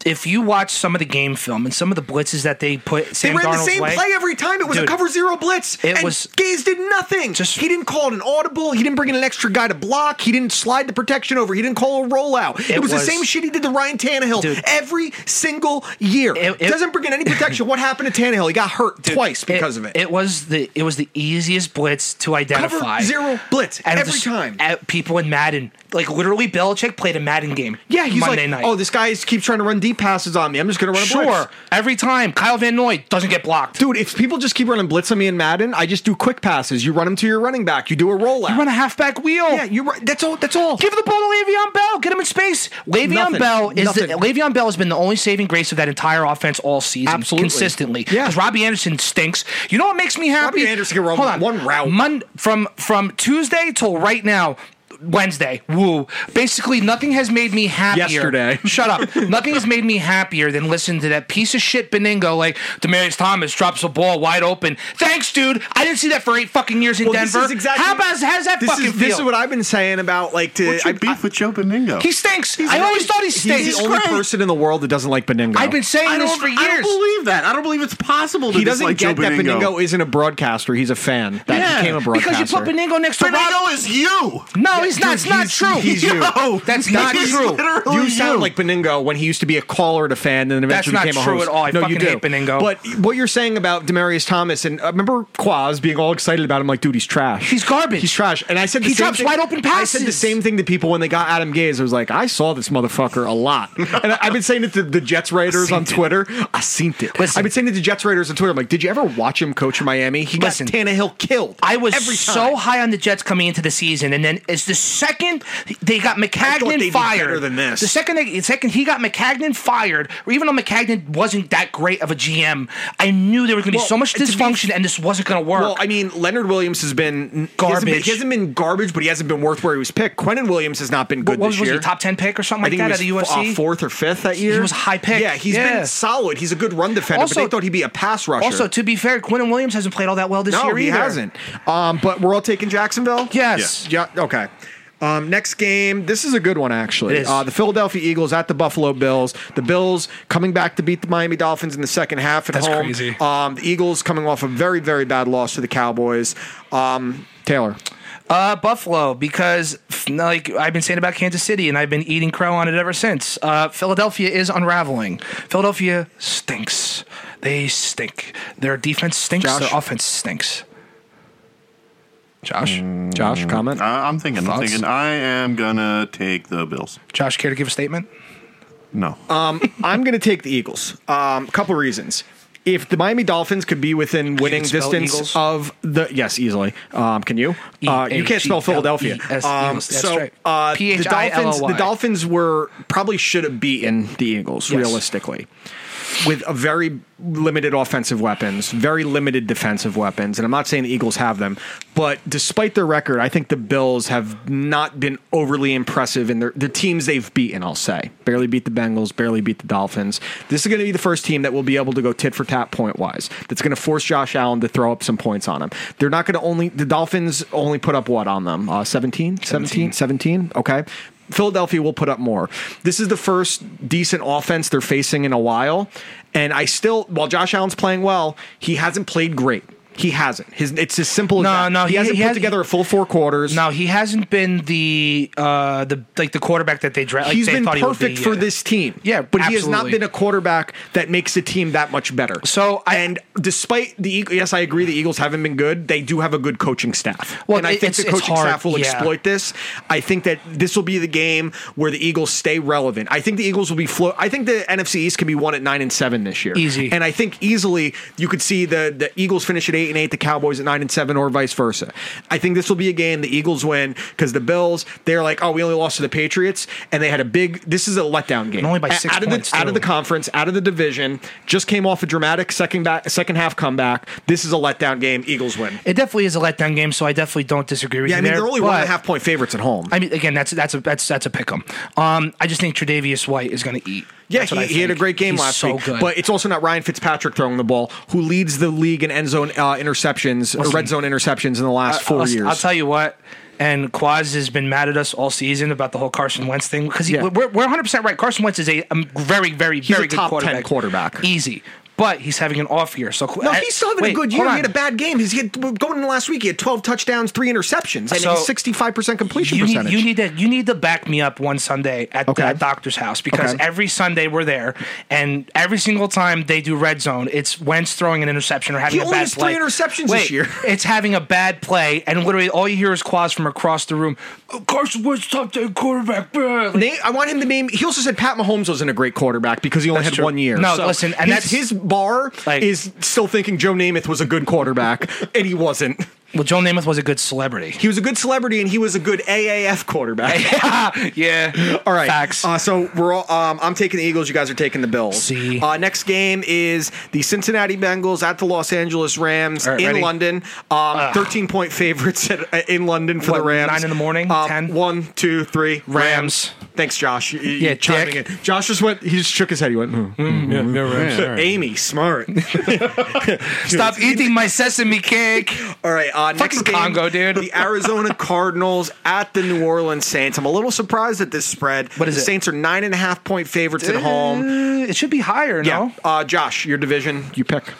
if you watch some of the game film and some of the blitzes that they put They Sam ran the Darnold's same way, play every time. It was Dude. a cover zero blitz. It and was- Gaze did nothing. Just- he didn't call it an audible. He didn't bring in an extra guy to block. He didn't slide the protection over. He didn't call a rollout. It, It was, was- the same shit he did to Ryan Tannehill Dude. every single year. It- it- Doesn't bring in any protection. what happened to Tannehill? He got hurt twice because of it. It was the it was the easiest blitz to identify. zero blitz every just- time. at people in Madden, like literally, Belichick played a Madden game. yeah, he's Monday like, night. oh, this guy is, keeps trying to run deep passes on me. I'm just going to run a blitz. sure. Every time Kyle Van Noy doesn't get blocked. Dude, if people just keep running blitz on me in Madden, I just do quick passes. You run them to your running back. You do a rollout. You run a halfback wheel. yeah, you run, that's all. That's all. Give the ball to Le'Veon Bell. Get him in space. Le'Veon Nothing. Bell is the, Nothing. Le'Veon Bell has been the only saving grace of that entire offense all season, Absolutely. consistently. Yeah. because Robbie Anderson stinks. You know what makes me happy? Robbie Anderson can run one route. Mon- from from Tuesday till right now. Wednesday, woo. Basically, nothing has made me happier. Yesterday. Shut up. nothing has made me happier than listening to that piece of shit Beningo like Demarius Thomas drops a ball wide open. Thanks, dude. I didn't see that for eight fucking years in Well, Denver. This is exactly, How about how's that this fucking is, feel? This is what I've been saying about like to. What's your I- beef with Joe Beningo? He stinks. I always thought he stinks. He's the only person in the world that doesn't like Beningo. I've been saying I this don't, for years. I don't believe that. I don't believe it's possible. To he doesn't dislike get Joe that Beningo. Beningo. isn't a broadcaster. He's a fan that Yeah. became a because broadcaster. you put Beningo next to Rob. Beningo is you. No, he's not. Dude, It's not he's- true. he's you. no, that's not He's true. literally You sound like Beningo when he used to be a caller to fan, and then That's eventually not became a true host. at all. I no, you fucking do. hate Beningo. But what you're saying about Demarius Thomas, and uh, remember Quaz being all excited about him, like, dude, he's trash. He's garbage. He's trash. And I said the He same drops thing- wide open I said the passes. same thing to people when they got Adam Gaze. I was like, I saw this motherfucker a lot, and I, I've been saying it to the Jets Raiders on Twitter. I seen it. Listen. I've been saying it to Jets Raiders on Twitter. I'm like, did you ever watch him coach in Miami? He Listen. got Tannehill killed. I was every so time. high on the Jets coming into the season, and then as the second they got McCagnon they'd be fired, better than this. the second they, the second he got McCagnon fired, or even though McCagnon wasn't that great of a GM, I knew there was going to Well, be so much to be- dysfunction, and this wasn't going to work. Well, I mean, Leonard Williams has been he hasn't been- Garbage. He hasn't been, garbage, but he hasn't been worth where he was picked. Quentin Williams has not been good what what this was year. he top ten pick or something I like think that at he the was USC? uh, fourth or fifth that year. was a high pick. Yeah, he's Yeah. been solid. He's a good run defender, Also- but they thought he'd be a pass rusher. Also, to be fair, Quinn Williams hasn't played all that well this no, year he either. hasn't. Um, but we're all taking Jacksonville. Yes. Yeah. Okay. Um, next game. This is a good one, actually. It is. Uh, the Philadelphia Eagles at the Buffalo Bills. The Bills coming back to beat the Miami Dolphins in the second half at That's home. crazy. Um, the Eagles coming off a very, very bad loss to the Cowboys. Um, Taylor. Uh, Buffalo, because f- like I've been saying about Kansas City, and I've been eating crow on it ever since. Uh, Philadelphia is unraveling. Philadelphia stinks. They stink. Their defense stinks. Josh? Their offense stinks. Josh, Mm. Josh, comment. I, Uh, I'm thinking. I'm Thoughts? thinking. I am gonna take the Bills. Josh, care to give a statement? No. I'm going to take the Eagles. Um, couple reasons. If the Miami Dolphins could be within winning spell distance Eagles? of the yes easily, um, can you? Uh, you can't E spell Philadelphia. E-A-G-L-E-S, Um, Eagles, that's so right. uh, the Dolphins, P-H-I-L-L-Y. the Dolphins were probably should have beaten the Eagles Yes. realistically, with a very limited offensive weapons, very limited defensive weapons, and I'm not saying the Eagles have them, but despite their record, I think the Bills have not been overly impressive in their the teams they've beaten. I'll say barely beat the Bengals, barely beat the Dolphins. This is going to be the first team that will be able to go tit for tat point wise. That's going to force Josh Allen to throw up some points on him. They're not going to only the Dolphins only put up what on them uh, 17? 17, 17, Okay. Philadelphia will put up more. This is the first decent offense they're facing in a while. And I still, while Josh Allen's playing well, he hasn't played great. He hasn't. His, it's as simple as No, that. no, He, he- hasn't he put has- together a full four quarters. No, he hasn't been the uh, the like the quarterback that they drafted. He's like, they been thought he would perfect be, uh, for yeah. this team. Yeah, but he has not absolutely. been a quarterback that makes a team that much better. So I- and despite the Eag- yes, I agree the Eagles haven't been good. They do have a good coaching staff, Well, and I it- think it's- the it's coaching hard, staff will yeah. exploit this. I think that this will be the game where the Eagles stay relevant. I think the Eagles will be float. I think the NFC East can be won at nine and seven this year, Easy. And I think easily you could see the the Eagles finish at eight and eight, the Cowboys at nine and seven, or vice versa. I think this will be a game the Eagles win because the Bills they're like, oh, we only lost to the Patriots, and they had a big. This is a letdown game, And only by A- six out points, of the out of the too. conference, out of the division. Just came off a dramatic second back second half comeback. This is a letdown game. Eagles win. It definitely is a letdown game, so I definitely don't disagree with Yeah, I you mean there, they're only one and a but- half point favorites at home. I mean, again, that's that's a that's that's a pick 'em. Um, I just think Tre'Davious White is going to eat. Yeah, That's what he, I he had a think. great game He's last so week. Good. But it's also not Ryan Fitzpatrick throwing the ball, who leads the league in end zone uh, interceptions, or red zone interceptions in the last four I'll, years. I'll tell you what. And Quaz has been mad at us all season about the whole Carson Wentz thing because Yeah. we're, we're 100% right. Carson Wentz is a um, very, very, He's a very good top 10 quarterback. quarterback. Easy. But he's having an off year. So No, he's still having a good year. He on. had a bad game. He's he had, going into last week. He had twelve touchdowns, three interceptions, and So- a sixty-five percent completion you percentage. Need, you need to you need to back me up one Sunday at Okay. the doctor's house because Okay. every Sunday we're there, and every single time they do red zone, it's Wentz throwing an interception or He having a only bad has three play. interceptions this Wait, year. It's having a bad play, and literally all you hear is Quaz from across the room. "Oh, Carson Wentz, top ten quarterback. bruh." Like, Nate, I want him to name. He also said Pat Mahomes wasn't a great quarterback because he only That's had true. one year. No, listen, and his, that's- his bar Like- is still thinking Joe Namath was a good quarterback, and he wasn't. Well, Joe Namath was a good celebrity. He was a good celebrity, and he was a good AAF quarterback. yeah. All right. Facts. Uh, so we're all, um, I'm taking the Eagles. You guys are taking the Bills. See. Uh, next game is the Cincinnati Bengals at the Los Angeles Rams All right, in ready? London. Um, 13 point favorites at, uh, in London for What, the Rams. nine in the morning? Um, Ten? One, two, three. Rams. Thanks, Josh. You- you Yeah, chiming dick. in. Josh just went. He just shook his head. He went. hmm. Amy, smart. Stop eating my sesame cake. All right, uh, next Fucking game, Congo, dude. The Arizona Cardinals at the New Orleans Saints. I'm a little surprised at this spread. What is the it? Saints are nine and a half point favorites at home. Uh, It should be higher, no? Uh, Josh, your division, you pick.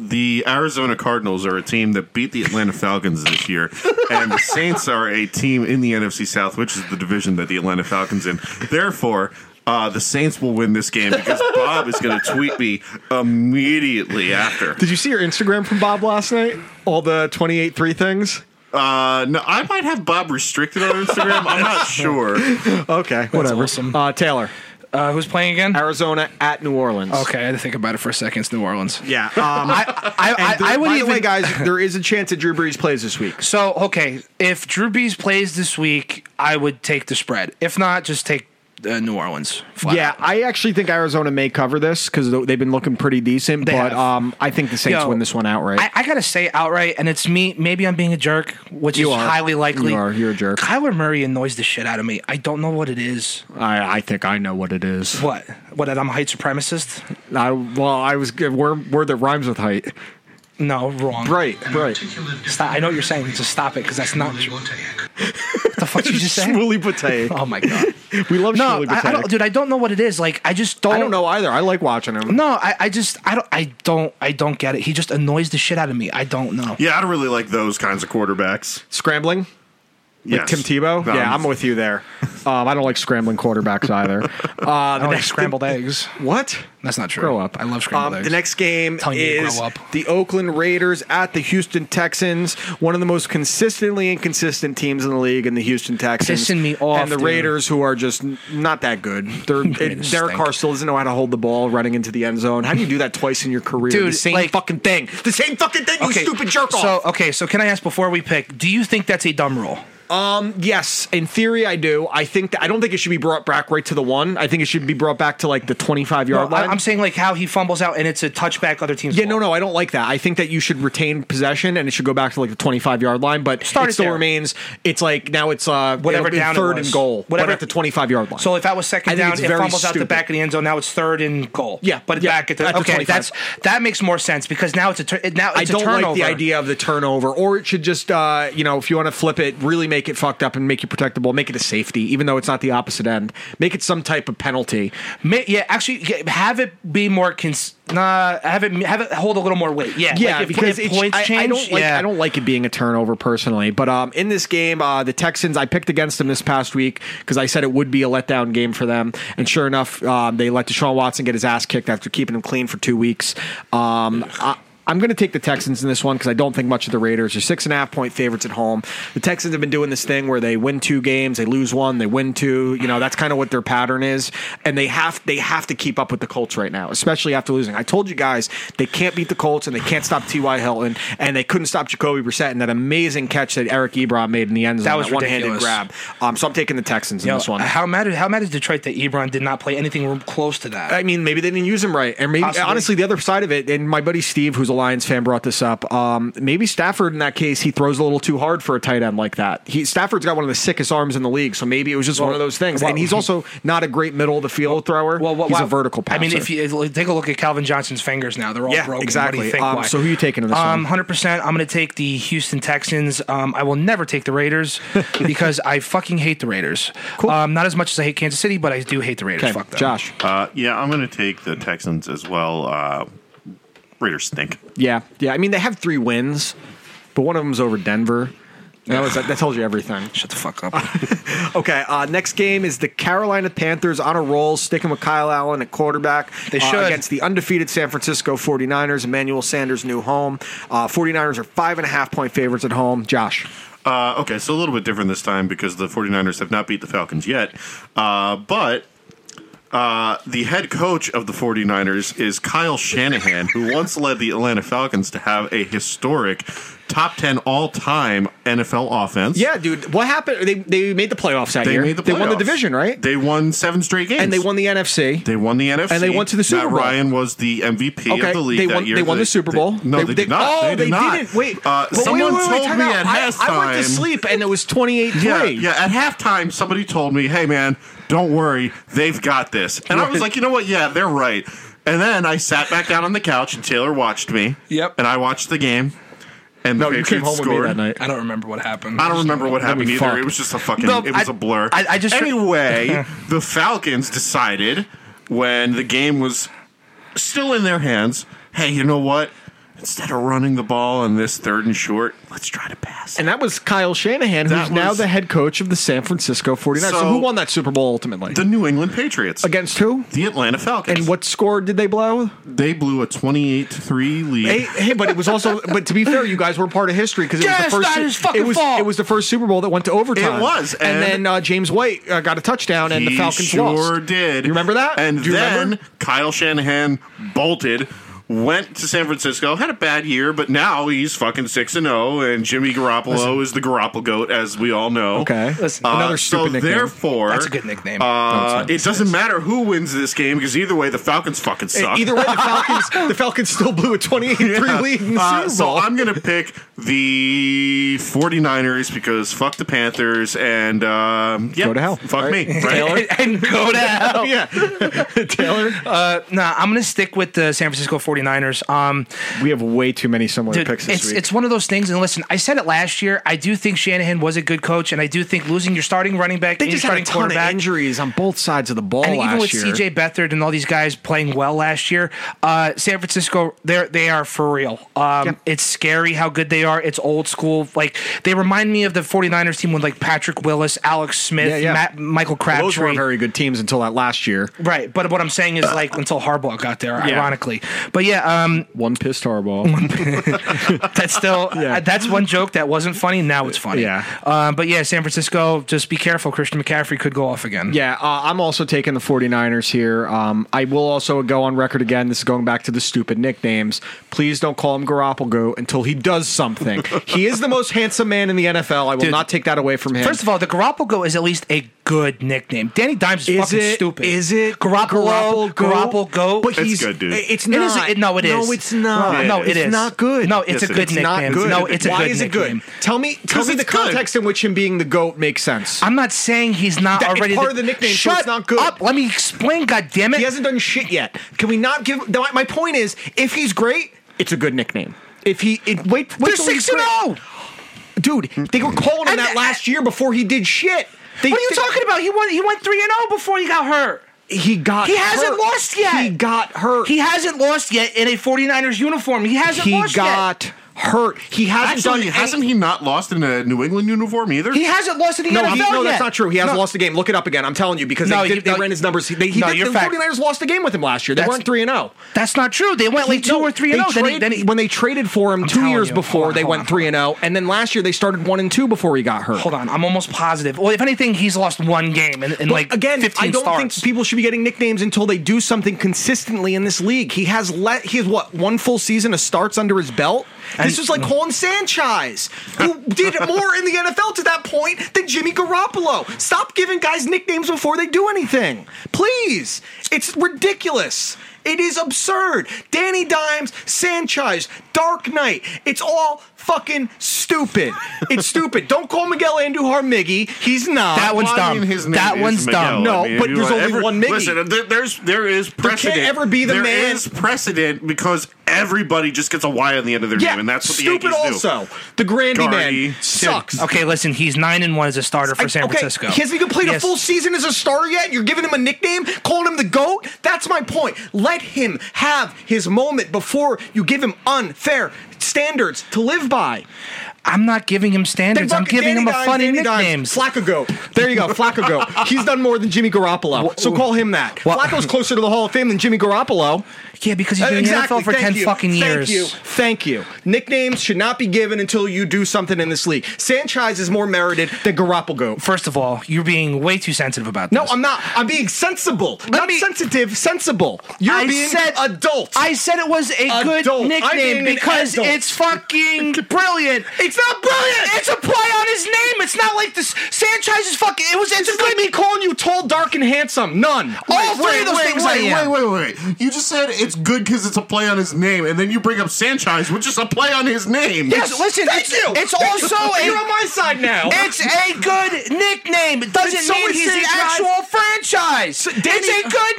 The Arizona Cardinals are a team that beat the Atlanta Falcons this year, and the Saints are a team in the NFC South, which is the division that the Atlanta Falcons in. Therefore, uh, the Saints will win this game because Bob is going to tweet me immediately after. Did you see your Instagram from Bob last night? All the 28 3 things? Uh, no, I might have Bob restricted on Instagram. I'm not sure. Okay, whatever. awesome. Uh, Taylor, Uh, who's playing again? Arizona at New Orleans. Okay, I had to think about it for a second. It's New Orleans. Yeah. Um, I, I, and I, there- I would by even the way, guys, there is a chance that Drew Brees plays this week. So okay, if Drew Brees plays this week, I would take the spread. If not, just take uh, New Orleans. Flat Yeah, out. I actually think Arizona may cover this because they've been looking pretty decent. They but have. um, I think the Saints Yo, win this one outright. I, I gotta say outright, and it's me. Maybe I'm being a jerk, which You is are. highly likely. You are. You're a jerk. Kyler Murray annoys the shit out of me. I don't know what it is. I, I think I know what it is. What? What? That I'm a white supremacist? I, well, I was we're we're that rhymes with height. No, wrong. Right, right. Stop. I know what you're saying. Just stop it, because that's not. true. what the fuck did you just say? Shmuley Patek. Oh my god. we love No, Shmuley I, I Patek. don't, dude. I don't know what it is. Like, I just don't. I don't know either. I like watching him. No, I, I just I don't I don't I don't get it. He just annoys the shit out of me. I don't know. Yeah, I don't really like those kinds of quarterbacks. Scrambling. Like Yes. Tim Tebow? Um, yeah, I'm with you there. Um, I don't like scrambling quarterbacks either. Uh, I the like next scrambled eggs. what? That's not true. Grow up. I love scrambled Um, eggs. the next game Telling you to is grow up. the Oakland Raiders at the Houston Texans, one of the most consistently inconsistent teams in the league, and the Houston Texans. Pissing me off, And the dude. Raiders, who are just n- not that good. They're, it, Raiders Derek stink. Carr still doesn't know how to hold the ball running into the end zone. How do you do that twice in your career? Dude, the same like- fucking thing. The same fucking thing, you stupid jerk off. So okay, so can I ask before we pick, do you think that's a dumb rule? Yes, in theory, I do. I think that I don't think it should be brought back right to the one. I think it should be brought back to like the twenty-five yard I, line. am saying like how he fumbles out and it's a touchback other team's yeah, ball. no, no, I don't like that. I think that you should retain possession and it should go back to like the twenty-five yard line. But Start it it still there. remains. It's like now it's uh Whatever it'll be down it third and was. goal, whatever Whatever- at the twenty-five yard line. So if that was second I think down, it's it very fumbles out the stupid. back of the end zone. Now it's third and goal. Yeah, but yeah, back at the at the okay. 25. that's that makes more sense because now it's a tur- it, now I it's don't a turnover. like the idea of the turnover, or it should just, uh, you know, if you want to flip it, really make it fucked up and make you protectable, make it a safety, even though it's not the opposite end. Make it some type of penalty. Ma- yeah, actually, yeah, have it be more cons. Nah, have it have it hold a little more weight. Yeah, Yeah, like if, because if it's- points I, change. I don't like yeah. I don't like it being a turnover personally. But um, in this game, uh, the Texans I picked against them this past week because I said it would be a letdown game for them, and sure enough, um, they let Deshaun Watson get his ass kicked after keeping him clean for two weeks. Um, I, I'm going to take the Texans in this one because I don't think much of the Raiders are six and a half point favorites at home. The Texans have been doing this thing where they win two games, they lose one, they win two. You know that's kind of what their pattern is, and they have they have to keep up with the Colts right now, especially after losing. I told you guys they can't beat the Colts and they can't stop T.Y. Hilton and they couldn't stop Jacoby Brissett and that amazing catch that Eric Ebron made in the end zone. That was one-handed ridiculous. grab. Um, so I'm taking the Texans in Yo, this one. How mad? How mad is Detroit that Ebron did not play anything close to that? I mean, maybe they didn't use him right, and maybe Possibly. honestly, the other side of it. And my buddy Steve, who's a Lions fan brought this up. Um, maybe Stafford in that case he throws a little too hard for a tight end like that. He Stafford's got one of the sickest arms in the league, so maybe it was just one of those things. well- and he's also not a great middle of the field thrower. Well, what, he's why- a vertical passer. I mean, if you if you take a look at Calvin Johnson's fingers now, they're all Yeah, broken. exactly. What do you think, Um, why? so who you taking in this Um, one? hundred percent. I'm going to take the Houston Texans. Um, I will never take the Raiders because I fucking hate the Raiders. Cool. Um, not as much as I hate Kansas City, but I do hate the Raiders. okay, Fuck them. Josh. Uh, yeah, I'm going to take the Texans as well. Uh, Raiders stink. Yeah, yeah. I mean, they have three wins, but one of them's over Denver. That, was, that tells you everything. Shut the fuck up. Okay, uh, next game is the Carolina Panthers on a roll, sticking with Kyle Allen at quarterback. They uh, should. against the undefeated San Francisco 49ers, Emmanuel Sanders' new home. Uh, 49ers are five and a half point favorites at home. Josh. Uh, okay, so a little bit different this time because the 49ers have not beat the Falcons yet. Uh, but uh, the head coach of the 49ers is Kyle Shanahan, who once led the Atlanta Falcons to have a historic top 10 all time NFL offense. Yeah, dude, what happened? They, they made the playoffs that They year. made the they won the playoffs. division, right? They won seven straight games. and they won the NFC. They won the NFC. And they went to the Super Matt Bowl. Ryan was the MVP Okay, of the league they that won- year. they won the Super Bowl. They, no, They- they, they- did oh, not. they did they not. didn't. Wait, uh, but wait, someone wait, wait, wait, told time me out. at I- halftime. I went to sleep and it was 28 Yeah, 3. yeah. At halftime, somebody told me, "Hey, man, don't worry, they've got this." And I was like, "You know what? Yeah, they're right." And then I sat back down on the couch, and Taylor watched me. Yep. And I watched the game. And No, you the came Patriots home with me scored. that night. I don't remember what happened. I don't remember what happened we either. fucked. It was just a fucking. No, it was I- a blur. I- I just- anyway, the Falcons decided when the game was still in their hands. Hey, you know what? Instead of running the ball on this third and short, let's try to pass. And that was Kyle Shanahan, who's That now was- the head coach of the San Francisco 49ers. So, So- who won that Super Bowl ultimately? the New England Patriots Against who? the Atlanta Falcons. And what score did they blow? They blew a 28 3 lead. Hey, hey, but it was also. But to be fair, you guys were part of history because it was Yeah, the it's not first. his fucking it was fault. it was the first Super Bowl that went to overtime. It was, and, and- then uh, James White uh, got a touchdown, and the He Falcons sure lost. did. You remember that? And Do you then remember? Kyle Shanahan bolted, went to San Francisco, had a bad year, but now he's fucking 6 and 0 and Jimmy Garoppolo is the Garoppolo goat as we all know. Okay, Listen, Uh, another stupid so nickname. therefore That's a good nickname. Uh, it doesn't matter who wins this game because either way the Falcons fucking suck. Either way, the Falcons the Falcons still blew a twenty eight three Yeah. lead in the Uh, Super Bowl. So I'm going to pick the 49ers because fuck the Panthers and um, yeah, Go to hell. Fuck Right. me. Taylor? and go to hell. yeah, Taylor. Nah, I'm going to stick with the San Francisco 49ers. Um, we have way too many similar Dude, picks this it's, week. it's one of those things. And listen, I said it last year. I do think Shanahan was a good coach, and I do think losing your starting running back, they and your just had a starting ton of quarterback, injuries on both sides of the ball and even last with year. CJ Beathard and all these guys playing well last year, uh, San Francisco, they they are for real. Um, Yep. It's scary how good they are. It's old school. Like they remind me of the 49ers team with like Patrick Willis, Alex Smith, Yeah, yeah. Matt, Michael Those Crabtree. weren't very good teams until that last year. Right, but what I'm saying is like until Harbaugh got there, Yeah. ironically. But yeah, um, One pissed Harbaugh. that's still uh, that's one joke that wasn't funny. Now it's funny. Yeah. Um, but yeah, San Francisco, just be careful. Christian McCaffrey could go off again. yeah, uh, I'm also taking the 49ers here. Um, I will also go on record again. This is going back to the stupid nicknames. Please don't call him Garoppolo until he does something. he is the most handsome man in the NFL. I will Dude. not take that away from him. First of all, the Garoppolo is at least a good nickname. Danny Dimes is, is fucking it stupid. Is it Garoppolo? Garoppolo go. But It's he's good, dude. It's It not. is- it- no, it is. No, it's not. No, no, it it's is. not good. No, it's Yes, a it good is. It's nickname. not good. No, it's a Why good is nickname. it good? Tell me. Tell 'Cause me the it's good. context in which him being the goat makes sense. I'm not saying he's not That- it's already part of the nickname, so Shut it's not good. up. Let me explain. God damn it. He hasn't done shit yet. Can we not give? My, my point is, if he's great, it's a good nickname. If he it, wait, wait They're till he's six and oh. great. zero. dude. They were calling him And- uh, that last year before he did shit. They, What are you they- talking about? He won. He went three and zero before he got hurt. He got. He hasn't hurt. lost yet. He got hurt. He hasn't lost yet in a 49ers uniform. He hasn't He lost got hurt. He hasn't Actually, done. hasn't any- he not lost in a New England uniform either? yet. He hasn't lost in the No, NFL he, no, yet. that's not true. He hasn't lost a game. Look it up again. I'm telling you because No, they, did, you- they no, ran his numbers. They, he no, did, you're the fact. 49ers lost a game with him last year. They That's- weren't three and oh. zero. That's not true. They went like two No, or three they and oh. Then, he- traded- then he, when they traded for him two telling years you. before, Hold on, they hold went on, three and zero, and then last year they started one and two before he got hurt. hold on. I'm almost positive. Well, if anything, he's lost one game in, in But like again, 15 I don't starts. think people should be getting nicknames until they do something consistently in this league. He has let he has what one full season of starts under his belt. this is like Colin Sanchez, who did more in the NFL to that point than Jimmy Garoppolo. Stop giving guys nicknames before they do anything, please. It's ridiculous. It is absurd. Danny Dimes, Sanchez, Dark Knight. It's all fucking stupid. It's stupid. Don't call Miguel Andujar Miggy. He's not. That one's Well, I mean, dumb. his name That is one's Miguel. dumb. No, I mean, but you there's want only one Miggy. Listen, there, there's there is can't precedent. ever be the There man- is precedent because everybody just gets a Y on the end of their yeah, name, and that's what the stupid. Yankees do. also, the Grandy Guardy. man sucks. Okay, listen, he's nine and one as a starter for I- San Francisco. He hasn't even played a Yes. full season as a starter yet. You're giving him a nickname, calling him the GOAT? That's my point. Let him have his moment before you give him unfair standards to live by. I'm not giving him standards. I'm fucking giving Danny him a Dimes, funny Danny Dimes. nickname. Flacco GOAT. There you go, Flacco GOAT. He's done more than Jimmy Garoppolo, so call him that. Wha- Flacco's closer to the Hall of Fame than Jimmy Garoppolo. Yeah, because he's Uh, been in the NFL for Thank ten you. fucking years. Thank you. Thank you. Nicknames should not be given until you do something in this league. Sanchez is more merited than Garoppolo. First of all, you're being way too sensitive about No, this. I'm not. I'm being sensible. not me- sensitive, sensible. You're I being said- adult. I said it was a Adult. good I mean nickname an because adult. it's fucking brilliant. it's not brilliant. It's a play on his name. It's not like this. Sanchez is fucking. It was. It's a It's like good. me calling you tall, dark, and handsome. None. All three of those wait, things wait, I am. Wait, wait, wait. You just said it's good because it's a play on his name, and then you bring up Sanchez, which is a play on his name. Yes, listen. Thank it's, you. It's also you're a. on my side now. It's a good nickname. It doesn't And so mean is he's the Sanchez. actual franchise. Danny- it's a good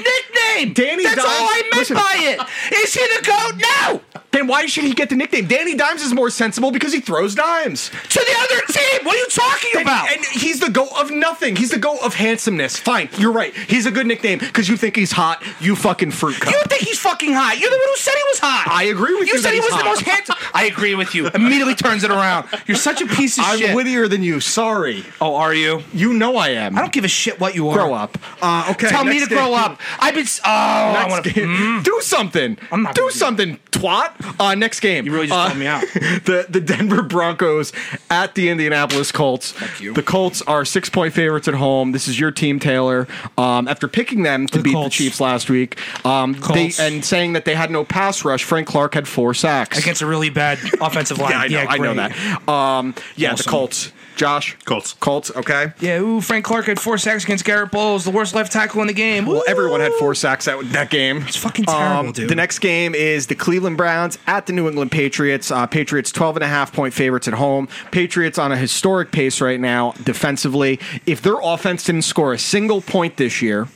nickname. Danny That's all Dimes- I meant listen. by it. Is he the goat? No. then why should he get the nickname? Danny Dimes is more sensible because he throws dimes. To the other team. What are you talking And, about? and he's the goat of nothing. He's the goat of handsomeness. Fine, you're right. He's a good nickname because you think he's hot. You fucking fruit cup. You think he's fucking hot. You're the one who said he was hot. I agree with you You said that he he's was the hot. most handsome. I agree with you. Immediately turns it around. You're such a piece of I'm shit. wittier than you. Sorry, oh, are you? you know I am. I don't give a shit what you are. grow up. Uh, okay, Tell me next to grow game. up. I've been. s- Oh, I Next want to. game. Do something. I'm not Do gonna do something, twat. Uh, next game. You really just Uh, called me out. The the Denver Broncos at the Indianapolis Colts. you. The Colts are six point favorites at home. This is your team, Taylor. Um, after picking them to The beat Colts. the Chiefs last week, um, they, Colts. and saying that they had no pass rush, Frank Clark had four sacks. Against a really bad offensive line. yeah, I know, I know great. that. Um, yeah, Awesome. the Colts. Josh. Colts. Colts. Okay. Yeah, ooh, Frank Clark had four sacks against Garrett Bowles, the worst left tackle in the game. Well, Ooh. everyone had four sacks that, that game. It's fucking terrible, dude. Um, The next game is the Cleveland Browns at the New England Patriots. Uh, Patriots 12 and a half point favorites at home. Patriots on a historic pace right now defensively. If their offense didn't score a single point this year,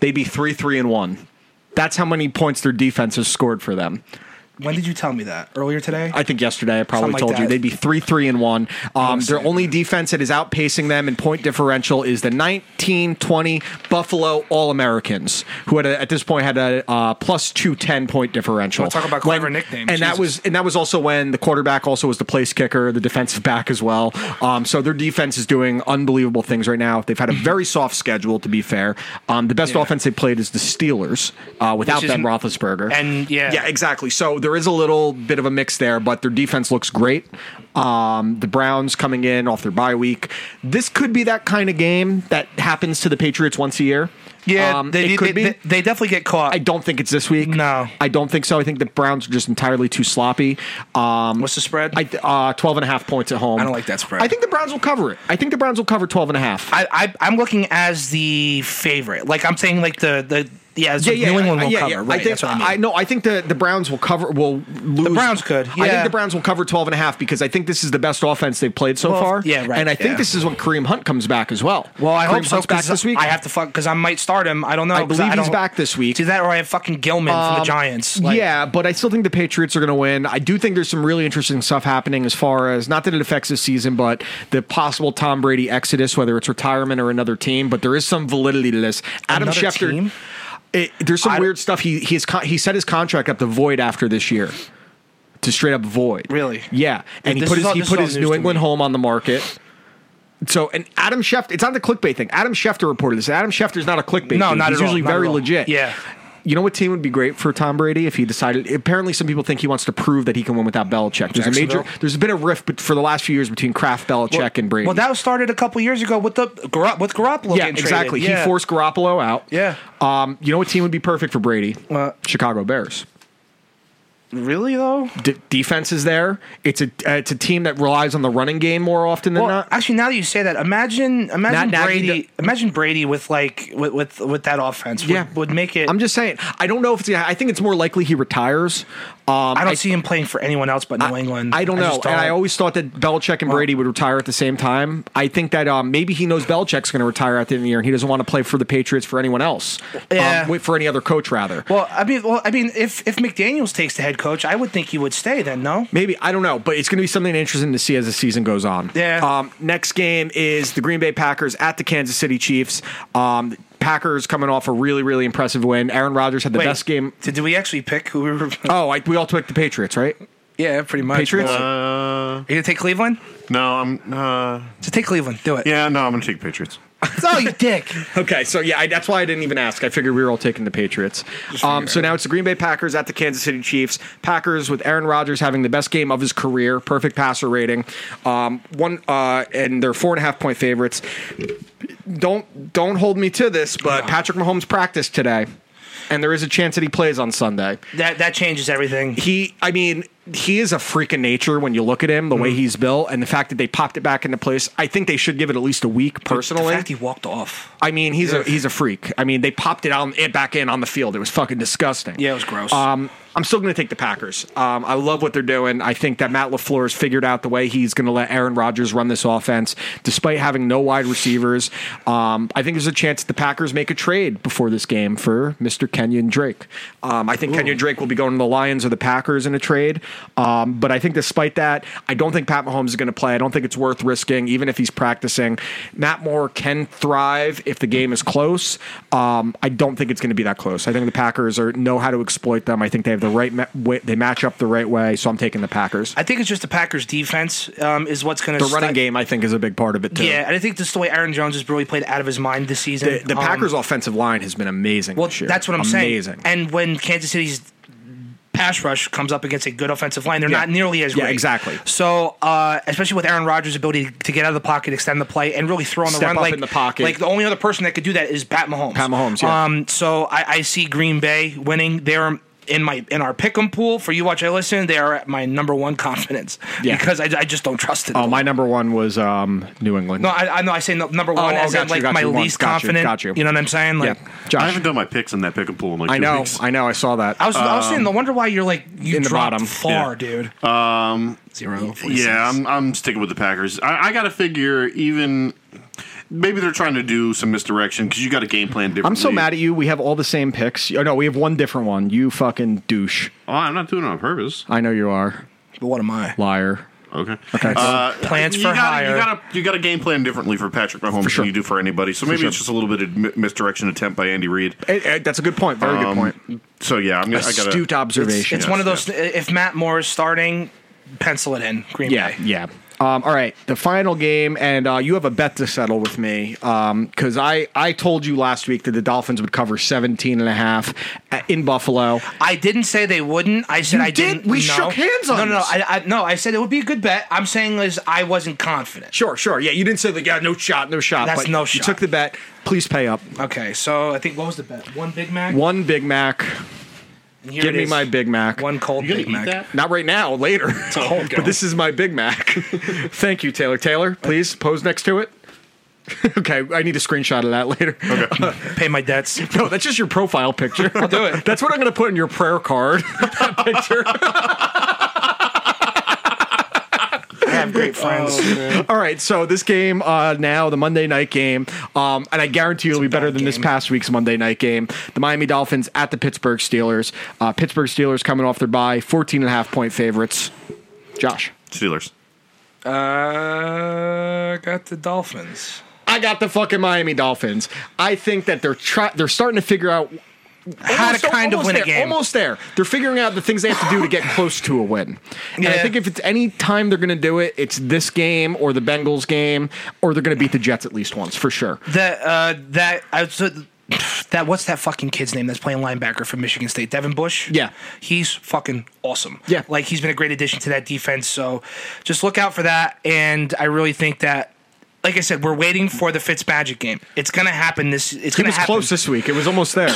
they'd be 3 3 and 1. That's how many points their defense has scored for them. When did you tell me that? Earlier today? I think yesterday I probably Something like told you that. they'd be three three and one. Um, their saying only defense that is outpacing them in point differential is the nineteen twenty Buffalo All Americans, who had a, at this point had a uh, plus two ten point differential. Wanna talk about When- clever nicknames, And that Jesus. was and that was also when the quarterback also was the place kicker, the defensive back as well. Um, so their defense is doing unbelievable things right now. They've had a very soft schedule to be fair. Um, the best Yeah. offense they played is the Steelers uh, without is- Ben Roethlisberger. And, yeah. yeah, exactly. So there is a little bit of a mix there, but their defense looks great. Um, the Browns coming in off their bye week. This could be that kind of game that happens to the Patriots once a year. yeah, Um, they, it they- could they- be. they definitely get caught. I don't think it's this week. No. I don't think so. I think the Browns are just entirely too sloppy. Um, What's the spread? I, uh, 12 and a half points at home. I don't like that spread. I think the Browns will cover it. I think the Browns will cover 12 and a half. I, I I'm looking as the favorite. Like I'm saying, like the the yeah, so New England will yeah, cover. yeah. Right, I think, that's what I mean. no, I think the, the Browns will cover. Will lose. The Browns could, I think yeah. the Browns will cover 12 and a half because I think this is the best offense they've played so Well, far. yeah, right, And I think yeah. this is when Kareem Hunt comes back as well. well, I Kareem hope so. Hunt's back 'cause this week. I have to fuck because I might start him. I don't know. I 'cause believe he's don't- back this week. Um, Do that, or I have fucking Gilman from the Giants. Like, yeah, but I still think the Patriots are going to win. I do think there's some really interesting stuff happening as far as not that it affects this season, but the possible Tom Brady exodus, whether it's retirement or another team. But there is some validity to this. Adam Another Schefter. team? It, there's some I- weird stuff. He he's con- he set his contract up to void after this year, to straight up void. Really? Yeah, and he This put is his all- he this put is all his news New to England me. home on the market. So and Adam Schefter, it's not the clickbait thing. Adam Schefter reported this. Adam Schefter's not a clickbait. No, dude. not He's at all, usually not at very all. legit. Yeah. You know what team would be great for Tom Brady if he decided? Apparently, some people think he wants to prove that he can win without Belichick. There's a major, Jacksonville? there's been a rift bet- for the last few years between Kraft, Belichick, and Brady. Well, that was started a couple years ago with the Gar- with yeah, Garoppolo. getting traded. exactly. Yeah. He forced Garoppolo out. Yeah. Um, you know what team would be perfect for Brady? What? Chicago Bears. Really though? D- defense is there. It's a uh, it's a team that relies on the running game more often than Well, not. actually, now that you say that, imagine Not imagine Nagy Brady, do- imagine Brady with like with with, with that offense. Would, Yeah. would make it. I'm just saying. I don't know if it's. I think it's more likely he retires. Um, I don't see him playing for anyone else but New England. I don't know. just and I always thought that Belichick and Brady would retire at the same time. I think that um, maybe he knows Belichick's going to retire at the end of the year, and he doesn't want to play for the Patriots for anyone else. Yeah. Um, wait for any other coach rather. Well, I mean, well, I mean, if if McDaniel's takes the head coach, I would think he would stay. Then no. Maybe I don't know, but it's going to be something interesting to see as the season goes on. Yeah. Um, next game is the Green Bay Packers at the Kansas City Chiefs. Um, Packers coming off a really really impressive win. Aaron Rodgers had the Wait, best game. Did, did we actually pick who we were? Oh, I, we all took the Patriots, right? yeah, pretty much. Patriots? Well, Uh, Are you gonna take Cleveland? no, I'm. Uh, So take Cleveland. Do it. yeah, no, I'm gonna take Patriots. Oh, you dick. Okay, so yeah, I, that's why I didn't even ask. I figured we were all taking the Patriots. Um, so now it's the Green Bay Packers at the Kansas City Chiefs. Packers with Aaron Rodgers having the best game of his career, perfect passer rating. Um, one uh, and they're four and a half point favorites. Don't don't hold me to this, but Patrick Mahomes practiced today, and there is a chance that he plays on Sunday That that changes everything. he i mean he is a freak of nature when you look at him the Mm-hmm. way he's built and the fact that they popped it back into place i think they should give it at least a week the personally fact he walked off. i mean he's a he's a freak i mean they popped it on it back in on the field it was fucking disgusting Yeah, it was gross. um I'm still going to take the Packers. Um, I love what they're doing. I think that Matt LaFleur has figured out the way he's going to let Aaron Rodgers run this offense, despite having no wide receivers. Um, I think there's a chance the Packers make a trade before this game for Mr. Kenyon Drake. Um, I think Kenyon Drake will be going to the Lions or the Packers in a trade. Um, but I think despite that, I don't think Pat Mahomes is going to play. I don't think it's worth risking, even if he's practicing. Matt Moore can thrive if the game is close. Um, I don't think it's going to be that close. I think the Packers are know how to exploit them. I think they have the right ma- way, they match up the right way. So I'm taking the Packers. I think it's just the Packers' defense um, is what's going to The running game, I think, is a big part of it too. Yeah, and I think just the way Aaron Jones has really played out of his mind this season. The, the um, Packers' offensive line has been amazing. Well, this year. that's what I'm saying. Amazing. And when Kansas City's pass rush comes up against a good offensive line, they're Yeah. not nearly as Yeah, great. exactly. So, uh, especially with Aaron Rodgers' ability to get out of the pocket, extend the play, and really throw on the Step run, up like in the pocket. Like the only other person that could do that is Pat Mahomes. Pat Mahomes, yeah. Um, so I, I see Green Bay winning. They're in my in our pick'em pool for you watch I listen. They are at my number one confidence Yeah. because I, I just don't trust it. oh, my number one was um, New England. no, I, I know I say no, number one oh, as got in you, like got my you, one. least Got you, confident. got you. you know what I'm saying? yeah, Like, I Josh. haven't done my picks in that pick and pool in like I two know, weeks. I know, I saw that. I was, I was saying, no wonder why you're like you Um, in the dropped bottom. Um, far, Yeah. dude. zero. Yeah, I'm, I'm sticking with the Packers. I, I got to figure even maybe they're trying to do some misdirection because you got a game plan differently. I'm so mad at you. We have all the same picks. Oh, no, we have one different one. You fucking douche. Oh, I'm not doing it on purpose. I know you are. But what am I? Liar. Okay. Okay. Uh, Plans you for gotta, hire. You got to you got to game plan differently for Patrick Mahomes sure. than you do for anybody. So maybe it's just a little bit of mi- misdirection attempt by Andy Reid. that's a good point. Very good point. So yeah, I'm gonna, I gotta, Um, Astute observation. It's one of those. If Matt Moore is starting, pencil it in. Green yeah, Bay. yeah. Um, all right, the final game, and uh, you have a bet to settle with me because I, I told you last week that the Dolphins would cover 17 and a half a- in Buffalo. I didn't say they wouldn't. I said You I did? didn't. We no. shook hands on No, no, no. this. I, I, no, I said it would be a good bet. I'm saying is I wasn't confident. Sure, sure. Yeah, you didn't say that. Yeah, no shot, no shot. That's but no You shot. took the bet. Please pay up. Okay, so I think what was the bet? One Big Mac. One Big Mac. And here Give it me is. my Big Mac. One cold Big Mac. Not right now. Later. but this is my Big Mac. Thank you, Taylor. Taylor, please pose next to it. okay, I need a screenshot of that later. Pay my debts. No, that's just your profile picture. I'll do it. That's what I'm going to put in your prayer card. that picture. I have great friends. All right, so this game uh, now, the Monday night game, um, and I guarantee you it'll be better bad than this game. past week's Monday night game. The Miami Dolphins at the Pittsburgh Steelers. Uh, Pittsburgh Steelers coming off their bye, 14 and a half point favorites. Josh. Steelers. Uh, got the Dolphins. I got the fucking Miami Dolphins. I think that they're try- they're starting to figure out How to almost- kind of almost win there, a game. Almost there. They're figuring out the things they have to do to get close to a win. And I Yeah. think if it's any time they're going to do it, it's this game or the Bengals game, or they're going to beat the Jets at least once for sure. That uh, that I was, that what's that fucking kid's name that's playing linebacker from Michigan State? Devin Bush. Yeah. he's fucking awesome. Yeah. like he's been a great addition to that defense. So just look out for that. And I really think that, like I said, we're waiting for the Fitzmagic game. It's gonna happen. This it's It gonna was happen. close this week. It was almost there.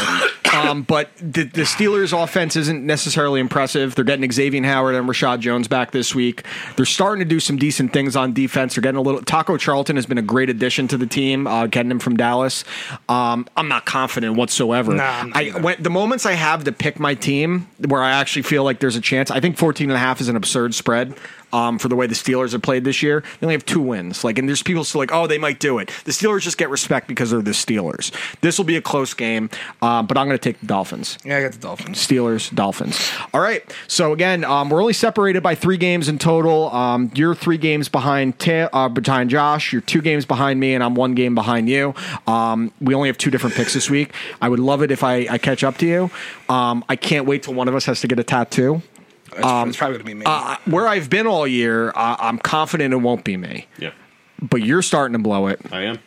Um, but the, the Steelers' offense isn't necessarily impressive. They're getting Xavier Howard and Rashad Jones back this week. They're starting to do some decent things on defense. They're getting a little. Taco Charlton has been a great addition to the team, uh, getting him from Dallas. Um, I'm not confident whatsoever. Nah, I'm not I, when, the moments I have to pick my team where I actually feel like there's a chance, I think 14 and a half is an absurd spread um, for the way the Steelers have played this year. They only have two wins. Like, and there's people still like, oh, they might do it. The Steelers just get respect because they're the Steelers. This will be a close game, uh, but I'm going to take the Dolphins. Yeah, I got the Dolphins. Steelers, Dolphins. All right. So again, um, we're only separated by three games in total. Um, you're three games behind ta- uh, behind Josh. You're two games behind me, and I'm one game behind you. Um, we only have two different picks this week. I would love it if I, I catch up to you. Um, I can't wait till one of us has to get a tattoo. It's, it's probably gonna be me. Uh, where I've been all year, uh, I'm confident it won't be me. Yeah, But you're starting to blow it. I am.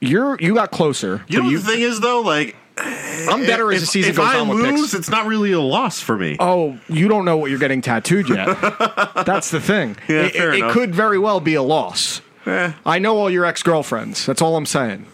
You're you got closer. You know but what the thing is though, like I'm better as if- the season if goes I on with lose, picks. it's not really a loss for me. oh, you don't know what you're getting tattooed yet. That's the thing. Yeah, it, fair it- it enough. could very well be a loss. Eh. I know all your ex girlfriends. That's all I'm saying.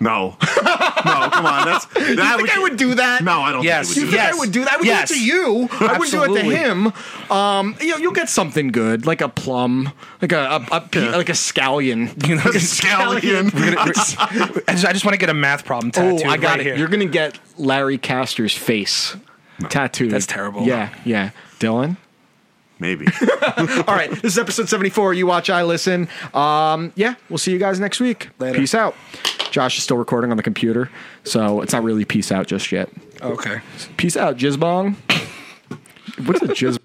No, no, come on, that's that I think I would do that. No, I don't. Yes. think I would do Yes. that. I would do that. I would Yes. do it to you. I would do it to Absolutely. him. Um, you, you'll get something good, like a plum, like a, a, a pe- like a scallion. you know, Scallion. I just, I just want to get a math problem Oh, tattooed. I got right it. Here. You're gonna get Larry Castor's face tattooed. That's terrible. Yeah, yeah. Dylan. Maybe. All right, this is episode 74. You watch, I listen. Um, yeah, we'll see you guys next week. Later. Peace out. Josh is still recording on the computer, so it's not really peace out just yet. okay. Peace out, Jizbong. What's a jizz?